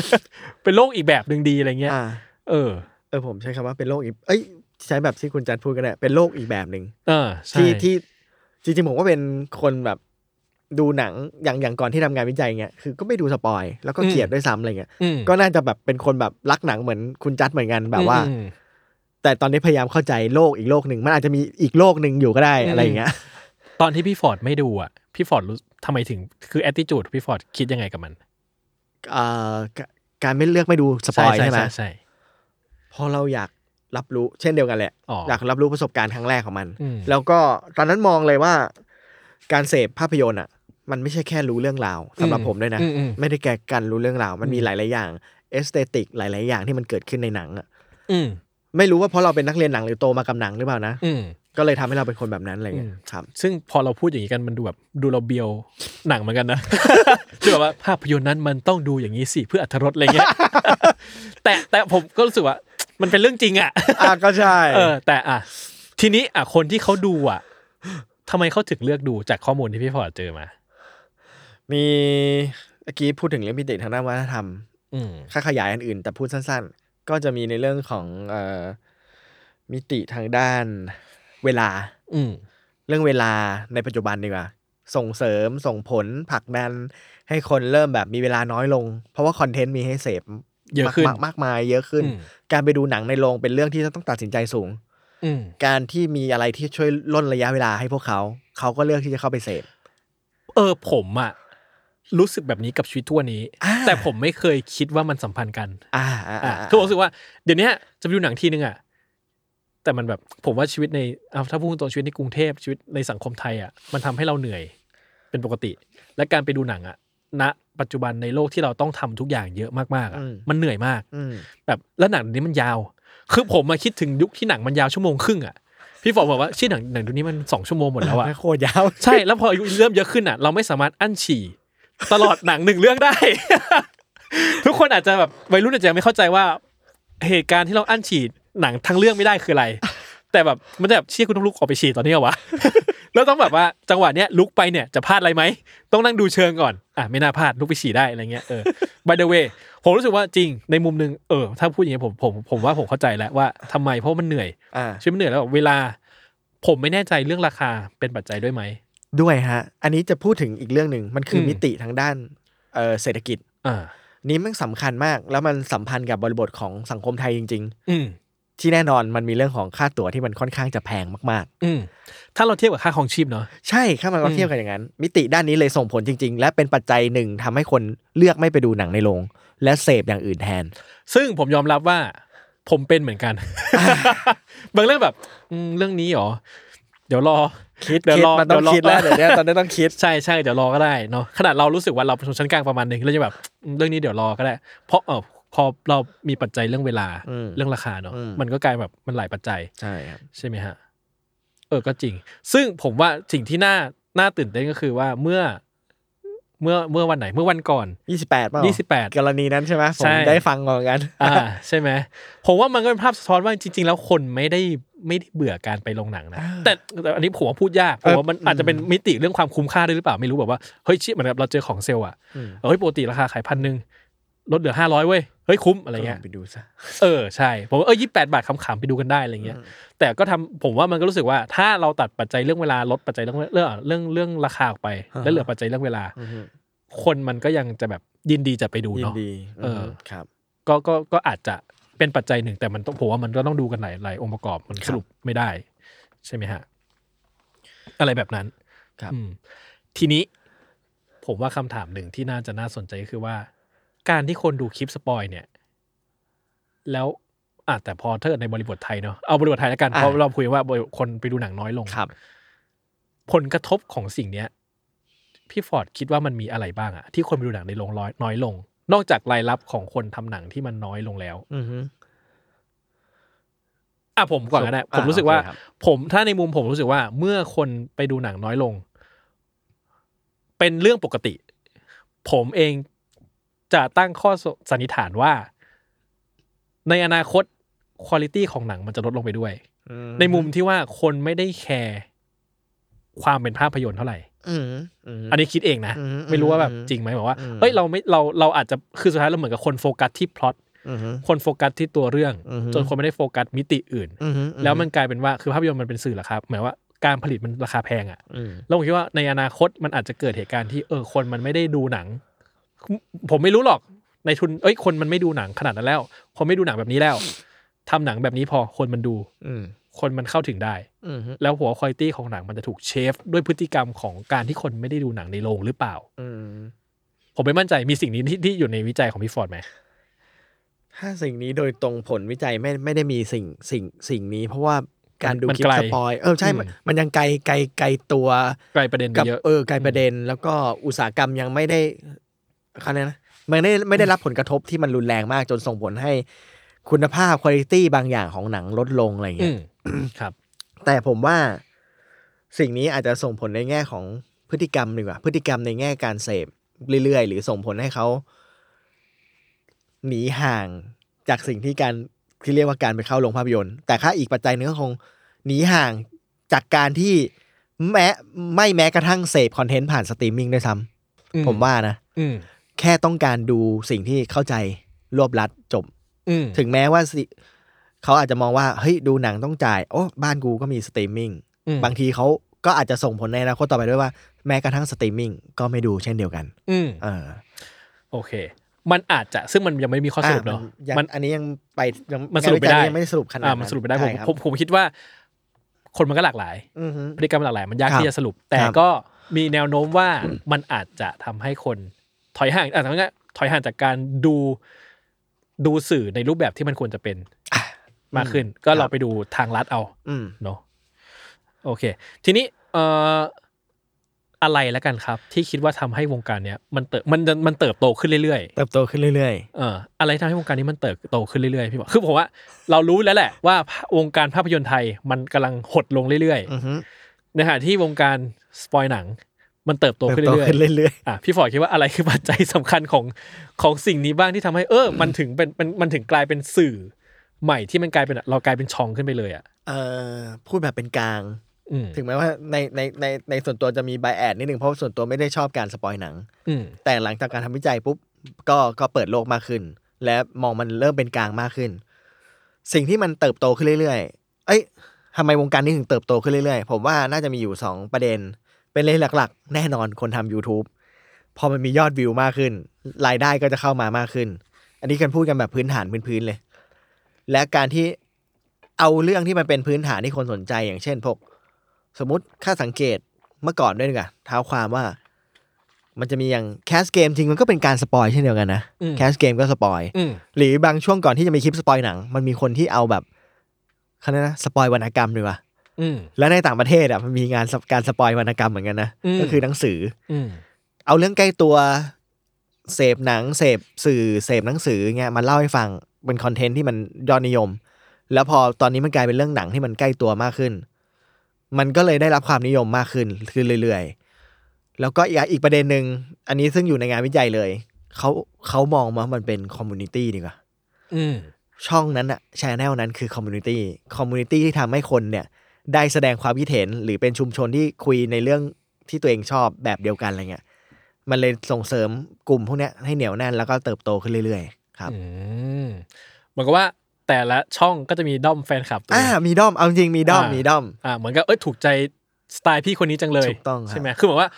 [SPEAKER 2] เป็นโลกอีกแบบหนึ่งดีอะไรเงี้ย
[SPEAKER 3] อ่า
[SPEAKER 2] เออ
[SPEAKER 3] เออผมใช้คำว่าเป็นโรคอีกเอ้ยใช้แบบที่คุณจันพูดก็ได้เป็นโรคอีกแบบหนึ่ง
[SPEAKER 2] เออใช่
[SPEAKER 3] ที่ที่จริงๆผมว่าเป็นคนแบบดูหนังอย่างอย่างก่อนที่ทำงานวิจัยเงี้ยคือก็ไม่ดูสปอยแล้วก็เกลียดด้วยซ้ำอะไรเงี้ย
[SPEAKER 2] อืม
[SPEAKER 3] ก็น่าจะแบบเป็นคนแบบรักหนังเหมือนคุณจัดเหมือนกันแบบว่า
[SPEAKER 2] อืม
[SPEAKER 3] แต่ตอนนี้พยายามเข้าใจโลกอีกโลกหนึ่งมันอาจจะมีอีกโลกหนึ่งอยู่ก็ได้
[SPEAKER 2] อืม
[SPEAKER 3] อะไรอย่างเงี้ย
[SPEAKER 2] ตอนที่พี่ฟอร์ดไม่ดูอ่ะพี่ฟอร์ดรู้ทำไมถึงคือแอตติจูดพี่ฟอร์ดคิดยังไงกับมัน
[SPEAKER 3] เอ่อกะการไม่เลือกไม่ดูสปอยใช่ไหม
[SPEAKER 2] ใช่
[SPEAKER 3] เพอเราอยากรับรู้เช่นเดียวกันแหละ
[SPEAKER 2] อ๋อ
[SPEAKER 3] อยากรับรู้ประสบการณ์ครั้งแรกของมัน
[SPEAKER 2] อืม
[SPEAKER 3] แล้วก็ตอนนั้นมองเลยว่า การเสพภาพยนตร์อ่ะ มันไม่ใช่แค่รู้เรื่องราวสำหรับผมด้วยนะ
[SPEAKER 2] อือืม
[SPEAKER 3] ไม่ได้แก่การรู้เรื่องราว มันมี
[SPEAKER 2] อืม
[SPEAKER 3] หลาย ๆ อย่างเอสเตติกหลาย ๆ อย่างที่มันเกิดขึ้นในหนังอ่ะ
[SPEAKER 2] อืม
[SPEAKER 3] ไม่รู้ว่าเพราะเราเป็นนักเรียนหนังหรือโตมากับหนังหรือเปล่านะ
[SPEAKER 2] อืม
[SPEAKER 3] ก็เลยทำให้เราเป็นคนแบบนั้นอะไรเงี้ย
[SPEAKER 2] อืม
[SPEAKER 3] ครับ
[SPEAKER 2] ซึ่งพอเราพูดอย่างนี้กันมันดูแบบดูเราเบียวหนังเหมือนกันนะ คือแบบว่าภาพยนตร์นั้นมันต้องดูอย่างนี้สิเพื่ออรรถรสอะไรเงี้ย แต่แต่ผมก็รู้สึกว่า มันเป็นเรื่องจริงอ่ะ
[SPEAKER 3] อ่ะก็ใช่
[SPEAKER 2] เออ แต่อ่ะทีนี้อ่ะคนที่เขาดูอ่ะทำไมเขาถึงเลือกดูจากข้อมูลที่พี่พอเจอมา
[SPEAKER 3] มีเมื่อกี้พูดถึงเรื่องมิติทางด้านวัฒนธรรม
[SPEAKER 2] อืม
[SPEAKER 3] ค่าขยายอันอื่น แต่พูดสั้นๆ ก็จะมีในเรื่องของเอ่อมิติทางด้านเวลา
[SPEAKER 2] อืม
[SPEAKER 3] เรื่องเวลาในปัจจุบันดีกว่า ส่งเสริมส่งผลผลักดันให้คนเริ่มแบบมีเวลาน้อยลง เพราะว่าคอนเทนต์มีให้เสพ
[SPEAKER 2] เยอะขึ้น
[SPEAKER 3] มากมากมายเยอะขึ้น
[SPEAKER 2] อืม
[SPEAKER 3] การไปดูหนังในโรงเป็นเรื่องที่ต้องตัดสินใจสูง
[SPEAKER 2] อืม
[SPEAKER 3] การที่มีอะไรที่ช่วยล่นระยะเวลาให้พวกเขา เขาก็เลือกที่จะเข้าไปเสพ
[SPEAKER 2] เออผมอ่ะรู้สึกแบบนี้กับชีวิตทั่วนี้
[SPEAKER 3] อ่า
[SPEAKER 2] แต่ผมไม่เคยคิดว่ามันสัมพันธ์กัน
[SPEAKER 3] อ่าอ่า
[SPEAKER 2] อ่ะ
[SPEAKER 3] อ่า
[SPEAKER 2] คือผมรู้สึกว่าเดี๋ยวเนี้ยจะไปดูหนังทีนึงอ่ะแต่มันแบบผมว่าชีวิตในเอาถ้าพูดตรงชีวิตในกรุงเทพชีวิตในสังคมไทยอ่ะมันทำให้เราเหนื่อยเป็นปกติ และการไปดูหนังอ่ะณปัจจุบันในโลกที่เราต้องทำทุกอย่างเยอะมากๆอ่ะมันเหนื่อยมาก
[SPEAKER 3] อืม
[SPEAKER 2] แบบแล้วหนังเดี๋ยวนี้มันยาว คือผมมาคิดถึงยุคที่หนังมันยาวชั่วโมงครึ่งอ่ะพี่ฝอบอกว่าชื่อหนังหนังเดูนี้มันสองชั่วโมงหมดแล้วอ่ะ
[SPEAKER 3] แม่งโคตรยาว
[SPEAKER 2] ใช่แล้วพออายุเริ่มเยอะขึ้นอ่ะ เราไม่สามารถอั้นฉี่ ตลอดหนังหนึ่งเรื่องได้ ทุกคนอาจจะแบบวัยรุ่นอาจจะยังไม่เข้าใจว่า เหตุการณ์ที่เราอั้นฉี่หนังทั้งเรื่องไม่ได้คืออะไร แต่แบบมันจะแบบเชี่ยคุณต้องลุกออกไปฉี่ตอนนี้เหรอวะ แล้วต้องแบบว่าจังหวะเนี้ยลุกไปเนี่ยจะพลาดอะไรไหมต้องนั่งดูเชิงก่อนอ่ะไม่น่าพลาดลุกไปฉี่ได้อะไรเงี้ยเออ by the way ผมรู้สึกว่าจริงในมุมหนึ่งเออถ้าพูดอย่างนี้ยผมผมผมว่าผมเข้าใจแล้วว่าทำไมเพราะมันเหนื่อย
[SPEAKER 3] อ่า
[SPEAKER 2] ชีวิตมันเหนื่อยแล้วเวลา ผมไม่แน่ใจเรื่องราคาเป็นปัจจัยด้วยไหม
[SPEAKER 3] ด้วยฮะ อันนี้จะพูดถึงอีกเรื่องหนึ่ง มันคืออ
[SPEAKER 2] ม
[SPEAKER 3] มิติทางด้านเอ่อเศรษฐกิจ
[SPEAKER 2] อ่า
[SPEAKER 3] นี้มันสำคัญมาก แล้วมันสัมพันธ์กับบริบทของสังคมไทยจริง
[SPEAKER 2] อืม
[SPEAKER 3] ๆ ที่แน่นอนมันมีเรื่องของค่าตั๋วที่มันค่อนข้างจะแพงมาก
[SPEAKER 2] อืม ถ้าเราเทียบกับค่าของชีพเนาะ
[SPEAKER 3] ๆ ใช่ถ้ามัน
[SPEAKER 2] อื
[SPEAKER 3] เรา
[SPEAKER 2] ม
[SPEAKER 3] เทียบกันอย่างนั้น มิติด้านนี้เลยส่งผลจริง ๆ และเป็นปัจจัยหนึ่งทำให้คนเลือกไม่ไปดูหนังในโรงและเสพอย่างอื่นแทน
[SPEAKER 2] ซึ่งผมยอมรับว่า ผมเป็นเหมือน กัน บางเรื่องแบบอืมเรื่องนี้เหรอ เดี๋ยวรอ
[SPEAKER 3] คิด
[SPEAKER 2] เดี๋ยว
[SPEAKER 3] คิด
[SPEAKER 2] รอ
[SPEAKER 3] มันต้อง
[SPEAKER 2] เดี๋ยวรอ
[SPEAKER 3] คิดแล้วเดี๋ยวเนี้ยตอน นี้ต้องคิด
[SPEAKER 2] ใช่ใช่เดี๋ยวรอก็ได้เนาะขนาดเรารู้สึกว่าเราเป็นชนชั้นกลางประมาณหนึ่งเราจะแบบอืมเรื่องนี้เดี๋ยวรอก็ได้ เพราะเออพอเรามีปัจจัยเรื่องเวลา
[SPEAKER 3] อืม
[SPEAKER 2] เรื่องราคาเนาะ
[SPEAKER 3] อืม
[SPEAKER 2] มันก็กลายแบบมันหลายปัจจัย
[SPEAKER 3] ใช่ครับ
[SPEAKER 2] ใช่ไหมฮะ เออก็จริง ซึ่งผมว่าสิ่งที่น่าน่าตื่นเต้นก็คือว่าเมื่อ เมื่อเมื่อวันไหนเมื่อวันก่อน
[SPEAKER 3] 28ป่ะ
[SPEAKER 2] 28
[SPEAKER 3] กรณีนั้นใช่ไหมผ
[SPEAKER 2] ใช่
[SPEAKER 3] มได้ฟังก่อนกัน
[SPEAKER 2] อ่าใช่ไหมผมว่ามันก็เป็นภาพสะท้อนว่าจริง ๆ แล้วคนไม่ได้ไม่ได้เบื่อการไปลงหนังนะแต่แต่อันนี้ผมว่าพูดยากผมว่ามันอาจจะเป็นมิติเรื่องความคุ้มค่าด้วยหรือเปล่าไม่รู้แบบว่าเฮ้ยเชี่ยเหมือนกับเราเจอของเซลล์อ่ะเฮ้ยปกติราคาขายพันหนึ่งลดเหลือห้าร้อยเว้ยเฮ้ยคุ้มอะไรเงี้ย
[SPEAKER 3] ไปดูซะ
[SPEAKER 2] เออใช่ผมว่าเออยี่แปดบาทขำๆไปดูกันได้อะไรเงี้ย แต่ก็ทำผมว่ามันก็รู้สึกว่าถ้าเราตัดปัจจัยเรื่องเวลาลดปัจจัยเรื่องเรื่องเรื่องเรื่องราคาออกไป
[SPEAKER 3] อ่าฮะ
[SPEAKER 2] แล้วเหลือปัจจัยเรื่องเวลา
[SPEAKER 3] อือฮึ
[SPEAKER 2] คนมันก็ยังจะแบบยินดีจะไปดู
[SPEAKER 3] ยิน
[SPEAKER 2] เนาะ
[SPEAKER 3] ดี
[SPEAKER 2] เออ
[SPEAKER 3] ครับ
[SPEAKER 2] ก็ก็ก็อาจจะเป็นปัจจัยหนึ่งแต่มันต้องผมว่ามันก็ต้องดูกันหลายหลายองค์ประกอบมัน
[SPEAKER 3] ครั
[SPEAKER 2] ส
[SPEAKER 3] บ
[SPEAKER 2] รุปไม่ได้ ใช่ไหมฮะ อะไรแบบนั้น
[SPEAKER 3] ครับ
[SPEAKER 2] อืมทีนี้ ผมว่าคำถามหนึ่งที่น่าจะน่าสนใจก็คือว่า การที่คนดูคลิปสปอยเนี่ย แล้วอ่ะแต่พอถ้าเกิดในบริบทไทยเนาะเอาบริบทไทยแล้วกันเพราะเราคุยว่าคนไปดูหนังน้อยลง
[SPEAKER 3] ครับ
[SPEAKER 2] ผลกระทบของสิ่งเนี้ย พี่ฟอร์ดคิดว่ามันมีอะไรบ้างอะที่คนไปดูหนังในโรงร้อยน้อยลง นอกจากรายรับของคนทำหนังที่มันน้อยลงแล้ว
[SPEAKER 3] อือฮึ
[SPEAKER 2] อ่ะผมก่อนก็ได้
[SPEAKER 3] อ่ะ
[SPEAKER 2] ผมรู้สึกว่า
[SPEAKER 3] โอเคครับ
[SPEAKER 2] ผมถ้าในมุมผมรู้สึกว่า เมื่อคนไปดูหนังน้อยลง เป็นเรื่องปกติ ผมเองจะตั้งข้อสันนิษฐานว่า ในอนาคตคุณภาพของหนังมันจะลดลงไปด้วย
[SPEAKER 3] อื
[SPEAKER 2] ในมุมที่ว่าคนไม่ได้แคร์ความเป็นภาพยนตร์เท่าไหร่
[SPEAKER 3] อือฮึอือฮึ
[SPEAKER 2] อันนี้คิดเองนะ
[SPEAKER 3] อืม
[SPEAKER 2] ไม่รู้ว่าแบบ
[SPEAKER 3] อืม
[SPEAKER 2] จริงไหมบอกว่า
[SPEAKER 3] อืม
[SPEAKER 2] เอ้ยเราไม่เราเราอาจจะคือสุดท้ายเราเหมือนกับคนโฟกัสที่พล็อต
[SPEAKER 3] อือฮึ
[SPEAKER 2] คนโฟกัสที่ตัวเรื่อง
[SPEAKER 3] อือฮึ
[SPEAKER 2] จนคนไม่ได้โฟกัสมิติอื่น
[SPEAKER 3] อือฮึ
[SPEAKER 2] แล้วมันกลายเป็นว่าคือภาพยนตร์มันเป็นสื่อเหรอครับหมายว่าการผลิตมันราคาแพงอะ่ะ
[SPEAKER 3] อืม
[SPEAKER 2] แล้วผมคิดว่าในอนาคตมันอาจจะเกิดเหตุการณ์ที่เออคนมันไม่ได้ดูหนัง ผมไม่รู้หรอกในทุนเอ้ยคนมันไม่ดูหนังขนาดนั้นแล้ว คนไม่ดูหนังแบบนี้แล้วทำหนังแบบนี้พอคนมันดู
[SPEAKER 3] อืม
[SPEAKER 2] คนมันเข้าถึงได้
[SPEAKER 3] อืม
[SPEAKER 2] แล้วหัวคุณภาพของหนังมันจะถูกเชฟ ด้วยพฤติกรรมของการที่คนไม่ได้ดูหนังในโรงหรือเปล่า
[SPEAKER 3] อืม
[SPEAKER 2] ผมไม่มั่นใจมีสิ่งนี้ที่ที่อยู่ในวิจัยของพี่ฟอร์ดไหม
[SPEAKER 3] ถ้าสิ่งนี้โดยตรงผลวิจัยไม่ไม่ได้มีสิ่งสิ่งสิ่งนี้ เพราะว่าการดู
[SPEAKER 2] มัน
[SPEAKER 3] คลิป
[SPEAKER 2] ไกล
[SPEAKER 3] สปอยเออใช่มัน
[SPEAKER 2] อืม
[SPEAKER 3] มันยังไกลไกลไกลตัว
[SPEAKER 2] ไกลประเด็นไป
[SPEAKER 3] กับ
[SPEAKER 2] เยอะ
[SPEAKER 3] เออไกลประเด็น แล้วก็อุตสาหกรรมยังไม่ได้เขาเรียกนะมันไม่ได้ไม่ได้รับผลกระทบที่มันรุนแรงมากจนส่งผลให้คุณภาพคุณภาพบางอย่างของหนังลดลงอะไรอย่าง
[SPEAKER 2] อื
[SPEAKER 3] เงี้ย
[SPEAKER 2] มครับ
[SPEAKER 3] แต่ผมว่าสิ่งนี้อาจจะส่งผลในแง่ของพฤติกรรมดีกว่าพฤติกรรมในแง่การเสพเรื่อยๆ หรือส่งผลให้เขา หนีห่างจากสิ่งที่การที่เรียกว่าการไปเข้าโรงภาพยนตร์ แต่ค่าอีกปัจจัยหนึงก็คงหนีห่างจากการที่แม้ไม่แม้กระทั่งเสพคอนเทนต์ผ่านสตรีมมิ่งด้วยซ้
[SPEAKER 2] อื
[SPEAKER 3] ำผมว่านะ
[SPEAKER 2] อืม
[SPEAKER 3] แค่ต้องการดูสิ่งที่เข้าใจรวบรัดจบ
[SPEAKER 2] อืม
[SPEAKER 3] ถึงแม้ว่าสิเขาอาจจะมองว่าเฮ้ยดูหนังต้องจ่าย โอ้บ้านกูก็มีสตรีมมิ่ง
[SPEAKER 2] อืม
[SPEAKER 3] บางทีเขาก็อาจจะส่งผลในอนาคตต่อไปด้วยว่าแม้กระทั่งสตรีมมิ่งก็ไม่ดูเช่นเดียวกัน
[SPEAKER 2] อืม
[SPEAKER 3] เออ
[SPEAKER 2] โอเค มันอาจจะซึ่งมันยังไม่มีข้อสรุปเนาะ
[SPEAKER 3] อ่มั
[SPEAKER 2] มัน น
[SPEAKER 3] ยังอันนี้ยังไปยัง
[SPEAKER 2] มันสรุปไม่ได้
[SPEAKER 3] งานวิจัยยังไม่ได้สรุปขนาด
[SPEAKER 2] อ่า
[SPEAKER 3] นั้
[SPEAKER 2] มัน
[SPEAKER 3] น
[SPEAKER 2] สรุปไม่ได้ผม
[SPEAKER 3] ใช่ครับ
[SPEAKER 2] ผมผมคิดว่า คนมันก็หลากหลาย
[SPEAKER 3] อือฮึ
[SPEAKER 2] พฤติกรรมหลากหลายมันยาก
[SPEAKER 3] ครับ
[SPEAKER 2] ที่จะสรุป แต่
[SPEAKER 3] ครับ
[SPEAKER 2] ก็มีแนวโน้มว่ามันอาจจะทำให้คนถอยห่างอ่ะทั้งนี้ถอยห่างจากการดูดูสื่อในรูปแบบที่มันควรจะเป็น
[SPEAKER 3] อ่ะ
[SPEAKER 2] มากขึ้น ก็
[SPEAKER 3] ครับ
[SPEAKER 2] เราไปดูทางลัดเอา
[SPEAKER 3] อืม
[SPEAKER 2] เนาะโอเค ทีนี้เอ่ออะไรแล้วกันครับ ที่คิดว่าทำให้วงการเนี้ยมันเติบมันมันเติบโตขึ้นเรื่อยๆ
[SPEAKER 3] เติบโตขึ้นเรื่อย
[SPEAKER 2] เอ่ออะไรทำให้วงการนี้มันเติบโตขึ้นเรื่อยๆพี่บอกคือผมว่าเรารู้แล้วแหละว่าวงการภาพยนตร์ไทยมันกำลังหดลงเรื่อย
[SPEAKER 3] ๆ อือฮึ
[SPEAKER 2] ๆในขณะที่วงการสปอยหนัง มันเติบโต
[SPEAKER 3] เติบ
[SPEAKER 2] ขึ้น
[SPEAKER 3] โต
[SPEAKER 2] เรื่อย
[SPEAKER 3] ขึ้นเรื่อย
[SPEAKER 2] ๆอ่ะพี่ฟอยคิดว่าอะไรคือปัจจัยสำคัญของของสิ่งนี้บ้างที่ทำให้เออ มันถึงเป็นมันมันถึงกลายเป็นสื่อใหม่ที่มันกลายเป็นเรากลายเป็นช่องขึ้นไปเลยอ่ะ
[SPEAKER 3] ๆเอ่อพูดแบบเป็นกลาง
[SPEAKER 2] อืม
[SPEAKER 3] ถึงแม้ว่าในในในในส่วนตัวจะมีไบแอดนิดนึงเพราะส่วนตัวไม่ได้ชอบการสปอยหนัง
[SPEAKER 2] อืม
[SPEAKER 3] แต่หลังจากการทำวิจัยปุ๊บก็ก็เปิดโลกมากขึ้น และมองมันเริ่มเป็นกลางมากขึ้น สิ่งที่มันเติบโตขึ้นเรื่อยๆ เอ้ยทำไมวงการนี้ถึงเติบโตขึ้นเรื่อยๆ ผมว่าน่าจะมีอยู่ 2 ประเด็น เป็นเลยหลักๆ แน่นอนคนทำ YouTube พอมันมียอดวิวมากขึ้น รายได้ก็จะเข้ามามากขึ้น อันนี้กันพูดกันแบบพื้นฐานพื้นๆเลย และการที่เอาเรื่องที่มันเป็นพื้นฐานที่คนสนใจอย่างเช่นพวกสมมติค่าสังเกตเมื่อก่อนด้วยดีกว่าเท้าความว่า มันจะมีอย่างแคสเกมจริงมันก็เป็นการสปอยเช่นเดียวกันนะ
[SPEAKER 2] อืม
[SPEAKER 3] แคสเกมก็สปอย
[SPEAKER 2] อืม
[SPEAKER 3] หรือบางช่วงก่อนที่จะมีคลิปสปอยหนัง มันมีคนที่เอาแบบเขาเรียกนะสปอยวรรณกรรมดีกว่า
[SPEAKER 2] อืม
[SPEAKER 3] แล้วในต่างประเทศอ่ะมันมีงานสปการสปอยวรรณกรรมเหมือนกันนะ
[SPEAKER 2] อืม
[SPEAKER 3] ก็คือหนังสือ
[SPEAKER 2] อืม
[SPEAKER 3] เอาเรื่องใกล้ตัวเสพหนังเสพสื่อเสพหนังสือเงี้ยมาเล่าให้ฟังเป็นคอนเทนต์ที่มันยอดนิยม แล้วพอตอนนี้มันกลายเป็นเรื่องหนังที่มันใกล้ตัวมากขึ้น มันก็เลยได้รับความนิยมมากขึ้นขึ้นเรื่อยๆ แล้วก็อีกอีกประเด็นหนึ่งอันนี้ซึ่งอยู่ในงานวิจัยเลยเขาเขามองว่ามันเป็นคอมมูนิตี้ดีกว่า
[SPEAKER 2] อืม
[SPEAKER 3] ช่องนั้นอะชแนลนั้นคือคอมมูนิตี้คอมมูนิตี้ที่ทำให้คนเนี่ย ได้แสดงความคิดเห็นหรือเป็นชุมชนที่คุยในเรื่องที่ตัวเองชอบแบบเดียวกันอะไรเงี้ยมันเลยส่งเสริมกลุ่มพวกเนี้ยให้เหนียวแน่นแล้วก็เติบโตขึ้นเรื่อยๆ ครับ
[SPEAKER 2] อืมเหมือนกับว่าแต่ละช่องก็จะมีด้อมแฟนคลับตัว
[SPEAKER 3] อ่า
[SPEAKER 2] เอง
[SPEAKER 3] มีด้อมเอาจริงมีด้อม
[SPEAKER 2] อ่ามี
[SPEAKER 3] มีด้อม
[SPEAKER 2] อ่าเหมือนกับเอ้ยถูกใจสไตล์พี่คนนี้จังเลย
[SPEAKER 3] ถูกต้องครับ
[SPEAKER 2] ใช่ไหมคือเหมือนว่า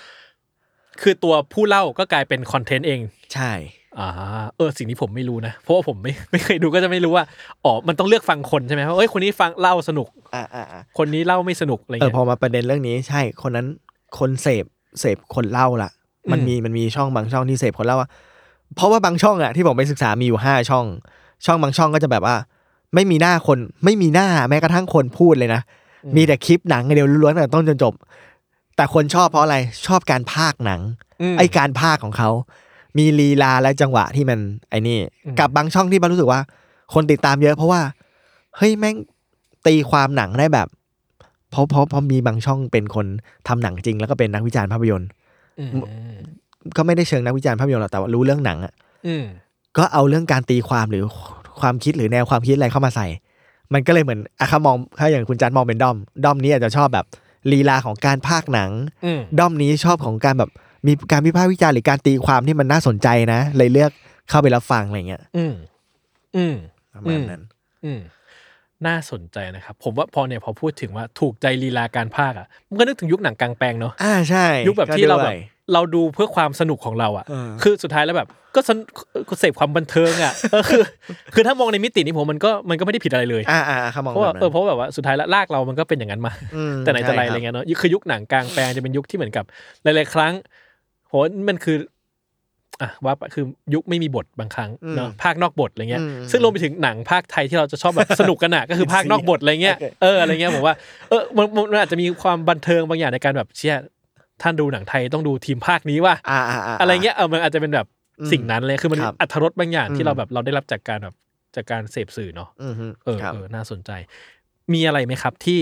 [SPEAKER 2] คือตัวผู้เล่าก็กลายเป็นคอนเทนต์เอง
[SPEAKER 3] ใช่
[SPEAKER 2] อ่าเออสิ่งนี้ผมไม่รู้นะ เพราะว่าผมไม่ ไม่เคยดูก็จะไม่รู้ว่าอ๋อมันต้องเลือกฟังคนใช่ไหมว่าเอ้ยคนนี้ฟังเล่าสนุก
[SPEAKER 3] อ่าอ่าอ่า
[SPEAKER 2] คนนี้เล่าไม่สนุกอะไร
[SPEAKER 3] เออ
[SPEAKER 2] เงี้
[SPEAKER 3] พอย มาประเด็นเรื่องนี้ใช่คนนั้นคนเสพเสพคนเล่าละมัน
[SPEAKER 2] อืม
[SPEAKER 3] มีมันมีช่องบางช่องที่เสพคนเล่าอะเพราะว่าบางช่องอะที่ผมไปศึกษามีอยู่ห้าช่อง ช่องบางช่องก็จะแบบว่า ไม่มีหน้าคนไม่มีหน้าแม้กระทั่งคนพูดเลยนะ มีแต่คลิปหนังอย่างเดียวล้วนๆตั้งแต่ต้นจนจบ แต่คนชอบเพราะอะไรชอบการภาคหนัง
[SPEAKER 2] ม
[SPEAKER 3] ไอการภาคของเขา มีลีลาและจังหวะที่มันไอนี่
[SPEAKER 2] อืม
[SPEAKER 3] กับบางช่องที่มันรู้สึกว่า คนติดตามเยอะเพราะว่า เฮ้ยแม่งตีความหนังได้แบบ เพราะเพราะเพราะมีบางช่องเป็นคนทำหนังจริง แล้วก็เป็นนักวิจารณ์ภาพยนตร์
[SPEAKER 2] อืม
[SPEAKER 3] ก็ไม่ได้เชิงนักวิจารณ์ภาพยนตร์หรอกแต่ว่ารู้เรื่องหนังอะ
[SPEAKER 2] อืม
[SPEAKER 3] ก็เอาเรื่องการตีความหรือความคิดหรือแนวความคิดอะไรเข้ามาใส่ มันก็เลยเหมือนอะคามองถ้าอย่างคุณจันมองเป็นด้อมด้อมนี้อาจจะชอบแบบลีลาของการภาคหนัง
[SPEAKER 2] อืม
[SPEAKER 3] ด้อมนี้ชอบของการแบบมีการวิพากษ์วิจารณ์หรือการตีความที่มันน่าสนใจนะ เลยเลือกเข้าไปรับฟังอะไรเงี้ย
[SPEAKER 2] อืมอืม
[SPEAKER 3] ประมาณนั้น
[SPEAKER 2] อืมน่าสนใจนะครับ ผมว่าพอเนี่ยพอพูดถึงว่าถูกใจลีลาการภาคอ่ะมันก็นึกถึงยุคหนังกลางแปลงเนาะ
[SPEAKER 3] อ่าใช่
[SPEAKER 2] ยุคแบบ
[SPEAKER 3] ก็
[SPEAKER 2] ที่เรา
[SPEAKER 3] ด้
[SPEAKER 2] แบ
[SPEAKER 3] ว
[SPEAKER 2] บ
[SPEAKER 3] ย
[SPEAKER 2] เราดูเพื่อความสนุกของเราอ่ะ
[SPEAKER 3] เออ
[SPEAKER 2] คือสุดท้ายแล้วแบบก็สนก็เสพความบันเทิงอ่ะ เออคือ คือถ้ามองในมิตินี้ผมมันก็มันก็ไม่ได้ผิดอะไรเลย
[SPEAKER 3] อ่าอ่าเขามอง
[SPEAKER 2] เพราะว่า
[SPEAKER 3] แบบ
[SPEAKER 2] เออ
[SPEAKER 3] นั้น
[SPEAKER 2] เพราะแบบว่าสุดท้ายแล้วลากเรามันก็เป็นอย่างนั้นมา
[SPEAKER 3] อืม
[SPEAKER 2] แต่ไหนแต่ไร
[SPEAKER 3] ใช่ค
[SPEAKER 2] อะ
[SPEAKER 3] บ
[SPEAKER 2] ไรเงี้ยเนาะคือยุคหนังกลางแปลงจะเป็นยุคที่เหมือนกับหลายๆครั้งโหมันคืออ่ะว่าไปคือยุคไม่มีบทบางครั้งเนาะภาคนอกบทอะไรเงี้ย ซึ่งรวมไปถึงหนังภาคไทยที่เราจะชอบแบบสนุก กันอะก็คือภาคนอกบทอะไรเงี้ยเอออะไรเงี้ยผมว่าเออมันมันอาจจะมีความบันเทิงบางอย่างในการแบบเชี่ยท่านดูหนังไทยต้องดูทีมภาคนี้ว่า
[SPEAKER 3] อ่าอ่าา
[SPEAKER 2] อะไรเงี้ยเออมันอาจจะเป็นแบบ
[SPEAKER 3] อืม
[SPEAKER 2] สิ่งนั้นเลยคือมัน
[SPEAKER 3] ครับ
[SPEAKER 2] อัธรสบางอย่าง
[SPEAKER 3] อืม
[SPEAKER 2] ที่เราแบบเราได้รับจากการแบบจากการเสพสื่อเนาะ
[SPEAKER 3] อืมฮึ
[SPEAKER 2] เออ
[SPEAKER 3] ครับ
[SPEAKER 2] เออน่าสนใจ มีอะไรไหมครับที่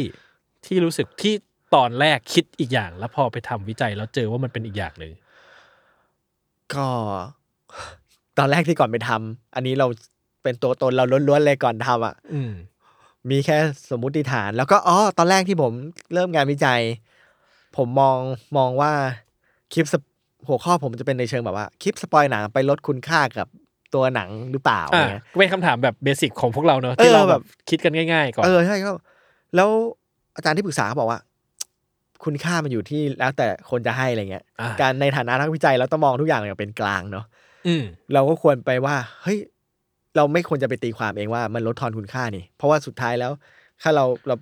[SPEAKER 2] ที่รู้สึกที่ตอนแรกคิดอีกอย่าง แล้วพอไปทำวิจัยแล้วเจอว่ามันเป็นอีกอย่างเลย
[SPEAKER 3] ก็ ตอนแรกที่ก่อนไปทำอันนี้เราเป็นตัวตนเราล้วนๆเลยก่อนทำอ่ะ
[SPEAKER 2] อืม
[SPEAKER 3] มีแค่สมมุติฐาน แล้วก็อ๋อตอนแรกที่ผมเริ่มงานวิจัย ผมมองมองว่าคลิปสปหัวข้อผมจะเป็นในเชิงแบบว่า คลิปสปอยหนังไปลดคุณค่ากับตัวหนังหรือเปล่า
[SPEAKER 2] อ่า
[SPEAKER 3] เนี่ย
[SPEAKER 2] ก็เป็นคำถามแบบเบสิกของพวกเราเนอะที่เรา
[SPEAKER 3] เออ
[SPEAKER 2] แบ
[SPEAKER 3] แบบ บ
[SPEAKER 2] คิดกันง่ายๆก่อน
[SPEAKER 3] เออใช่ก็แล้วอาจารย์ที่ปรึกษาเขาบอกว่า คุณค่ามันอยู่ที่แล้วแต่คนจะให้อะไรเงี้ย
[SPEAKER 2] ะ
[SPEAKER 3] การในฐานะนักวิจัยเราต้องมองทุกอย่างอย่างเป็นกลางเนาะ
[SPEAKER 2] อืม
[SPEAKER 3] เราก็ควรไปว่าเฮ้ยเราไม่ควรจะไปตีความเองว่ามันลดทอนคุณค่านี่ เพราะว่าสุดท้ายแล้ว ถ้าเราเรา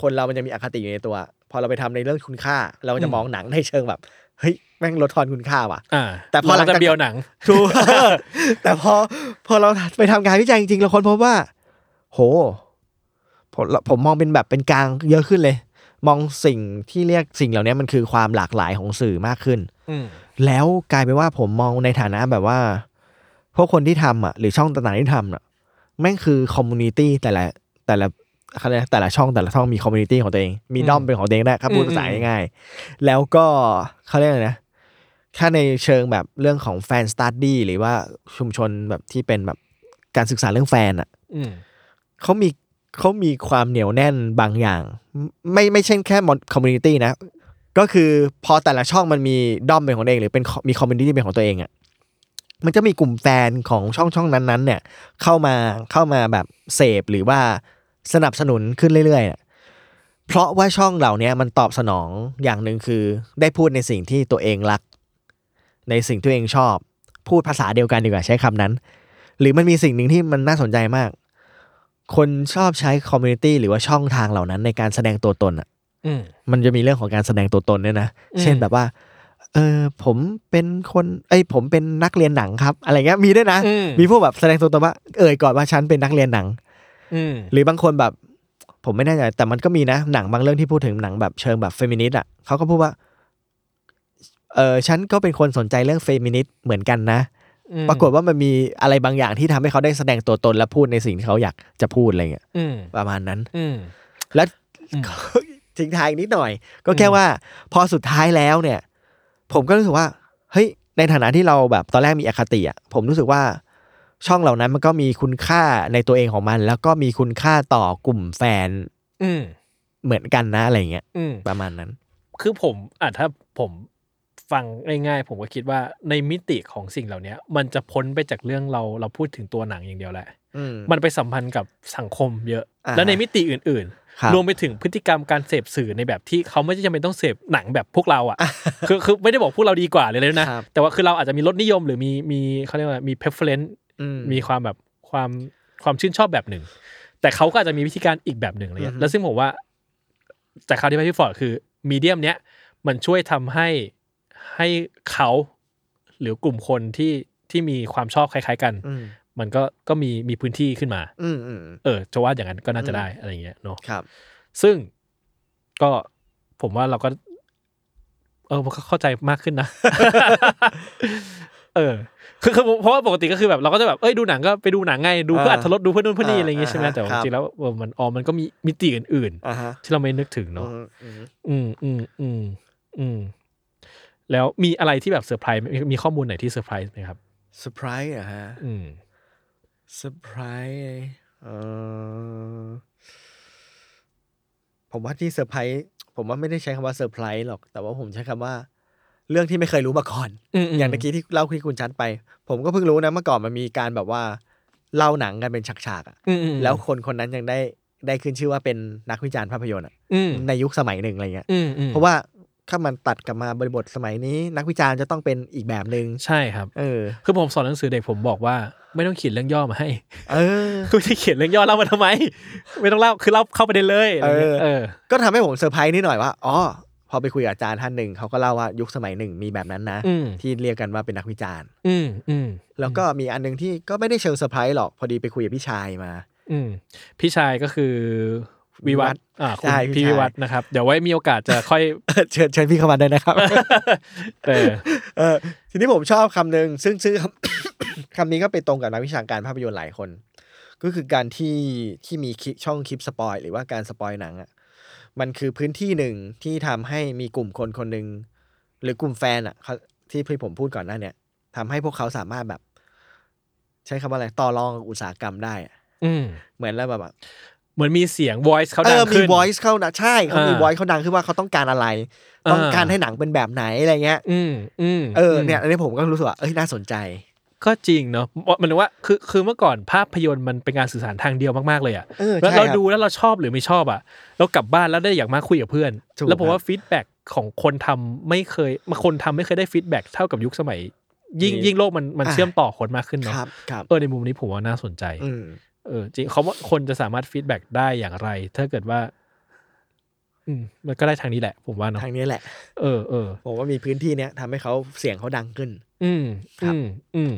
[SPEAKER 3] คนเรามันจะมีอคติอยู่ในตัว พอเราไปทำในเรื่องคุณค่า เราก็
[SPEAKER 2] อื
[SPEAKER 3] จะ
[SPEAKER 2] ม
[SPEAKER 3] มองหนังในเชิงแบบเฮ้ยแม่งลดทอนคุณค่าว่ะ
[SPEAKER 2] อ่า
[SPEAKER 3] แต่พอหลั
[SPEAKER 2] เรา
[SPEAKER 3] ง
[SPEAKER 2] จะ
[SPEAKER 3] จาก
[SPEAKER 2] เบียวหนัง
[SPEAKER 3] ถูก แต่พอพอเราไปทำงานวิจัยจริงๆเราค้นพบว่า โห ผมผมมองเป็นแบบเป็นกลางเยอะขึ้นเลย มองสิ่งที่เรียกสิ่งเหล่านี้มันคือความหลากหลายของสื่อมากขึ้น
[SPEAKER 2] อืม
[SPEAKER 3] แล้วกลายเป็นว่าผมมองในฐานะแบบว่า พวกคนที่ทำอ่ะหรือช่องต่างๆที่ทำอ่ะแม่งคือคอมมูนิตี้แต่ละแต่ละอะไรยกแต่ละช่องแต่ละช่องมีคอมมูนิตี้ของตัวเอง มี
[SPEAKER 2] อืม
[SPEAKER 3] ด้อมเป็นของตัวเองได้ครับพูด
[SPEAKER 2] อืม
[SPEAKER 3] ภาษาง่ายๆแล้วก็เขาเรียกอะไรนะถ้าในเชิงแบบเรื่องของแฟนสต u ด y หรือว่าชุมชนแบบที่เป็นแบบการศึกษาเรื่องแฟนอ่ะ
[SPEAKER 2] อืม
[SPEAKER 3] เขามีเขามีความเหนียวแน่นบางอย่าง ไม่ไม่ใช่แค่คอมมูนิตี้นะ ก็คือพอแต่ละช่องมันมีด้อมเป็นของตัวเอง หรือเป็นมีคอมมูนิตี้เป็นของตัวเองอะ่ะมันจะมีกลุ่มแฟนของช่องช่องนั้นๆ เนี่ย เข้ามาเข้ามาแบบเสพหรือว่าสนับสนุนขึ้นเรื่อยๆอะเพราะว่าช่องเหล่าเนี้ยมันตอบสนองอย่างหนึ่งคือ ได้พูดในสิ่งที่ตัวเองรัก ในสิ่งที่ตัวเองชอบ พูดภาษาเดียวกันดีกว่าใช้คำนั้น หรือมันมีสิ่งหนึ่งที่มันน่าสนใจมาก คนชอบใช้คอมมูนิตี้หรือว่าช่องทางเหล่านั้นในการแสดงตัวตนอ่ะ
[SPEAKER 2] อืม
[SPEAKER 3] มันจะมีเรื่องของการแสดงตัวตนด้วยนะ
[SPEAKER 2] อืม
[SPEAKER 3] เช่นแบบว่า เออผมเป็นคนเอ้ยผมเป็นนักเรียนหนังครับ อะไรเงี้ยมีด้วยนะ
[SPEAKER 2] อืม
[SPEAKER 3] มีพวกแบบแสดงตัวตนว่า เอ่ยก่อนว่าฉันเป็นนักเรียนหนัง
[SPEAKER 2] อืม
[SPEAKER 3] หรือบางคนแบบ ผมไม่แน่ใจแต่มันก็มีนะหนังบางเรื่องที่พูดถึงหนังแบบเชิงแบบเฟมินิสต์อ่ะเขาก็พูดว่า เออฉันก็เป็นคนสนใจเรื่องเฟมินิสต์เหมือนกันนะ
[SPEAKER 2] อืม
[SPEAKER 3] ปรากฏว่ามันมีอะไรบางอย่างที่ทำให้เขาได้แสดงตัวตนและพูดในสิ่งที่เขาอยากจะพูดอะไรเงี้ย
[SPEAKER 2] อืม
[SPEAKER 3] ประมาณนั้น
[SPEAKER 2] อืม
[SPEAKER 3] แล้ว
[SPEAKER 2] อืม
[SPEAKER 3] ทิ้งทายนิดหน่อย ก็แค่ว่า พอสุดท้ายแล้วเนี่ย ผมก็รู้สึกว่า เฮ้ย ในฐานะที่เราแบบตอนแรกมีอคติอ่ะผมรู้สึกว่า ช่องเหล่านั้นมันก็มีคุณค่าในตัวเองของมัน แล้วก็มีคุณค่าต่อกลุ่มแฟน
[SPEAKER 2] อืม
[SPEAKER 3] เหมือนกันนะอะไรเงี้ย
[SPEAKER 2] อืม
[SPEAKER 3] ประมาณนั้น
[SPEAKER 2] คือผมอ่ะถ้าผมฟังง่ายๆ ผมก็คิดว่าในมิติของสิ่งเหล่านี้มันจะพ้นไปจากเรื่องเราเราพูดถึงตัวหนังอย่างเดียวแหละ
[SPEAKER 3] อืม
[SPEAKER 2] มันไปสัมพันธ์กับสังคมเยอะ
[SPEAKER 3] อ่า
[SPEAKER 2] และในมิติอื่น
[SPEAKER 3] คบ
[SPEAKER 2] ๆ รวมไปถึงพฤติกรรมการเสพสื่อในแบบที่เขาไม่จำเป็นต้องเสพหนังแบบพวกเรา อ่ะ คือคือไม่ได้บอกพวกเราดีกว่าเลยเลยนะ
[SPEAKER 3] ครับ
[SPEAKER 2] แต่ว่าคือเราอาจจะมีรสนิยมหรือมีมีเขาเรียกว่ามี preference
[SPEAKER 3] อืม
[SPEAKER 2] มีความแบบความความชื่นชอบแบบหนึ่ง แต่เขาก็อาจจะมีวิธีการอีกแบบหนึ่งอะไรเลย
[SPEAKER 3] อือฮึ
[SPEAKER 2] แล้วซึ่งผมว่าจากคราวที่ไปพี่ฟอร์ดคือมีเดียมเนี้ยมันช่วยทำให้ให้เขาหรือกลุ่มคนที่ที่มีความชอบคล้ายๆกัน
[SPEAKER 3] อืม
[SPEAKER 2] มันก็ก็มีมีพื้นที่ขึ้นมา
[SPEAKER 3] อืมอืม
[SPEAKER 2] เออจะว่าอย่างนั้นก็น่าจะได้อะไรอย่างเงี้ยเนาะ
[SPEAKER 3] ครับ
[SPEAKER 2] ซึ่งก็ผมว่าเราก็ เออมันก็เข้าใจมากขึ้นนะ เออคือคือผมเพราะว่าปกติก็คือแบบเราก็จะแบบเอ้ยดูหนังก็ไปดูหนังไงดูเพื่ออั
[SPEAKER 3] อ่า
[SPEAKER 2] ธรสดูเพื่อนู่นเพื่อนี่อะไรอย่างงี้
[SPEAKER 3] อ่า
[SPEAKER 2] ใช่ไหมแต่ว่า
[SPEAKER 3] ครั
[SPEAKER 2] จ
[SPEAKER 3] บ
[SPEAKER 2] ริงๆแล้วเออมันอ๋อมันก็มีมิติอื่น
[SPEAKER 3] อ่าฮะ
[SPEAKER 2] ๆ ที่เราไม่นึกถึงเนาะ
[SPEAKER 3] อืม
[SPEAKER 2] อืมอืมอืมอืมแล้วมีอะไรที่แบบเซอร์ไพรส์ไหมมีมีข้อมูลไหนที่เซอร์ไพรส์ไหมครับ
[SPEAKER 3] เซอร์ไพรส์เหรอะฮะ
[SPEAKER 2] อืม
[SPEAKER 3] เซอร์ไพรส์เออผมว่าที่เซอร์ไพรส์ผมว่าไม่ได้ใช้คำว่าเซอร์ไพรส์หรอก แต่ว่าผมใช้คำว่า เรื่องที่ไม่เคยรู้มาก่อน
[SPEAKER 2] อืม
[SPEAKER 3] อย่างเมื่อกี้ที่เล่าที่คุณชัดไป ผมก็เพิ่งรู้นะเมื่อก่อนมันมีการแบบว่า เล่าหนังกันเป็นฉากๆอะ
[SPEAKER 2] อืมอืม
[SPEAKER 3] แล้วคนคนนั้นยังได้ได้ขึ้นชื่อว่าเป็นนักวิจารณ์ภาพยนตร์อะ
[SPEAKER 2] อืม
[SPEAKER 3] ในยุคสมัยหนึ่งอะไรเงี้ย
[SPEAKER 2] อืมอืม
[SPEAKER 3] เพราะว่าถ้ามันตัดกลับมาบริบทสมัยนี้ นักวิจารณ์จะต้องเป็นอีกแบบหนึ่ง
[SPEAKER 2] ใช่ครับ
[SPEAKER 3] เออ
[SPEAKER 2] คือผมสอนหนังสือเด็กผมบอกว่าไม่ต้องเขียนเรื่องย่อมาให้
[SPEAKER 3] เออ
[SPEAKER 2] คุณจะเขียนเรื่องย่อเล่ามาทำไม ไม่ต้องเล่าคือเล่าเข้าประเด็นเลยอะไรเงี้ย
[SPEAKER 3] เออ
[SPEAKER 2] เออ
[SPEAKER 3] ก็ทำให้ผมเซอร์ไพรส์นิดหน่อยว่า อ๋อ พอไปคุยกับอาจารย์ท่านหนึ่ง เขาก็เล่าว่ายุคสมัยหนึ่งมีแบบนั้นนะ
[SPEAKER 2] อืม
[SPEAKER 3] ที่เรียกกันว่าเป็นนักวิจารณ์
[SPEAKER 2] อืมอืม
[SPEAKER 3] แล้วก็มีอันหนึงที่ก็ไม่ได้เชิงเซอร์ไพรส์หรอก พอดีไปคุยกับพี่ชายมา
[SPEAKER 2] อืมพี่ชายก็คือวิวัฒน์อ่าคุณ
[SPEAKER 3] ใช่พี่
[SPEAKER 2] พี่
[SPEAKER 3] ชาย
[SPEAKER 2] วิวัฒน์นะครับ เดี๋ยวไว้มีโอกาสจะค่อย
[SPEAKER 3] เชิญเชิญพี่เข้ามาได้นะครับ
[SPEAKER 2] เออ
[SPEAKER 3] เออทีนี้ผมชอบคำหนึ่งซึ่งซึ่ง คำ คำนี้ก็ไปตรงกับนักวิชาการภาพยนตร์หลายคน ก็คือการที่ที่มีคลิปช่องคลิปสปอยหรือว่าการสปอยหนังอะ มันคือพื้นที่หนึ่งที่ทำให้มีกลุ่มคนคนหนึ่งหรือกลุ่มแฟนอ่ะเขาที่พี่ผมพูดก่อนหน้าเนี่ยทำให้พวกเขาสามารถแบบ ใช้คำว่าอะไรต่อรองกับอุตสาหกรรมได้อะ
[SPEAKER 2] อืม
[SPEAKER 3] เหมือนแล้วแบบว่า
[SPEAKER 2] เหมือนมีเสียง voice เขา
[SPEAKER 3] เอ
[SPEAKER 2] ดัง
[SPEAKER 3] อมี
[SPEAKER 2] ขึ้น
[SPEAKER 3] voice เข้านะใช่เขามี
[SPEAKER 2] อ่า
[SPEAKER 3] voice เขาดังขึ้นว่าเขาต้องการอะไร ต้องการให้หนังเป็นแบบไหนอะไรเงี้ย
[SPEAKER 2] อืมอืม
[SPEAKER 3] เออเนี่ยอันนี้ผมก็รู้สึกว่าเอ้ยน่าสนใจ
[SPEAKER 2] ก็จริงเนาะมันว่าคือคือเมื่อก่อนภาพยนตร์มันเป็นการสื่อสารทางเดียวมากๆเลยอ่ะ
[SPEAKER 3] เออ
[SPEAKER 2] แล้ว
[SPEAKER 3] ใช่ค
[SPEAKER 2] เรา
[SPEAKER 3] บ
[SPEAKER 2] ดูแล้วเราชอบหรือไม่ชอบอ่ะเรากลับบ้านแล้วได้อยากมาคุยกับเพื่อน
[SPEAKER 3] ถูก
[SPEAKER 2] แล้วผม
[SPEAKER 3] ครับ
[SPEAKER 2] ว่าฟีดแบ็ของคนทำไม่เคยคนทำไม่เคยได้ฟีดแบ็เท่ากับยุคสมัย ยิ่งยิ่งโลกมันมันเชื่อมต่อคนมากขึ้น
[SPEAKER 3] ค
[SPEAKER 2] เนาะ
[SPEAKER 3] รับครับ
[SPEAKER 2] เออในมุมนี้ผมว่าน่าสนใจ
[SPEAKER 3] อืม
[SPEAKER 2] เออจริงเขาว่าคนจะสามารถฟีดแบ็กได้อย่างไร ถ้าเกิดว่า อืม มันก็ได้ทางนี้แหละ ผมว่าเนาะ
[SPEAKER 3] ทางนี้แหละ
[SPEAKER 2] เออเออ
[SPEAKER 3] ผมว่ามีพื้นที่เนี้ยทำให้เขาเสียงเขาดังขึ้น
[SPEAKER 2] อืม
[SPEAKER 3] ครับ
[SPEAKER 2] อืมอืม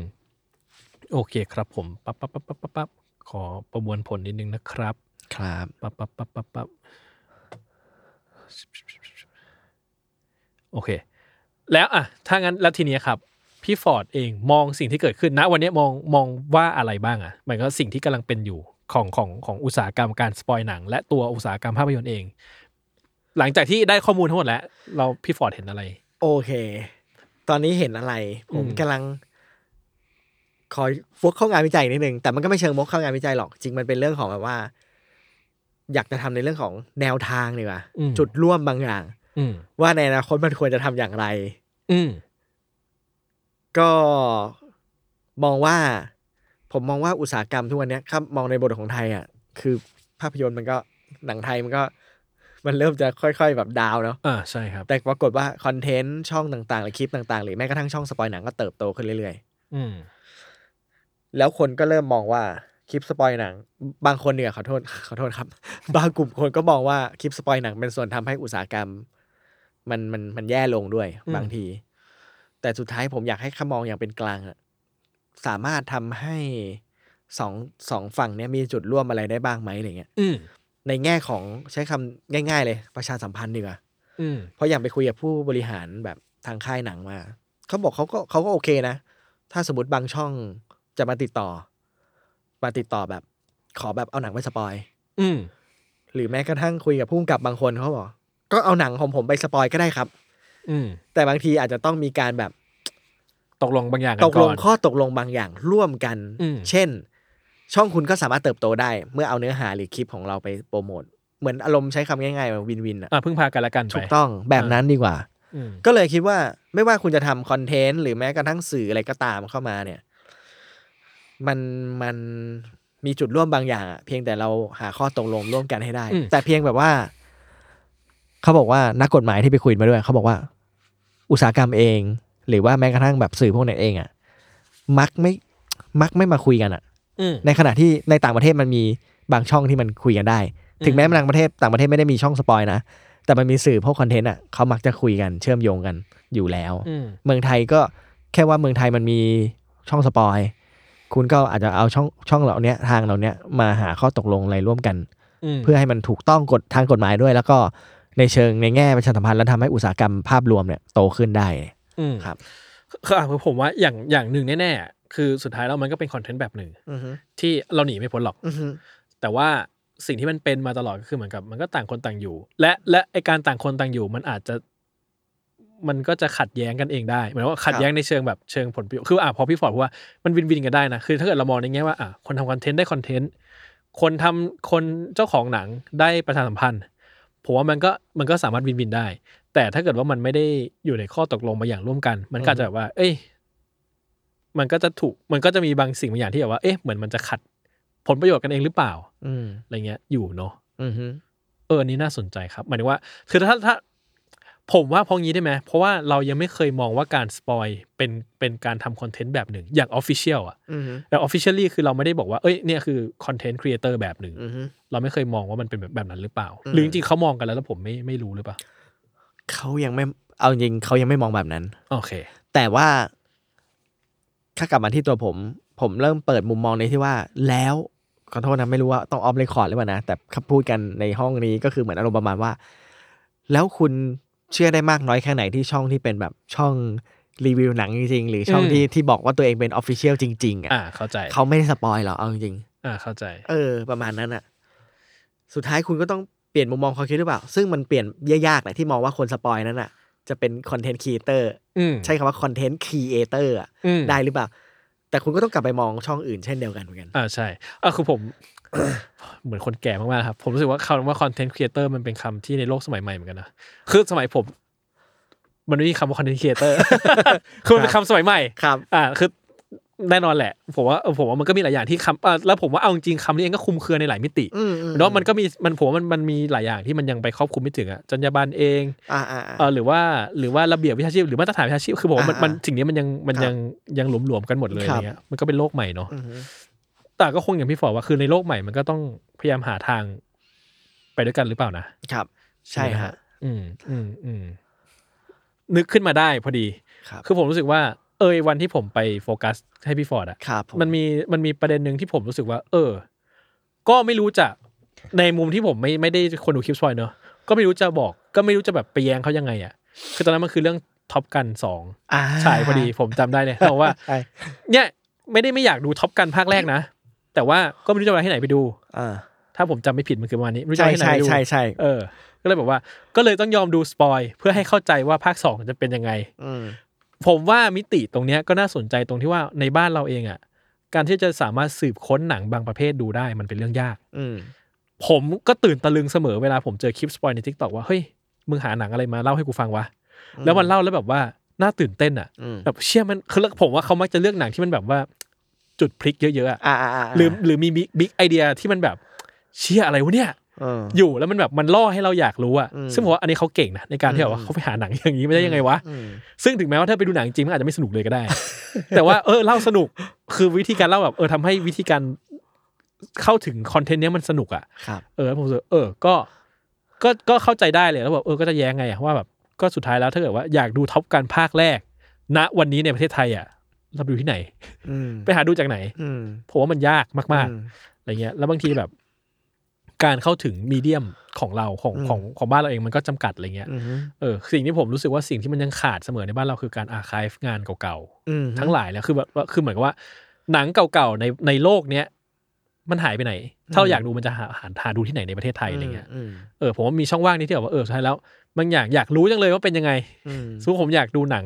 [SPEAKER 2] โอเคครับผมปั๊บปั๊บปั๊บปั๊บปั๊บปั๊บขอประมวลผลนิดนึงนะครับ
[SPEAKER 3] ครับ
[SPEAKER 2] ปั๊บปั๊บปั๊บปั๊บปั๊บโอเค แล้วอ่ะถ้างั้นแล้วทีเนี้ยครับ พี่ฟอร์ดเองมองสิ่งที่เกิดขึ้นนะ วันเนี้ยมองมองว่าอะไรบ้างอะ่ะหมายก็สิ่งที่กำลังเป็นอยู่ของของของอุตสาหกรรมการสปอยหนัง และตัวอุตสาหกรรมภาพยนตร์เอง หลังจากที่ได้ข้อมูลทั้งหมดแล้ว เราพี่ฟอร์ดเห็นอะไร
[SPEAKER 3] โอเค ตอนนี้เห็นอะไร ผม
[SPEAKER 2] อืม
[SPEAKER 3] กำลัง คอยฟกเข้างานวิจัยนิดนึง แต่มันก็ไม่เชิงมกเข้างานวิจัยหรอก จริงมันเป็นเรื่องของแบบว่า อยากจะทำในเรื่องของแนวทางดีกว่า
[SPEAKER 2] อืม
[SPEAKER 3] จุดร่วมบางอย่าง
[SPEAKER 2] อืม
[SPEAKER 3] ว่าในอนาคตมันควรจะทำอย่างไร
[SPEAKER 2] อืม
[SPEAKER 3] ก็มองว่า ผมมองว่าอุตสาหกรรมทุกวันเนี้ยครับมองในบทของไทยอ่ะคือภาพยนตร์มันก็หนังไทยมันก็ มันเริ่มจะค่อย ๆ แบบดาวน์เนาะ
[SPEAKER 2] อ่าใช่ครับ
[SPEAKER 3] แต่ปรากฏว่าคอนเทนต์ช่องต่างๆ หรือคลิปต่างๆ หรือแม้กระทั่งช่องสปอยหนังก็เติบโตขึ้นเรื่อย
[SPEAKER 2] อืม
[SPEAKER 3] ๆ แล้วคนก็เริ่มมองว่าคลิปสปอยหนัง บางคนเนี่ยขอโทษ ขอโทษครับ บางกลุ่มคนก็มองว่าคลิปสปอยหนังเป็นส่วนทำให้อุตสาหกรรม มันมันมันแย่ลงด้วย
[SPEAKER 2] อืม
[SPEAKER 3] บางที แต่สุดท้ายผมอยากให้เขามองอย่างเป็นกลางอะสามารถทำให้สองสองฝั่งเนี่ยมีจุดร่วมอะไรได้บ้างไหมอะไรเงี้ย
[SPEAKER 2] อืม
[SPEAKER 3] ในแง่ของใช้คำง่าย ๆ เลยประชาสัมพันธ์ดีกว่า
[SPEAKER 2] อืม
[SPEAKER 3] เพราะอย่างไปคุยกับผู้บริหารแบบทางค่ายหนังมา เขาบอกเขาก็เขาก็โอเคนะ ถ้าสมมติบางช่องจะมาติดต่อ มาติดต่อแบบ ขอแบบเอาหนังไปสปอย
[SPEAKER 2] อืม
[SPEAKER 3] หรือแม้กระทั่งคุยกับผู้กำกับบางคนเขาบอก ก็เอาหนังของผมไปสปอยก็ได้ครับ
[SPEAKER 2] อืม
[SPEAKER 3] แต่บางทีอาจจะต้องมีการแบบ
[SPEAKER 2] ตกลงบางอย่างกั
[SPEAKER 3] ต
[SPEAKER 2] น
[SPEAKER 3] ก
[SPEAKER 2] ก่
[SPEAKER 3] ล
[SPEAKER 2] อง น
[SPEAKER 3] ข้อตกลงบางอย่างร่วมกัน
[SPEAKER 2] อืม
[SPEAKER 3] เช่น ช่องคุณก็สามารถเติบโตได้ เมื่อเอาเนื้อหาหรือคลิปของเราไปโปรโมทเหมือนอารมณ์ใช้คำง่ายๆแบบวินวินอะ
[SPEAKER 2] อ่าพึ่งพากันละกันไป
[SPEAKER 3] ถูกต้องแบบนั้นดีกว่า
[SPEAKER 2] อืม
[SPEAKER 3] ก็เลยคิดว่าไม่ว่าคุณจะทำคอนเทนต์หรือแม้กระทั่งสื่ออะไรก็ตามเข้ามาเนี่ย มันมันมีจุดร่วมบางอย่างอะเพียงแต่เราหาข้อตกลงร่วมกันให้ได้ แต่เพียงแบบว่า เขาบอกว่านักกฎหมายที่ไปคุยมาด้วยเขาบอกว่า อุตสาหกรรมเอง หรือว่าแม้กระทั่งแบบสื่อพวกนั้นเองอะมักไม่มักไม่มาคุยกันอะ
[SPEAKER 2] อืม
[SPEAKER 3] ในขณะที่ในต่างประเทศมันมีบางช่องที่มันคุยกันได้
[SPEAKER 2] อืม
[SPEAKER 3] ถึงแม้ต่างประเทศต่างประเทศไม่ได้มีช่องสปอยนะแต่มันมีสื่อพวกคอนเทนต์อ่ะเขามักจะคุยกันเชื่อมโยงกันอยู่แล้ว
[SPEAKER 2] อืม
[SPEAKER 3] เมืองไทยก็แค่ว่าเมืองไทยมันมีช่องสปอย คุณก็อาจจะเอาช่องช่องเหล่าเนี้ยทางเหล่าเนี้ยมาหาข้อตกลงอะไรร่วมกัน
[SPEAKER 2] อืม
[SPEAKER 3] เพื่อให้มันถูกต้องกฎทางกฎหมายด้วย แล้วก็ในเชิงในแง่ประชาสัมพันธ์แล้วทำให้อุตสาหกรรมภาพรวมเนี่ยโตขึ้นได้
[SPEAKER 2] อืม
[SPEAKER 3] ครับ
[SPEAKER 2] คืออ่ะผมว่าอย่างอย่างหนึ่งแน่ๆคือสุดท้ายแล้วมันก็เป็นคอนเทนต์แบบหนึ่ง ที่เราหนีไม่พ้นหรอก แต่ว่าสิ่งที่มันเป็นมาตลอดก็คือเหมือนกับ มันก็ต่างคนต่างอยู่ และและไอการต่างคนต่างอยู่ มันอาจจะ มันก็จะขัดแย้งกันเองได้หมายความว่าขัดแย้งในเชิงแบบเชิงผลประโยชน์คืออ่ะพอพี่ฟอร์ดพูดว่ามันวินวินกันได้นะคือ ถ้าเกิดเรามองในแง่ว่าอ่ะคนทำคอนเทนต์ได้คอนเทนต์คนทำคนเจ้าของหนังได้ประชาสัมพันธ์ผมว่ามันก็มันก็สามารถวินวินได้ แต่ถ้าเกิดว่ามันไม่ได้อยู่ในข้อตกลงบางอย่างร่วมกัน มันก็อาจจะแบบว่า เอ้ย มันก็จะถูก มันก็จะมีบางสิ่งบางอย่างที่แบบว่า เอ๊ะ เหมือนมันจะขัดผลประโยชน์กันเองหรือเปล่า
[SPEAKER 3] อืม
[SPEAKER 2] อะไรเงี้ย อยู่เนาะ
[SPEAKER 3] อืม
[SPEAKER 2] เอออันนี้น่าสนใจครับ หมายถึงว่า คือถ้าถ้า ผมว่าเพราะงี้ได้ไหม เพราะว่าเรายังไม่เคยมองว่าการสปอยเป็น เป็นการทำคอนเทนต์แบบหนึ่ง อย่างออฟฟิเชียลอะ
[SPEAKER 3] อืม
[SPEAKER 2] แต่ออฟฟิเชียลี่คือเราไม่ได้บอกว่า เอ้ย เนี่ยคือคอนเทนต์ครีเอเตอร์แบบหนึ่ง
[SPEAKER 3] อืม
[SPEAKER 2] เราไม่เคยมองว่ามันเป็นแบบแบบนั้นหรือเปล่า
[SPEAKER 3] อืม
[SPEAKER 2] หรือจริงๆเขามองกันแล้วแล้วผมไม่ ไม่รู้หรือเปล่า
[SPEAKER 3] เขายังไม่เอาจริงเขายังไม่มองแบบนั้น
[SPEAKER 2] โอเค
[SPEAKER 3] แต่ว่าถ้ากลับมาที่ตัวผม ผมเริ่มเปิดมุมมองในที่ว่าแล้วขอโทษนะไม่รู้ว่าต้องออฟเรคคอร์ดหรือเปล่านะ แต่คำพูดกันในห้องนี้ก็คือเหมือนอารมณ์ประมาณว่า แล้วคุณเชื่อได้มากน้อยแค่ไหนที่ช่องที่เป็นแบบช่องรีวิวหนังจริงๆ หรือช่อง
[SPEAKER 2] อืม
[SPEAKER 3] ที่ที่บอกว่าตัวเองเป็นออฟฟิเชียลจริง ๆ อ่ะ
[SPEAKER 2] อ่า เข้าใจ
[SPEAKER 3] เขาไม่ได้สปอยหรอกเอาจริง
[SPEAKER 2] อ่า เข้าใจ
[SPEAKER 3] ๆเออ ประมาณนั้นอ่ะ สุดท้ายคุณก็ต้อง เปลี่ยนมุมมองความคิดหรือเปล่า ซึ่งมันเปลี่ยนยากๆแหละที่มองว่าคนสปอยนั้นอ่ะ จะเป็นคอนเทนต์ครีเอเตอร์
[SPEAKER 2] อืม
[SPEAKER 3] ใช้คำว่าคอนเทนต์ครีเอเตอร์อะ
[SPEAKER 2] อืม
[SPEAKER 3] ได้หรือเปล่า แต่คุณก็ต้องกลับไปมองช่องอื่นเช่นเดียวกันเหมือนกัน
[SPEAKER 2] อ่าใช่อ่ะคือผม เหมือนคนแก่มากๆครับ ผมรู้สึกว่าคำว่าคอนเทนต์ครีเอเตอร์มันเป็นคำที่ในโลกสมัยใหม่เหมือนกันนะ คือสมัยผม มันไม่มีคำว่าคอนเทนต์ครีเอเตอร์ คือมันเป็นคำสมัยใหม่
[SPEAKER 3] ครับ
[SPEAKER 2] อ่าคือแน่นอนแหละ ผมว่าเออผมว่ามันก็มีหลายอย่างที่คำอ่ะแล้วผมว่าเอาจริงๆคำนี้เองก็คลุมเครือในหลายมิติ
[SPEAKER 3] อืมอื
[SPEAKER 2] เนาะมันก็มีมันผมว่ามันมันมีหลายอย่างที่มันยังไปครอบคลุมไม่ถึงอะจรรยาบรรณเอง
[SPEAKER 3] อ่าอ่า
[SPEAKER 2] เอ
[SPEAKER 3] อ่า
[SPEAKER 2] อหรือว่าหรือว่าระเบียบวิชาชีพ หรือมาตรฐานวิชาชีพคือผมว่ามัน
[SPEAKER 3] อ่ามั
[SPEAKER 2] มันสิ่งนี้มันยังมัน
[SPEAKER 3] ครับ
[SPEAKER 2] ยังยังหลวมๆกันหมดเลยอ
[SPEAKER 3] ครับ
[SPEAKER 2] ย่างเงี้ยมันก็เป็นโลกใหม่เนาะ
[SPEAKER 3] อืม
[SPEAKER 2] แต่ก็คงอย่างพี่ฟอว่าคือในโลกใหม่มันก็ต้องพยายามหาทางไปด้วยกันหรือเปล่านะครับ
[SPEAKER 3] ใช่
[SPEAKER 2] ไหม
[SPEAKER 3] ฮะ
[SPEAKER 2] อืมอืมอืมนึกขึ้นมาได้พอดี
[SPEAKER 3] ครับ
[SPEAKER 2] คือผมรู้สึกว่า เอยวันที่ผมไปโฟกัสให้พี่ฟอร์ดอะ
[SPEAKER 3] ครับผ
[SPEAKER 2] มันมีมันมีประเด็นหนึ่งที่ผมรู้สึกว่า เออ ก็ไม่รู้จะในมุมที่ผมไม่ไม่ได้คนดูคลิปสปอยเนอะก็ไม่รู้จะบอก ก็ไม่รู้จะแบบไปแย้งเขายังไงอะคือตอนนั้นมันคือเรื่องท็อปกันสอง
[SPEAKER 3] อ่
[SPEAKER 2] ฉายพอดี ผมจำได้เลย เพราะว่า
[SPEAKER 3] ใช่
[SPEAKER 2] เนี่ยไม่ได้ไม่อยากดูท็อปกันภาคแรกนะ แต่ว่าก็ไม่รู้จะไปที่ไหนไปดู
[SPEAKER 3] อ่า
[SPEAKER 2] ถ้าผมจำไม่ผิดมันคือประมาณนี้ไม่รู้จะ
[SPEAKER 3] ใช่
[SPEAKER 2] ไปที่ไหน
[SPEAKER 3] ใช่
[SPEAKER 2] ไปดู
[SPEAKER 3] ใช่ใช่
[SPEAKER 2] เออ ก็เลยบอกว่า ก็เลยต้องยอมดูสปอยเพื่อให้เข้าใจว่าภาคสองจะเป็นยังไง
[SPEAKER 3] อืม
[SPEAKER 2] ผมว่ามิติตรงเนี้ยก็น่าสนใจตรงที่ว่าในบ้านเราเองอ่ะ การที่จะสามารถสืบค้นหนังบางประเภทดูได้มันเป็นเรื่องยาก
[SPEAKER 3] อืม
[SPEAKER 2] ผมก็ตื่นตะลึงเสมอเวลาผมเจอคลิปสปอยในทิกตอกว่าเฮ้ยมึงหาหนังอะไรมาเล่าให้กูฟังวะแล้วมันเล่าแล้วแบบว่าน่าตื่นเต้นอ่ะ
[SPEAKER 3] อืม
[SPEAKER 2] แบบเชื่อมันคือผมว่าเขามักจะเลือกหนังที่มันแบบว่าจุดพลิกเยอะๆอะ
[SPEAKER 3] อ่าอ่าา
[SPEAKER 2] หรือหรือมีบิ๊กไอเดียที่มันแบบเชี่ยอะไรวะเนี่ย
[SPEAKER 3] เออ
[SPEAKER 2] อยู่แล้วมันแบบมันล่อให้เราอยากรู้อะ
[SPEAKER 3] อืม
[SPEAKER 2] ซึ่งผมว่าอันนี้เขาเก่งนะในการที่แบบว่า
[SPEAKER 3] อืม
[SPEAKER 2] เขาไปหาหนัง อย่างนี้ไม่ได้ยังไงวะ
[SPEAKER 3] อืม
[SPEAKER 2] ซึ่งถึงแม้ว่าถ้าไปดูหนังจริงมันอาจจะไม่สนุกเลยก็ได้ แต่ว่าเออ เล่าสนุกคือวิธีการเล่าแบบเออทำให้วิธีการเข้าถึงคอนเทนต์เนี้ยมันสนุกอะ
[SPEAKER 3] ครับ
[SPEAKER 2] เออผมรู้สึกเออก็ก็ก็เข้าใจได้เลยแล้วแบบเออก็จะแย้งไงอะว่าแบบก็สุดท้ายแล้วถ้าเกิดว่าอยากดูท็อปการภาคแรก ณวันนี้ในประเทศไทยอะเราดูที่ไหน
[SPEAKER 3] อืม
[SPEAKER 2] ไปหาดูจากไหน
[SPEAKER 3] อืม
[SPEAKER 2] ผมว่ามันยากมากๆ
[SPEAKER 3] อืม
[SPEAKER 2] อะไรเงี้ยแล้วบางทีแบบ การเข้าถึงมีเดียมของเราของ
[SPEAKER 3] อืม
[SPEAKER 2] ของของบ้านเราเองมันก็จำกัดอะไรเงี้ย
[SPEAKER 3] อืม
[SPEAKER 2] เออสิ่งที่ผมรู้สึกว่าสิ่งที่มันยังขาดเสมอในบ้านเราคือการอาคายงานเก่า
[SPEAKER 3] อืม
[SPEAKER 2] ๆ ทั้งหลายแล้วคือแบบว่าคือเหมือนกับว่า หนังเก่าๆในในโลกเนี้ยมันหายไปไหน ถ้าเราอยากดูมันจะหาหาหาดูที่ไหนในประเทศไทยอะไรเงี้ย
[SPEAKER 3] อืม
[SPEAKER 2] เออผมว่ามีช่องว่างนี้ที่แบบว่าเออใช่แล้วบางอย่างอยากรู้จังเลยว่าเป็นยังไง
[SPEAKER 3] อืม
[SPEAKER 2] ซึ่งผมอยากดูหนัง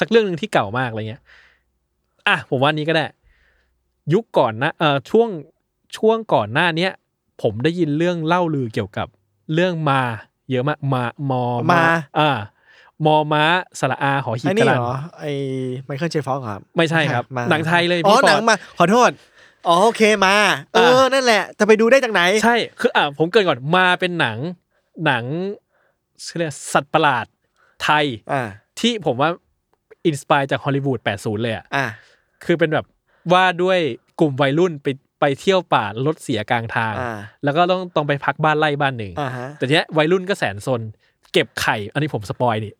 [SPEAKER 2] สักเรื่องหนึ่งที่เก่ามากอะไรเงี้ย อ่ะผมว่านี้ก็ได้ ยุคก่อนนะเอ่อช่วงช่วงก่อนหน้าเนี้ยผมได้ยินเรื่องเล่าลือเกี่ยวกับเรื่องมา เยอะมากมามอ
[SPEAKER 3] มา
[SPEAKER 2] อ่า มอม้าสระอาหอหีบก
[SPEAKER 3] ไอ้
[SPEAKER 2] ระ
[SPEAKER 3] นี่
[SPEAKER 2] ลัน
[SPEAKER 3] เหรอไอ้ไมเคิลเจฟอกครับ
[SPEAKER 2] ไม่ใช่ครับ
[SPEAKER 3] มา
[SPEAKER 2] หนังไทยเลย
[SPEAKER 3] อ๋อ
[SPEAKER 2] พี่ป
[SPEAKER 3] ห
[SPEAKER 2] อ
[SPEAKER 3] นัง
[SPEAKER 2] ด
[SPEAKER 3] มาขอโทษอ๋อโอเคมา เอ
[SPEAKER 2] อ่า
[SPEAKER 3] อ นั่นแหละ จะไปดูได้จากไหน
[SPEAKER 2] ใช่คืออ่ะผมเกรินก่อนมาเป็นหนัง หนังเรียกสัตว์ประหลาดไทย
[SPEAKER 3] อ่า
[SPEAKER 2] ที่ผมว่าอินสปายจากฮอลลีวูด80 เลยอะ
[SPEAKER 3] อ่า
[SPEAKER 2] คือเป็นแบบว่าด้วยกลุ่มวัยรุ่นไปไปเที่ยวป่ารถเสียกลางทาง
[SPEAKER 3] อ่า
[SPEAKER 2] แล้วก็ต้องต้องไปพักบ้านไร่บ้านหนึ่ง
[SPEAKER 3] อ่าฮะ
[SPEAKER 2] แต่เนี้ยวัยรุ่นก็แสนซนเก็บไข่ อันนี้ผมสปอยนี่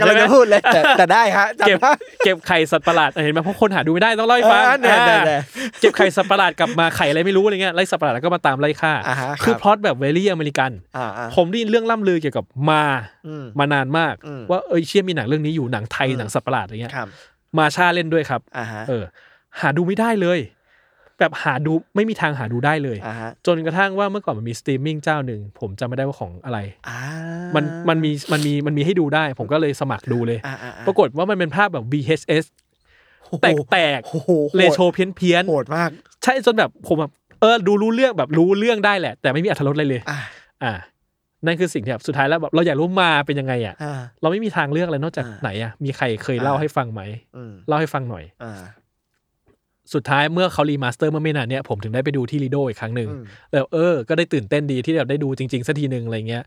[SPEAKER 3] กำลังจะ พูดเลย แต่แต่ได้ฮะ จำ
[SPEAKER 2] เก็บ
[SPEAKER 3] ได้
[SPEAKER 2] เก็บไข่สัตว์ประหลาดเห็นไหมเพราะคนหาดูไม่ได้ต้องเล่าให้ฟัง
[SPEAKER 3] อ่าเนี่ยเนี่ยเนี่ย
[SPEAKER 2] เก็บไข่สัตว์ประหลาดกลับมาไข่อะไรไม่รู้อะไรเงี้ยไล่สัตว์ประหลาดแล้วก็มาตามไล่ฆ่า
[SPEAKER 3] อ่าฮะครับ
[SPEAKER 2] คือพล็อตแบบเวลี่อเมริกัน
[SPEAKER 3] อ่าอ่า
[SPEAKER 2] ผมได้ยินเรื่องล่ำลือเกี่ยวกับมา
[SPEAKER 3] อืม
[SPEAKER 2] มานานมาก
[SPEAKER 3] อืม
[SPEAKER 2] ว่าเอ้ยเชี่ยมีหนังเรื่องนี้อยู่หนังไทย
[SPEAKER 3] อืม
[SPEAKER 2] หนังสัตว์ประหลาดอะไรเงี้ย
[SPEAKER 3] ครับ
[SPEAKER 2] มาชาเล่นด้วยครับ
[SPEAKER 3] อ่าฮะ
[SPEAKER 2] เออหาดูไม่ได้เลย แบบหาดูไม่มีทางหาดูได้เลย
[SPEAKER 3] อ่าฮะ
[SPEAKER 2] จนกระทั่งว่าเมื่อก่อนมันมีสตรีมมิ่งเจ้าหนึ่งผมจำไม่ได้ว่าของอะไร
[SPEAKER 3] อ่า
[SPEAKER 2] มั
[SPEAKER 3] มัน
[SPEAKER 2] มันมีมันมีมันมีให้ดูได้ ผมก็เลยสมัครดูเลย
[SPEAKER 3] อ่าอ่า
[SPEAKER 2] ปรากฏว่ามันเป็นภาพแบบ VHS แตกแตก
[SPEAKER 3] โอ้โห
[SPEAKER 2] เลโชเพี้ยนเพี้ยน
[SPEAKER 3] โหดมาก
[SPEAKER 2] ใช่จนแบบผมแบบเออดูรู้เรื่องแบบรู้เรื่องได้แหละ แต่ไม่มีอรรถรสอะไรเลย
[SPEAKER 3] อ่า
[SPEAKER 2] อ่า นั่นคือสิ่งที่แบบสุดท้ายแล้วแบบเราอยากรู้มาเป็นยังไงอ่ะ
[SPEAKER 3] อ่า
[SPEAKER 2] เราไม่มีทางเลือกอะไรนอกจาก
[SPEAKER 3] อ่า
[SPEAKER 2] ไหนอ่ะมีใครเคยเล่า
[SPEAKER 3] อ่า
[SPEAKER 2] ให้ฟังไหม
[SPEAKER 3] อืม
[SPEAKER 2] เล่าให้ฟังหน่อย
[SPEAKER 3] อ่า
[SPEAKER 2] สุดท้ายเมื่อเขารีมาสเตอร์เมื่อไม่นานเนี่ยผมถึงได้ไปดูที่ลีโดอีกครั้งหนึ่ง
[SPEAKER 3] อืม
[SPEAKER 2] แล้วเออ ก็ได้ตื่นเต้นดีที่แบบได้ดูจริงๆสักทีหนึ่งอะไรเงี้ย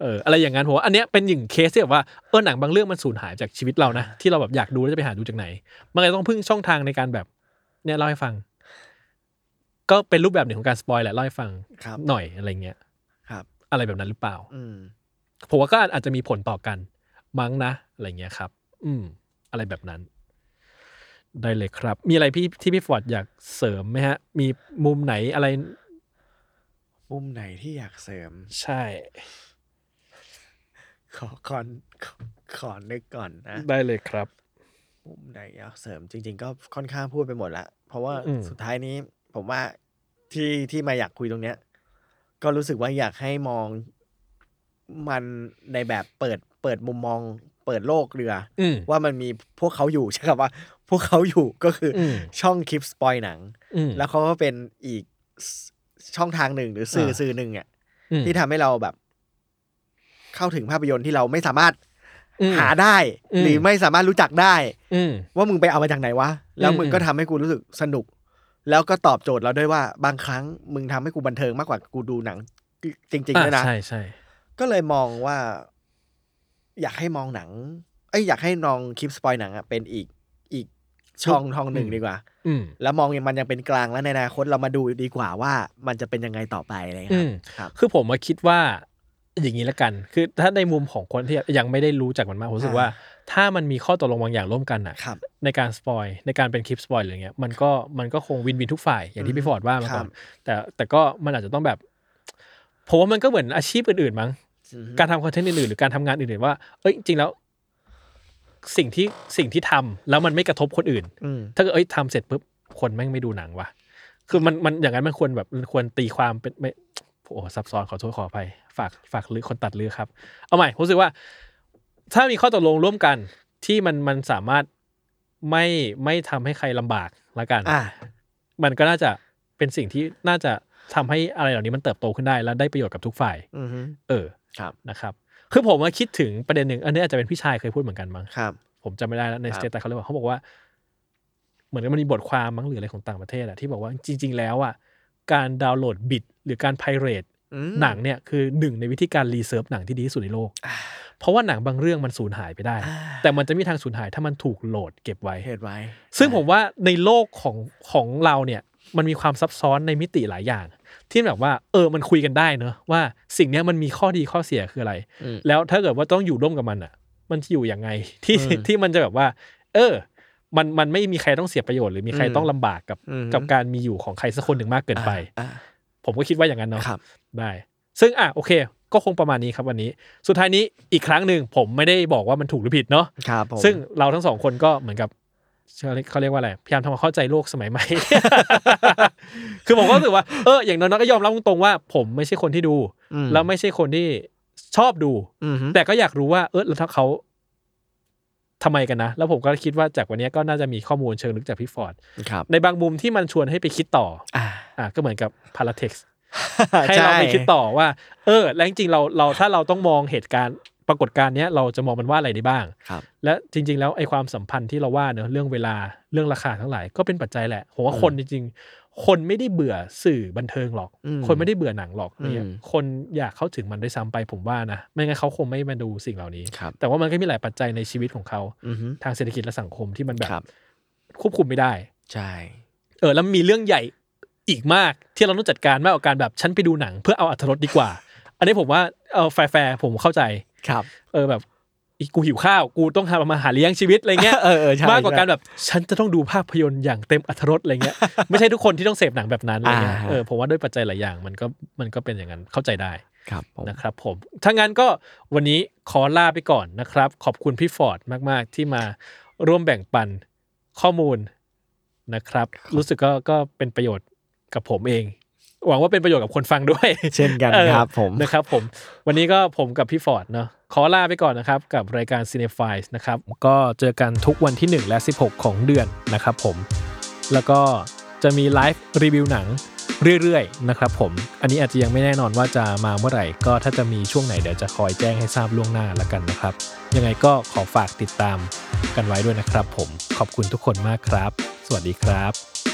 [SPEAKER 2] เอออะไรอย่างนั้นผมว่าอันเนี้ยเป็นหนึ่งเคสที่แบบว่าเออหนังบางเรื่องมันสูญหายจากชีวิตเรานะที่เราแบบอยากดูแล้วจะไปหาดูจากไหน มันก็เลยต้องพึ่งช่องทางในการแบบเนี่ยเล่าให้ฟัง ก็เป็นรูปแบบหนึ่งของการสปอยแหละเล่าให้ฟัง
[SPEAKER 3] ครับ
[SPEAKER 2] หน่อยอะไรเงี้ย
[SPEAKER 3] ครับ
[SPEAKER 2] อะไรแบบนั้นหรือเปล่า
[SPEAKER 3] อืม
[SPEAKER 2] ผมว่าก็อาจจะมีผลต่อกันมั้งนะอะไรเงี้ยครับ อืม อะไรแบบนั้น ได้เลยครับ มีอะไรพี่ที่พี่ฟอร์ดอยากเสริมไหมฮะ มีมุมไหนอะไร
[SPEAKER 3] มุมไหนที่อยากเสริม
[SPEAKER 2] ใช่
[SPEAKER 3] ขอก่อนขอขอนึกก่อนนะ
[SPEAKER 2] ได้เลยครับ
[SPEAKER 3] มุมไหนอยากเสริมจริง ๆ ก็ค่อนข้างพูดไปหมดละเพราะว่า
[SPEAKER 2] อืม
[SPEAKER 3] สุดท้ายนี้ ผมว่าที่ที่มาอยากคุยตรงเนี้ย ก็รู้สึกว่าอยากให้มองมันในแบบเปิดเปิดมุมมอง เปิดโลกเรือ
[SPEAKER 2] อืม
[SPEAKER 3] ว่ามันมีพวกเขาอยู่ใช่ ครับว่า พวกเขาอยู่ก็คืออ
[SPEAKER 2] ม
[SPEAKER 3] ช่องคลิปสปอยหนัง
[SPEAKER 2] อืม
[SPEAKER 3] แล้วเขาก็เป็นอีกสช่องทางหนึ่งหรือสื่อ
[SPEAKER 2] อ่า
[SPEAKER 3] สื่อหนึ่งอ่ะ
[SPEAKER 2] อืม
[SPEAKER 3] ที่ทำให้เราแบบ เข้าถึงภาพยนตร์ที่เราไม่สามารถ
[SPEAKER 2] อืม
[SPEAKER 3] หาได้
[SPEAKER 2] อืม
[SPEAKER 3] หรือไม่สามารถรู้จักได้
[SPEAKER 2] อืม
[SPEAKER 3] ว่ามึงไปเอามาจากไหนวะ แล้วมึง
[SPEAKER 2] อืม
[SPEAKER 3] ก็ทำให้กูรู้สึกสนุก แล้วก็ตอบโจทย์เราด้วยว่าบางครั้งมึงทำให้กูบันเทิงมากกว่ากูดูหนังจริงๆด้วยนะ
[SPEAKER 2] อ่ะใช่ใช่
[SPEAKER 3] ก็เลยมองว่า อยากให้มองหนัง เอ้ยอยากให้นองคลิปสปอยหนังอะเป็นอีกอีกช่องทองหนึ่ง
[SPEAKER 2] อืม
[SPEAKER 3] ดีกว่า
[SPEAKER 2] อืม
[SPEAKER 3] แล้วมองมันยังเป็นกลางแล้วในอนาคตเรามาดูดีกว่าว่ามันจะเป็นยังไงต่อไปอะไร
[SPEAKER 2] อื
[SPEAKER 3] ครั
[SPEAKER 2] ม
[SPEAKER 3] บครับ
[SPEAKER 2] คือผมมาคิดว่าอย่างนี้ละกัน คือถ้าในมุมของคนที่ยังไม่ได้รู้จักมันมากผมรู้สึก
[SPEAKER 3] อ่า
[SPEAKER 2] ว่า ถ้ามันมีข้อตกลงบางอย่างร่วมกันอ่ะ
[SPEAKER 3] ครับ
[SPEAKER 2] ในการสปอยในการเป็นคลิปสปอยหรืออย่างเงี้ยมันก็มันก็คงวินวินทุกฝ่ายอย่างที่พี่ฟอร์ดว่ามาก่อน
[SPEAKER 3] ครับ
[SPEAKER 2] แต่แต่ก็มันอาจจะต้องแบบผมว่ามันก็เหมือนอาชีพอื่นๆมั้ง
[SPEAKER 3] อืม
[SPEAKER 2] การทำคอนเทนต์อื่นๆหรือการทำงานอื่นๆว่า เอ้ยจริงๆแล้ว สิ่งที่สิ่งที่ทำแล้วมันไม่กระทบคนอื่น
[SPEAKER 3] อืม
[SPEAKER 2] ถ้าเกิดเอ้ยทำเสร็จปุ๊บคนแม่งไม่ดูหนังว่ะ คือมันมันอย่างนั้นมันควรแบบมันควรตีความเป็นไม่โอ้ซับซ้อนขอโทษขออภัยฝากฝากลือคนตัดลือครับ เอาใหม่ผมรู้สึกว่า ถ้ามีข้อตกลงร่วมกันที่มันมันสามารถไม่ไม่ทำให้ใครลำบากละกัน
[SPEAKER 3] อ่า
[SPEAKER 2] มันก็น่าจะเป็นสิ่งที่น่าจะทำให้อะไรเหล่านี้มันเติบโตขึ้นได้และได้ประโยชน์กับทุกฝ่าย
[SPEAKER 3] อืม
[SPEAKER 2] เออ
[SPEAKER 3] ครับ
[SPEAKER 2] นะครับ คือผมว่าคิดถึงประเด็นหนึ่ง อันนี้อาจจะเป็นพี่ชายเคยพูดเหมือนกันมั้ง
[SPEAKER 3] ครับ
[SPEAKER 2] ผมจำไม่ได้แล้วใน
[SPEAKER 3] ค
[SPEAKER 2] ส
[SPEAKER 3] รับ
[SPEAKER 2] เตตัสเขาเลยว่าเขาบอกว่า เหมือนมันมีบทความมั้งหรืออะไรของต่างประเทศอะที่บอกว่าจริง ๆ แล้วอะการดาวน์โหลดบิดหรือการไพเรต
[SPEAKER 3] อืม
[SPEAKER 2] หนังเนี่ยคือหนึ่งในวิธีการรีเซิร์ฟหนังที่ดีที่สุดในโลก เพราะว่าหนังบางเรื่องมันสูญหายไปได้
[SPEAKER 3] อ่า
[SPEAKER 2] แต่มันจะมีทางสูญหายถ้ามันถูกโหลดเก็บไว้
[SPEAKER 3] เหตุไว้
[SPEAKER 2] ซึ่งผมว่าในโลกของของเราเนี่ยมันมีความซับซ้อนในมิติหลายอย่าง ที่แบบว่า เออมันคุยกันได้เนอะว่าสิ่งเนี้ยมันมีข้อดีข้อเสียคืออะไร
[SPEAKER 3] อืม
[SPEAKER 2] แล้วถ้าเกิดว่าต้องอยู่ร่วมกับมันอ่ะ มันจะอยู่ยังไงที่
[SPEAKER 3] อืม
[SPEAKER 2] ที่มันจะแบบว่า เออ มันมันไม่มีใครต้องเสียประโยชน์หรือมีใคร
[SPEAKER 3] อืม
[SPEAKER 2] ต้องลำบากกับ
[SPEAKER 3] อืม
[SPEAKER 2] กับการมีอยู่ของใครสักคนหนึ่งมากเกินไป
[SPEAKER 3] อ่า
[SPEAKER 2] ผมก็คิดว่าอย่างนั้น
[SPEAKER 3] อ่า
[SPEAKER 2] เนาะ
[SPEAKER 3] ครับ
[SPEAKER 2] ได้ ซึ่งอ่ะโอเค ก็คงประมาณนี้ครับวันนี้ สุดท้ายนี้อีกครั้งหนึ่งผมไม่ได้บอกว่ามันถูกหรือผิดเนาะ
[SPEAKER 3] ครับผม
[SPEAKER 2] ซึ่งเราทั้งสองคนก็เหมือนกับเขาเรียกว่าอะไรพยายามทำความเข้าใจโลกสมัยใหม่ คือผมก็รู้สึกว่าเอออย่างน้อยๆก็ยอมรับตรงๆว่า ผมไม่ใช่คนที่ดู
[SPEAKER 3] อืม
[SPEAKER 2] แล้วไม่ใช่คนที่ชอบดู
[SPEAKER 3] อืมฮึ
[SPEAKER 2] แต่ก็อยากรู้ว่า เออแล้วถ้าเขาทำไมกันนะ แล้วผมก็คิดว่าจากวันนี้ก็น่าจะมีข้อมูลเชิงลึกจากพี่ฟอร์ด
[SPEAKER 3] ครับ
[SPEAKER 2] ในบางมุมที่มันชวนให้ไปคิดต่อ
[SPEAKER 3] อ่า
[SPEAKER 2] อ่ะก็เหมือนกับพาราเท็กซ์ให้เราไป
[SPEAKER 3] ช่
[SPEAKER 2] คิดต่อว่า เออ แล้วจริงๆเราเราถ้าเราต้องมองเหตุการณ์ปรากฏการณ์เนี้ยเราจะมองมันว่าอะไรได้บ้าง
[SPEAKER 3] ครับ
[SPEAKER 2] และจริง ๆ แล้วไอ้ความสัมพันธ์ที่เราว่าเนอะเรื่องเวลาเรื่องราคาทั้งหลายก็เป็นปัจจัยแหละผมว่า
[SPEAKER 3] อืม
[SPEAKER 2] คนจริงๆ คนไม่ได้เบื่อสื่อบันเทิงหรอก
[SPEAKER 3] อืม
[SPEAKER 2] คนไม่ได้เบื่อหนังหรอกอะไรเงี้ย
[SPEAKER 3] อืม
[SPEAKER 2] คนอยากเข้าถึงมันด้วยซ้ำไปผมว่านะไม่งั้นเขาคงไม่มาดูสิ่งเหล่านี้
[SPEAKER 3] ครับ
[SPEAKER 2] แต่ว่ามันก็มีหลายปัจจัยในชีวิตของเขา
[SPEAKER 3] อืมฮึ
[SPEAKER 2] ทางเศรษฐกิจและสังคมที่มันแบบ
[SPEAKER 3] ครับ
[SPEAKER 2] ควบคุมไม่ได้
[SPEAKER 3] ใช่
[SPEAKER 2] เออแล้วมีเรื่องใหญ่อีกมากที่เราต้องจัดการมากกว่าการแบบฉันไปดูหนัง เพื่อเอาอัตรสดีกว่า อันนี้ผมว่าเออแฟร์ๆผมเข้าใจ
[SPEAKER 3] ครับ
[SPEAKER 2] เออแบบอีกูหิวข้าว กูต้องทำมาหาเลี้ยงชีวิตอะไรเงี้ย
[SPEAKER 3] เออเออ ใช่
[SPEAKER 2] มากกว่าการ
[SPEAKER 3] ใช่
[SPEAKER 2] แบบฉันจะต้องดูภาพยนตร์อย่างเต็มอรรถรสอะไรเงี้ย ไม่ใช่ทุกคนที่ต้องเสพหนังแบบนั้นอะไรเงี้ย
[SPEAKER 3] อ่าฮะ
[SPEAKER 2] เออผมว่าด้วยปัจจัยหลายอย่างมันก็มันก็เป็นอย่างนั้นเข้าใจได้
[SPEAKER 3] ครับผม
[SPEAKER 2] นะครับผมถ้างั้นก็วันนี้ขอลาไปก่อนนะครับ ขอบคุณพี่ฟอร์ดมาก ๆ ที่มาร่วมแบ่งปันข้อมูลนะครับ รู้สึกก็ก็เป็นประโยชน์กับผมเอง หวังว่าเป็นประโยชน์กับคนฟังด้วย
[SPEAKER 3] เช่นกัน
[SPEAKER 2] เออ
[SPEAKER 3] ครับผม
[SPEAKER 2] นะครับผมวันนี้ก็ผมกับพี่ฟอร์ดเนาะขอลาไปก่อนนะครับ กับรายการ c i n e f i e s นะครับ ก็เจอกันทุกวันที่ 1 และ 16 ของเดือนนะครับผม แล้วก็จะมีไลฟ์รีวิวหนังเรื่อยๆนะครับผม อันนี้อาจจะยังไม่แน่นอนว่าจะมาเมื่อไหร่ ก็ถ้าจะมีช่วงไหนเดี๋ยวจะคอยแจ้งให้ทราบล่วงหน้าแล้วกันนะครับ ยังไงก็ขอฝากติดตามกันไว้ด้วยนะครับผมขอบคุณทุกคนมากครับ สวัสดีครับ
[SPEAKER 3] ค